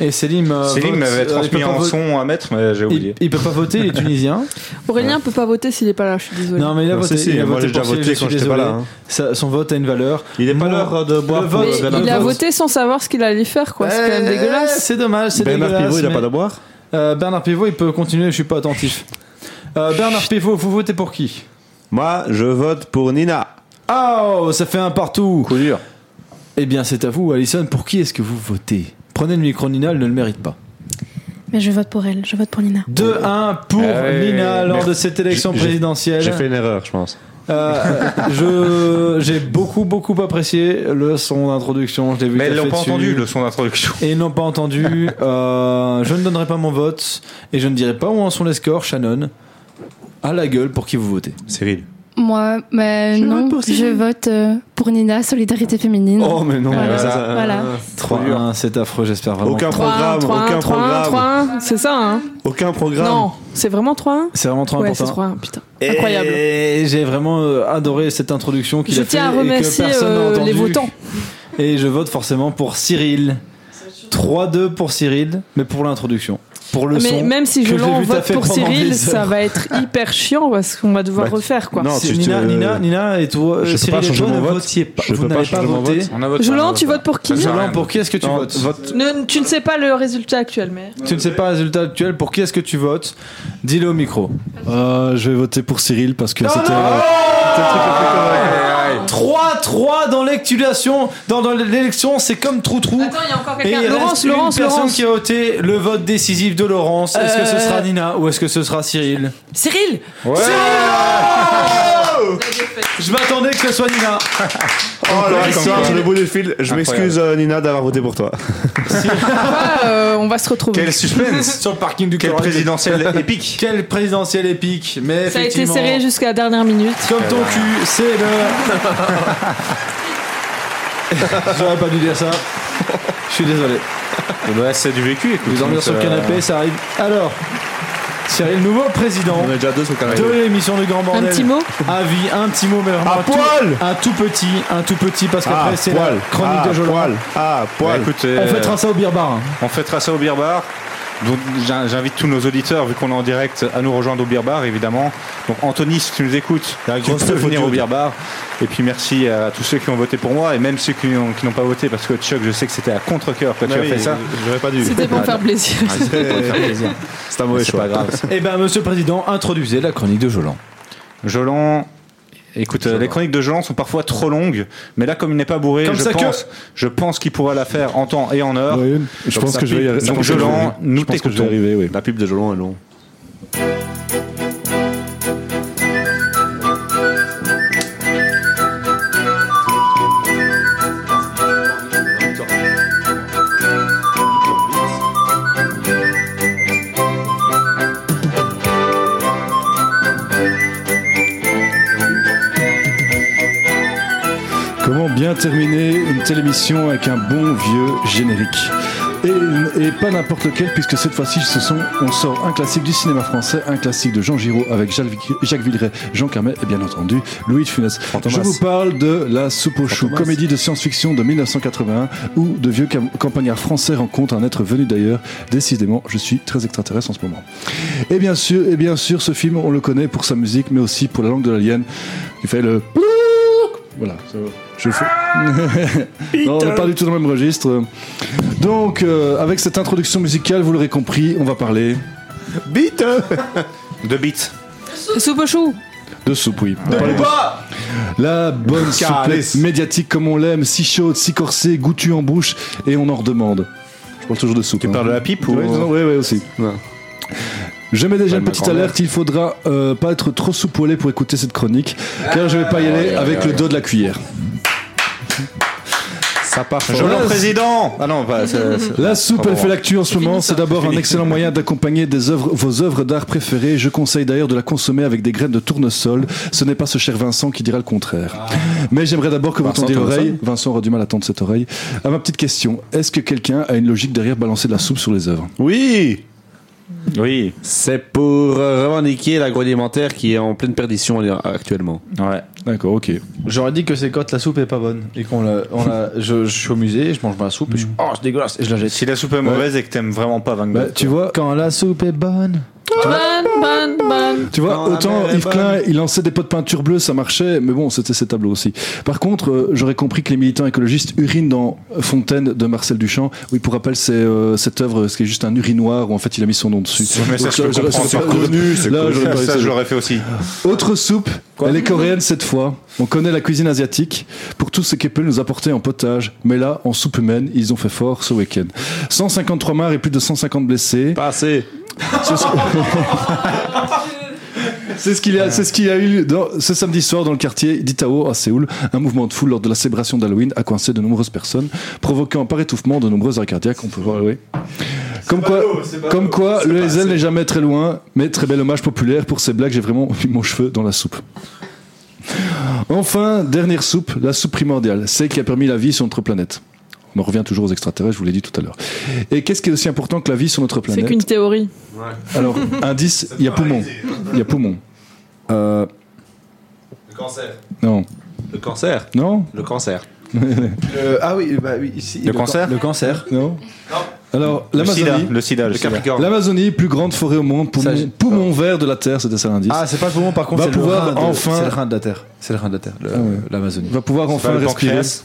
Et Selim. euh,
Céline
vote- euh,
m'avait
il
transmis
peut pas
un
vo-
son à mettre, mais j'ai oublié.
Il, il peut pas voter, il est tunisien.
Aurélien peut pas voter s'il est pas là, je suis désolé.
Non, mais il a
Non,
voté.
Bah, si, si,
il a
moi,
voté
j'ai déjà
pour Cyril,
voté
je suis
quand j'étais pas
désolé.
là, hein.
Ça- Son vote a une valeur.
Il est pas
Moi-
l'heure de boire
Le
pour
vote,
Ben
le
Il a
vote.
voté sans savoir ce qu'il allait faire, quoi. C'est quand même
Eh,
dégueulasse.
C'est dommage, c'est
Bernard
dégueulasse,
Pivot, il a pas de
boire Bernard Pivot, il peut continuer, je suis pas attentif. Euh, Bernard Pivot, vous votez pour qui
Moi, je vote pour Nina.
Oh, ça fait un partout Coup dur Eh bien, c'est à vous, Alison, pour qui est-ce que vous votez Prenez le micro, Nina, elle ne le mérite pas.
Mais je vote pour elle, je vote pour Nina.
2-1 pour
Eh
Ouais.
Nina lors
Merci.
de cette élection
J'ai- j'ai-
présidentielle.
J'ai fait une erreur, je pense.
Euh, je j'ai beaucoup beaucoup apprécié le son d'introduction. Je l'ai vu.
Mais ils l'ont
taper
pas
dessus.
entendu, le son d'introduction.
Et ils n'ont pas entendu. Euh, je ne donnerai pas mon vote et je ne dirai pas où en sont les scores. Shannon, à la gueule pour qui vous votez.
Cyril.
Moi, mais non, je vote euh, pour Nina, Solidarité Féminine.
Oh mais non.
Voilà. Voilà.
3-1, c'est affreux. J'espère vraiment.
Aucun
3
programme,
3-1,
aucun
3-1,
programme.
3-1, c'est ça, hein
Aucun programme.
Non, c'est vraiment 3-1
C'est vraiment trop
Ouais, c'est
important.
3-1, putain.
Et
Incroyable.
J'ai vraiment euh, adoré cette introduction qu'il
Je
a fait
tiens à
et que
remercier,
personne n'a
euh,
entendu.
les votants.
Et je vote forcément pour Cyril. 3-2 pour Cyril, mais pour l'introduction. Pour le
Mais
son.
même si
que
je
j'ai
l'en
vu
vote
taper
pour
pendant
Cyril,
des heures.
ça va être hyper chiant parce qu'on va devoir
Bah,
refaire quoi.
Si- Nina, Nina, Nina et toi, euh,
Je peux
Cyril
pas
et
changer
toi
mon
ne
vote.
votiez pas.
Je
vous
peux pas
n'avez pas,
changer mon
voté.
vote. On a voté,
Jolan,
on a
tu
voté.
votes pour qui
Ça sert à
Jolan,
rien.
pour qui est-ce que tu
Non,
votes
Ne- tu ne sais pas le résultat actuel, mais.
Tu ne sais pas le résultat actuel. Pour qui est-ce que tu votes Dis-le au micro.
Euh, je vais voter pour Cyril parce que c'était.
3-3 dans l'élection, dans, dans l'élection, c'est comme trou-trou.
Attends, il y a encore
Et il
quelqu'un.
reste
Laurence,
une
Laurence,
personne
Laurence.
qui a voté le vote décisif de Laurence. Est-ce que ce
Euh.
sera Nina ou est-ce que ce sera Cyril
Cyril
Je m'attendais que ce soit Nina.
Oh là, histoire sur le bout du fil. Je
Incroyable.
m'excuse, euh, Nina, d'avoir voté pour toi.
Ah, euh, on va se retrouver.
Quel suspense
Sur le parking du
Quel
Colorado.
présidentiel épique
Quel présidentiel épique Mais
Ça a été
effectivement,
serré jusqu'à la dernière minute.
Comme ton cul, c'est le. J'aurais pas dû dire ça. Eh ben, Je suis désolé.
c'est du vécu, écoute.
Vous dormir sur le canapé, ça arrive. Alors, Cyril, nouveau président.
On est déjà deux sur le canapé.
De l'émission du Grand Bordel.
Un petit mot
Avis, un petit mot, mais vraiment.
À
un tout-
poil
Un tout petit, un tout petit, parce qu'après,
Ah,
c'est la
poil.
chronique
Ah,
de Jolan.
poil.
Ah,
poil. Écoute, euh,
On fêtera ça au beer bar. hein.
On fêtera ça au beer bar. Donc, j'in- j'invite tous nos auditeurs, vu qu'on est en direct, à nous rejoindre au beer bar, évidemment. Donc, Anthony, si tu nous écoutes, tu
grosse
peux venir au
photo.
beer bar. Et puis, merci à tous ceux qui ont voté pour moi, et même ceux qui ont- qui n'ont pas voté, parce que Chuck, je sais que c'était à contre-coeur quand
Ah
tu as
oui,
fait ça.
J'aurais pas dû.
C'était pour faire plaisir.
Ah, c'était pour faire plaisir.
C'est un mauvais
C'est
choix.
pas grave.
Eh ben, monsieur le président, introduisez la chronique de Jolan.
Jolan. Écoute, euh, les chroniques de Jolan sont parfois trop longues, mais là, comme il n'est pas bourré,
Comme
je
ça que-
pense, je pense qu'il pourra la faire en temps et en heure.
je
Donc
pense
ça
que je vais y
pique.
arriver. Je
Donc,
pense que je vais y
Jolan,
arriver.
nous
Je pense que je vais y
t'écoutons.
arriver, oui.
La pub de Jolon est longue.
Jolan,
bien terminer une telle émission avec un bon vieux générique. Et, et pas n'importe lequel, puisque cette fois-ci, ce sont, on sort un classique du cinéma français, un classique de Jean Giraud avec Jacques Jacques Villeray, Jean Carmet et bien entendu Louis de Funès. Je
Thomas. Ah,
vous parle de La soupe aux choux, comédie de science-fiction de 1981, où de vieux cam- campagnards français rencontrent un être venu d'ailleurs. Décidément, je suis très extraterrestre en ce moment. Et bien sûr, et bien sûr, ce film, on le connaît pour sa musique, mais aussi pour la langue de l'alien, qui fait le... Voilà, ça va. je le fais. non, on n'est pas du tout dans le même registre. Donc, euh, avec cette introduction musicale, vous l'aurez compris, on va parler. Beat De beat.
Soupe au chou.
De soupe, oui.
De
On parle
pas
La bonne
Calais.
soupe médiatique comme on l'aime, si chaude, si corsée, goûtue en bouche, et on en redemande. Je parle toujours de soupe. hein. Tu
parles de la pipe ou-
Oui, oui, aussi. Je mets déjà une petite
grand-mère.
alerte, il faudra euh, pas être trop soupoilé pour écouter cette chronique, car je vais pas y aller
Ah,
avec
ah,
le
ah.
dos de la cuillère.
Ça part
fort. Voilà,
président Ah non, bah, c'est- c'est-
La soupe,
pardon.
elle fait l'actu en ce moment. C'est d'abord un
Fini.
excellent moyen d'accompagner des œuvres, vos œuvres d'art préférées. Je conseille d'ailleurs de la consommer avec des graines de tournesol. Ce n'est pas ce cher Vincent qui dira le contraire. Mais j'aimerais d'abord que vous
Ah. Vincent
tendiez
Thomason
l'oreille. Vincent aura du mal à tendre cette oreille. À ma petite question, est-ce que quelqu'un a une logique derrière balancer de la soupe sur les œuvres
Oui Oui. C'est pour euh, revendiquer l'agroalimentaire qui est en pleine perdition euh, actuellement.
Ouais. D'accord, ok.
J'aurais dit que c'est quand la soupe est pas bonne et qu'on la, on la- je, je suis au musée, je mange ma soupe
Mm.
et je oh c'est dégueulasse et je la jette. Si
la soupe est mauvaise et que t'aimes vraiment pas
Bah,
Van Gogh.
Bah, tu vois quand la soupe est bonne.
Bonne, bonne, bonne.
Tu vois, autant Yves Klein, il lançait des pots de peinture bleue, ça marchait, mais bon, c'était ses tableaux aussi. Par contre, euh, j'aurais compris que les militants écologistes urinent dans Fontaine de Marcel Duchamp. Oui, pour rappel, c'est euh, cette œuvre, ce qui est juste un urinoir où en fait il a mis son nom dessus.
Ouais, mais ça,
Donc, euh,
je peux
j'aurais-
comprendre,
j'aurais
c'est
pas
cool.
reconnu,
C'est
là,
cool.
j'aurais pas
Ça,
essayé.
je l'aurais fait aussi.
Autre soupe, elle est coréenne cette fois. On connaît la cuisine asiatique pour tout ce qu'elle peut nous apporter en potage. Mais là, en soupe humaine, ils ont fait fort ce week-end. 153 morts et plus de 150 blessés. Pas assez. C'est ce qu'il y a, c'est ce qu'il y a eu dans- ce samedi soir dans le quartier d'Itao à Séoul. Un mouvement de foule lors de la célébration d'Halloween a coincé de nombreuses personnes, provoquant par étouffement de nombreux arrêts cardiaques. On peut voir, oui. Comme quoi, comme quoi, le Hazel n'est jamais très loin, mais très bel hommage populaire pour ces blagues. J'ai vraiment mis mon cheveu dans la soupe. Enfin, dernière soupe, la soupe primordiale, celle qui a permis la vie sur notre planète. On en revient toujours aux extraterrestres, je vous l'ai dit tout à l'heure. Et qu'est-ce qui est aussi important que la vie sur notre
C'est
planète
qu'une théorie.
alors, indice, il y a poumon. Il y a poumon. Euh,
Le cancer.
non.
Le cancer
Non
Le cancer.
ah oui bah oui ici.
Le cancer
Le cancer.
Non. Alors,
Le
l'Amazonie.
sida, le sida, le sida. Capricorne.
L'Amazonie, plus grande forêt au monde, poumon, poumon vert de la Terre, c'était ça l'indice.
Ah c'est pas le poumon par contre
Va
c'est
pouvoir
le rein de,
enfin- Ah
c'est le rein de la terre c'est le rein de la terre le- l'Amazonie.
Va pouvoir
C'est
enfin
pas le
respirer.
pancréas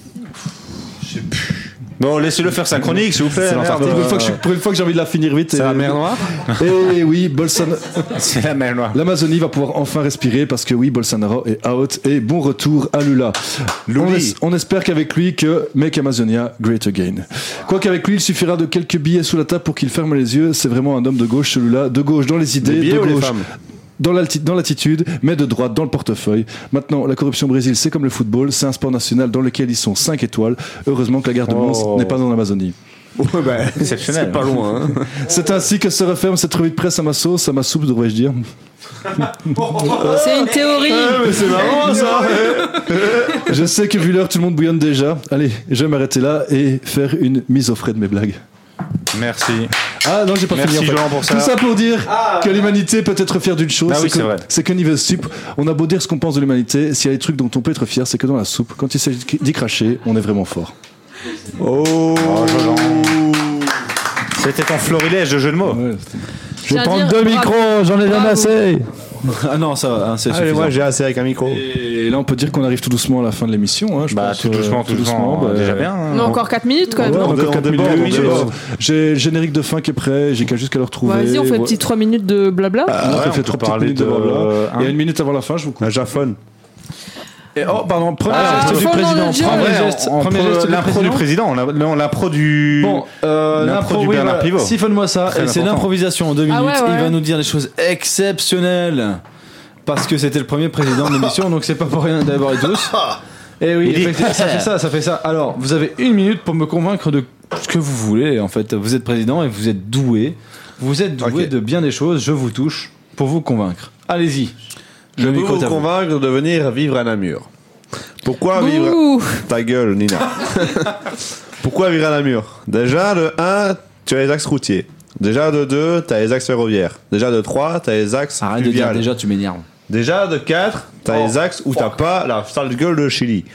Bon, laissez-le faire sa chronique, s'il vous plaît.
C'est
merde.
l'Antarctique. Pour une fois que je suis- Pour une fois que j'ai envie de la finir vite. C'est la mer
Noire
Et oui, Bolsonaro.
C'est la mer Noire.
L'Amazonie va pouvoir enfin respirer parce que oui, Bolsonaro est out et bon retour à Lula. On, es- on espère qu'avec lui que Make Amazonia Great Again. Quoi qu'avec lui, il suffira de quelques billets sous la table pour qu'il ferme les yeux. C'est vraiment un homme de gauche celui-là, de gauche dans les idées,
billets
de
ou les
gauche.
femmes
dans l'alti- dans l'attitude, mais de droite dans le portefeuille. Maintenant, la corruption au Brésil, c'est comme le football, c'est un sport national dans lequel ils sont 5 étoiles. Heureusement que la gare de Mons
Oh.
n'est pas dans l'Amazonie.
Oh. bah,
exceptionnel. C'est pas loin, hein.
C'est ainsi que se referme cette revue de presse à ma sauce, à ma soupe, devrais-je dire.
C'est une théorie.
c'est marrant, ça. Je sais que vu l'heure, tout le monde bouillonne déjà. Allez, je vais m'arrêter là et faire une mise au frais de mes blagues.
Merci.
Ah non, j'ai pas
Merci
fini. en fait.
Jolan pour ça.
Tout ça pour dire
Ah.
que l'humanité peut être fière d'une chose,
Ah oui,
que-
c'est vrai.
c'est que niveau sup, on a beau dire ce qu'on pense de l'humanité, s'il y a des trucs dont on peut être fier, c'est que dans la soupe, quand il s'agit d'y cracher, on est vraiment fort.
Oh, Jolan. C'était en florilège de jeu de mots.
Je vais Tiens, prendre dire- deux micros, bravo. j'en ai jamais Bravo. assez.
ah non ça va, hein, c'est
Allez,
suffisant.
moi, j'ai
assez avec un micro.
Et là, on peut dire qu'on arrive tout doucement à la fin de l'émission. Hein, je
Bah,
pense,
tout
euh,
doucement, tout doucement,
bah,
déjà bien, hein.
On a encore 4 minutes quand même.
Ouais,
non
on a encore quatre
déborde,
minutes,
on
on
déborde.
déborde. J'ai le générique de fin qui est prêt, j'ai qu'à juste qu'à le retrouver.
Vas-y, on fait une
Ouais. Ah,
petite 3 minutes de blabla.
on a
ouais, on
fait
peut
trois petites
parler
minutes de
de,
blabla.
hein.
Et une minute avant la fin, je vous coupe. La Jafone.
Et oh pardon premier
Ah,
geste
le
du
fond dans le
président.
jeu.
Premier
Ouais,
geste.
on- on
Premier
prend
geste
l'impro du président. On a- non, l'impro du.
Bon, euh,
l'impro du Bernard Pivot.
Siphonne-moi ça.
Très
Et c'est
important.
l'improvisation en deux minutes.
Ah ouais, ouais.
Il va nous dire des choses exceptionnelles. Parce que c'était le premier président de l'émission, donc c'est pas pour rien d'abord et tous. Et oui,
Il dit-
effectivement, ça fait ça, ça fait ça. Alors, vous avez une minute pour me convaincre de ce que vous voulez. En fait, vous êtes président et vous êtes doué. Vous êtes doué de bien des choses. Je vous touche pour vous convaincre. Allez-y.
Je
Le
peux
micro
vous
est à vous.
convaincre de venir vivre à Namur.
Pourquoi vivre. Ta gueule, Nina. Pourquoi vivre à la mur Déjà, de 1, tu as les axes routiers. Déjà, de 2, tu as les axes ferroviaires. Déjà, de 3, tu as les axes. Arrête
de dire déjà, tu m'énerves.
Déjà, de 4, tu as les axes où tu pas la sale gueule de Chili.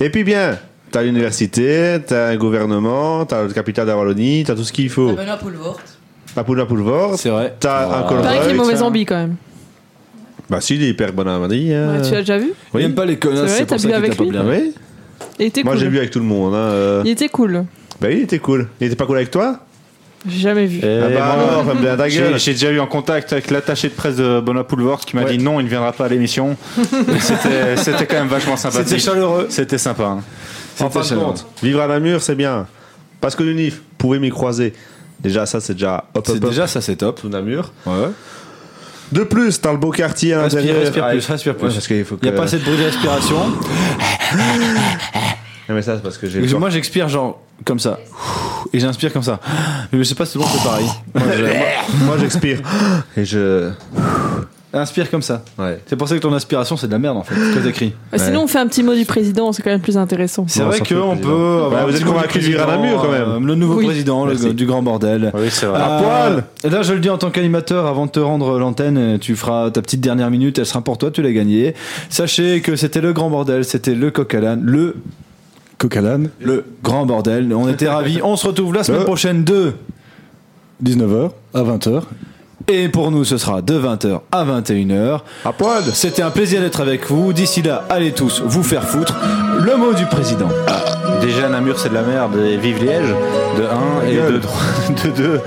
Et puis, bien, tu as l'université, tu as un gouvernement, tu as le capital de la Wallonie, tu as tout ce qu'il
Ah
faut.
Benoît Poulvoort.
T'as Poula Poulvord. C'est vrai. T'as un
ben. Il
colonel.
paraît qu'il est mauvais zombie quand même.
Bah, si, il est hyper bon à Madrid.
Ouais, tu l'as déjà vu
Il aime pas les
C'est
connasses,
vrai,
c'est pour
t'as
ça
bu
qu'il
avec
t'a pas
lui
bien. hein. Oui.
Il était
Moi,
cool.
j'ai bu avec tout le monde. hein, euh.
Il était cool.
Bah, il était cool. Il était pas cool avec toi
J'ai jamais
Eh
vu.
Ah bah alors, ferme bien ta gueule.
ben, J'ai j'ai déjà eu en contact avec l'attaché de presse de Benoît Poulvord qui m'a dit non, il ne viendra pas à l'émission. Et C'était c'était quand même vachement sympathique.
C'était chaleureux.
C'était sympa. hein.
En fin de compte, vivre à Namur, c'est bien. Parce que l'UNIF, pouvez m'y croiser. Déjà, ça, c'est déjà hop, hop, Déjà,
ça, c'est top.
Sous Namur. De plus, t'as le beau quartier à
Respire,
l'intérieur.
respire plus, respire plus.
Ouais, parce qu'il faut
Il n'y a
que-
pas assez de bruit de respiration.
Non, mais ça, c'est parce que j'ai.
Mais Moi, j'expire genre comme ça. Et j'inspire comme ça. Mais je sais pas si tout le monde fait pareil. Moi, je- moi-
moi, j'expire. Et je.
Inspire comme ça. C'est pour ça que ton inspiration, c'est de la merde en fait, ce que t'écris.
Bah, Sinon, on fait un petit mot du président, c'est quand même plus intéressant.
C'est vrai qu'on peut. avoir
vous
le
êtes
nouveau
convaincu de
président,
Viral Amur, quand même.
euh, Le nouveau
Oui.
président le-
Merci.
du grand bordel.
Oui, c'est vrai.
Euh,
À poil
Et là, je le dis en tant qu'animateur, avant de te rendre l'antenne, tu feras ta petite dernière minute, elle sera pour toi, tu l'as gagnée. Sachez que c'était le grand bordel, c'était le coq à l'âne, le. Coq à l'âne Le grand bordel. On était ravis. On se retrouve la semaine
Le-
prochaine de.
19h à 20h.
Et pour nous, ce sera de 20h à 21h. À poil C'était un plaisir d'être avec vous. D'ici là, allez tous vous faire foutre. Le mot du président.
Ah. Déjà, Namur, c'est de la merde. Et vive Liège, de 1 et de 3. De 2.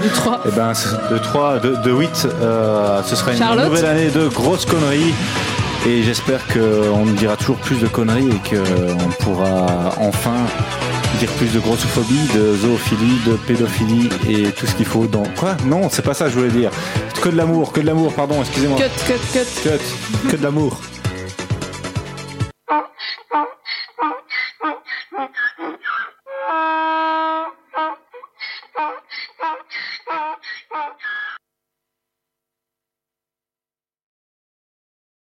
Et ben, c'est- de 3, de, de 8. euh, ce sera une
Charlotte
nouvelle année de grosses conneries. Et j'espère qu'on me dira toujours plus de conneries et qu'on pourra enfin dire plus de grossophobie, de zoophilie, de pédophilie et tout ce qu'il faut dans. Quoi Non, c'est pas ça que je voulais dire. Que de l'amour, que de l'amour, pardon, excusez-moi.
Cut, cut, cut.
Cut. Que de l'amour.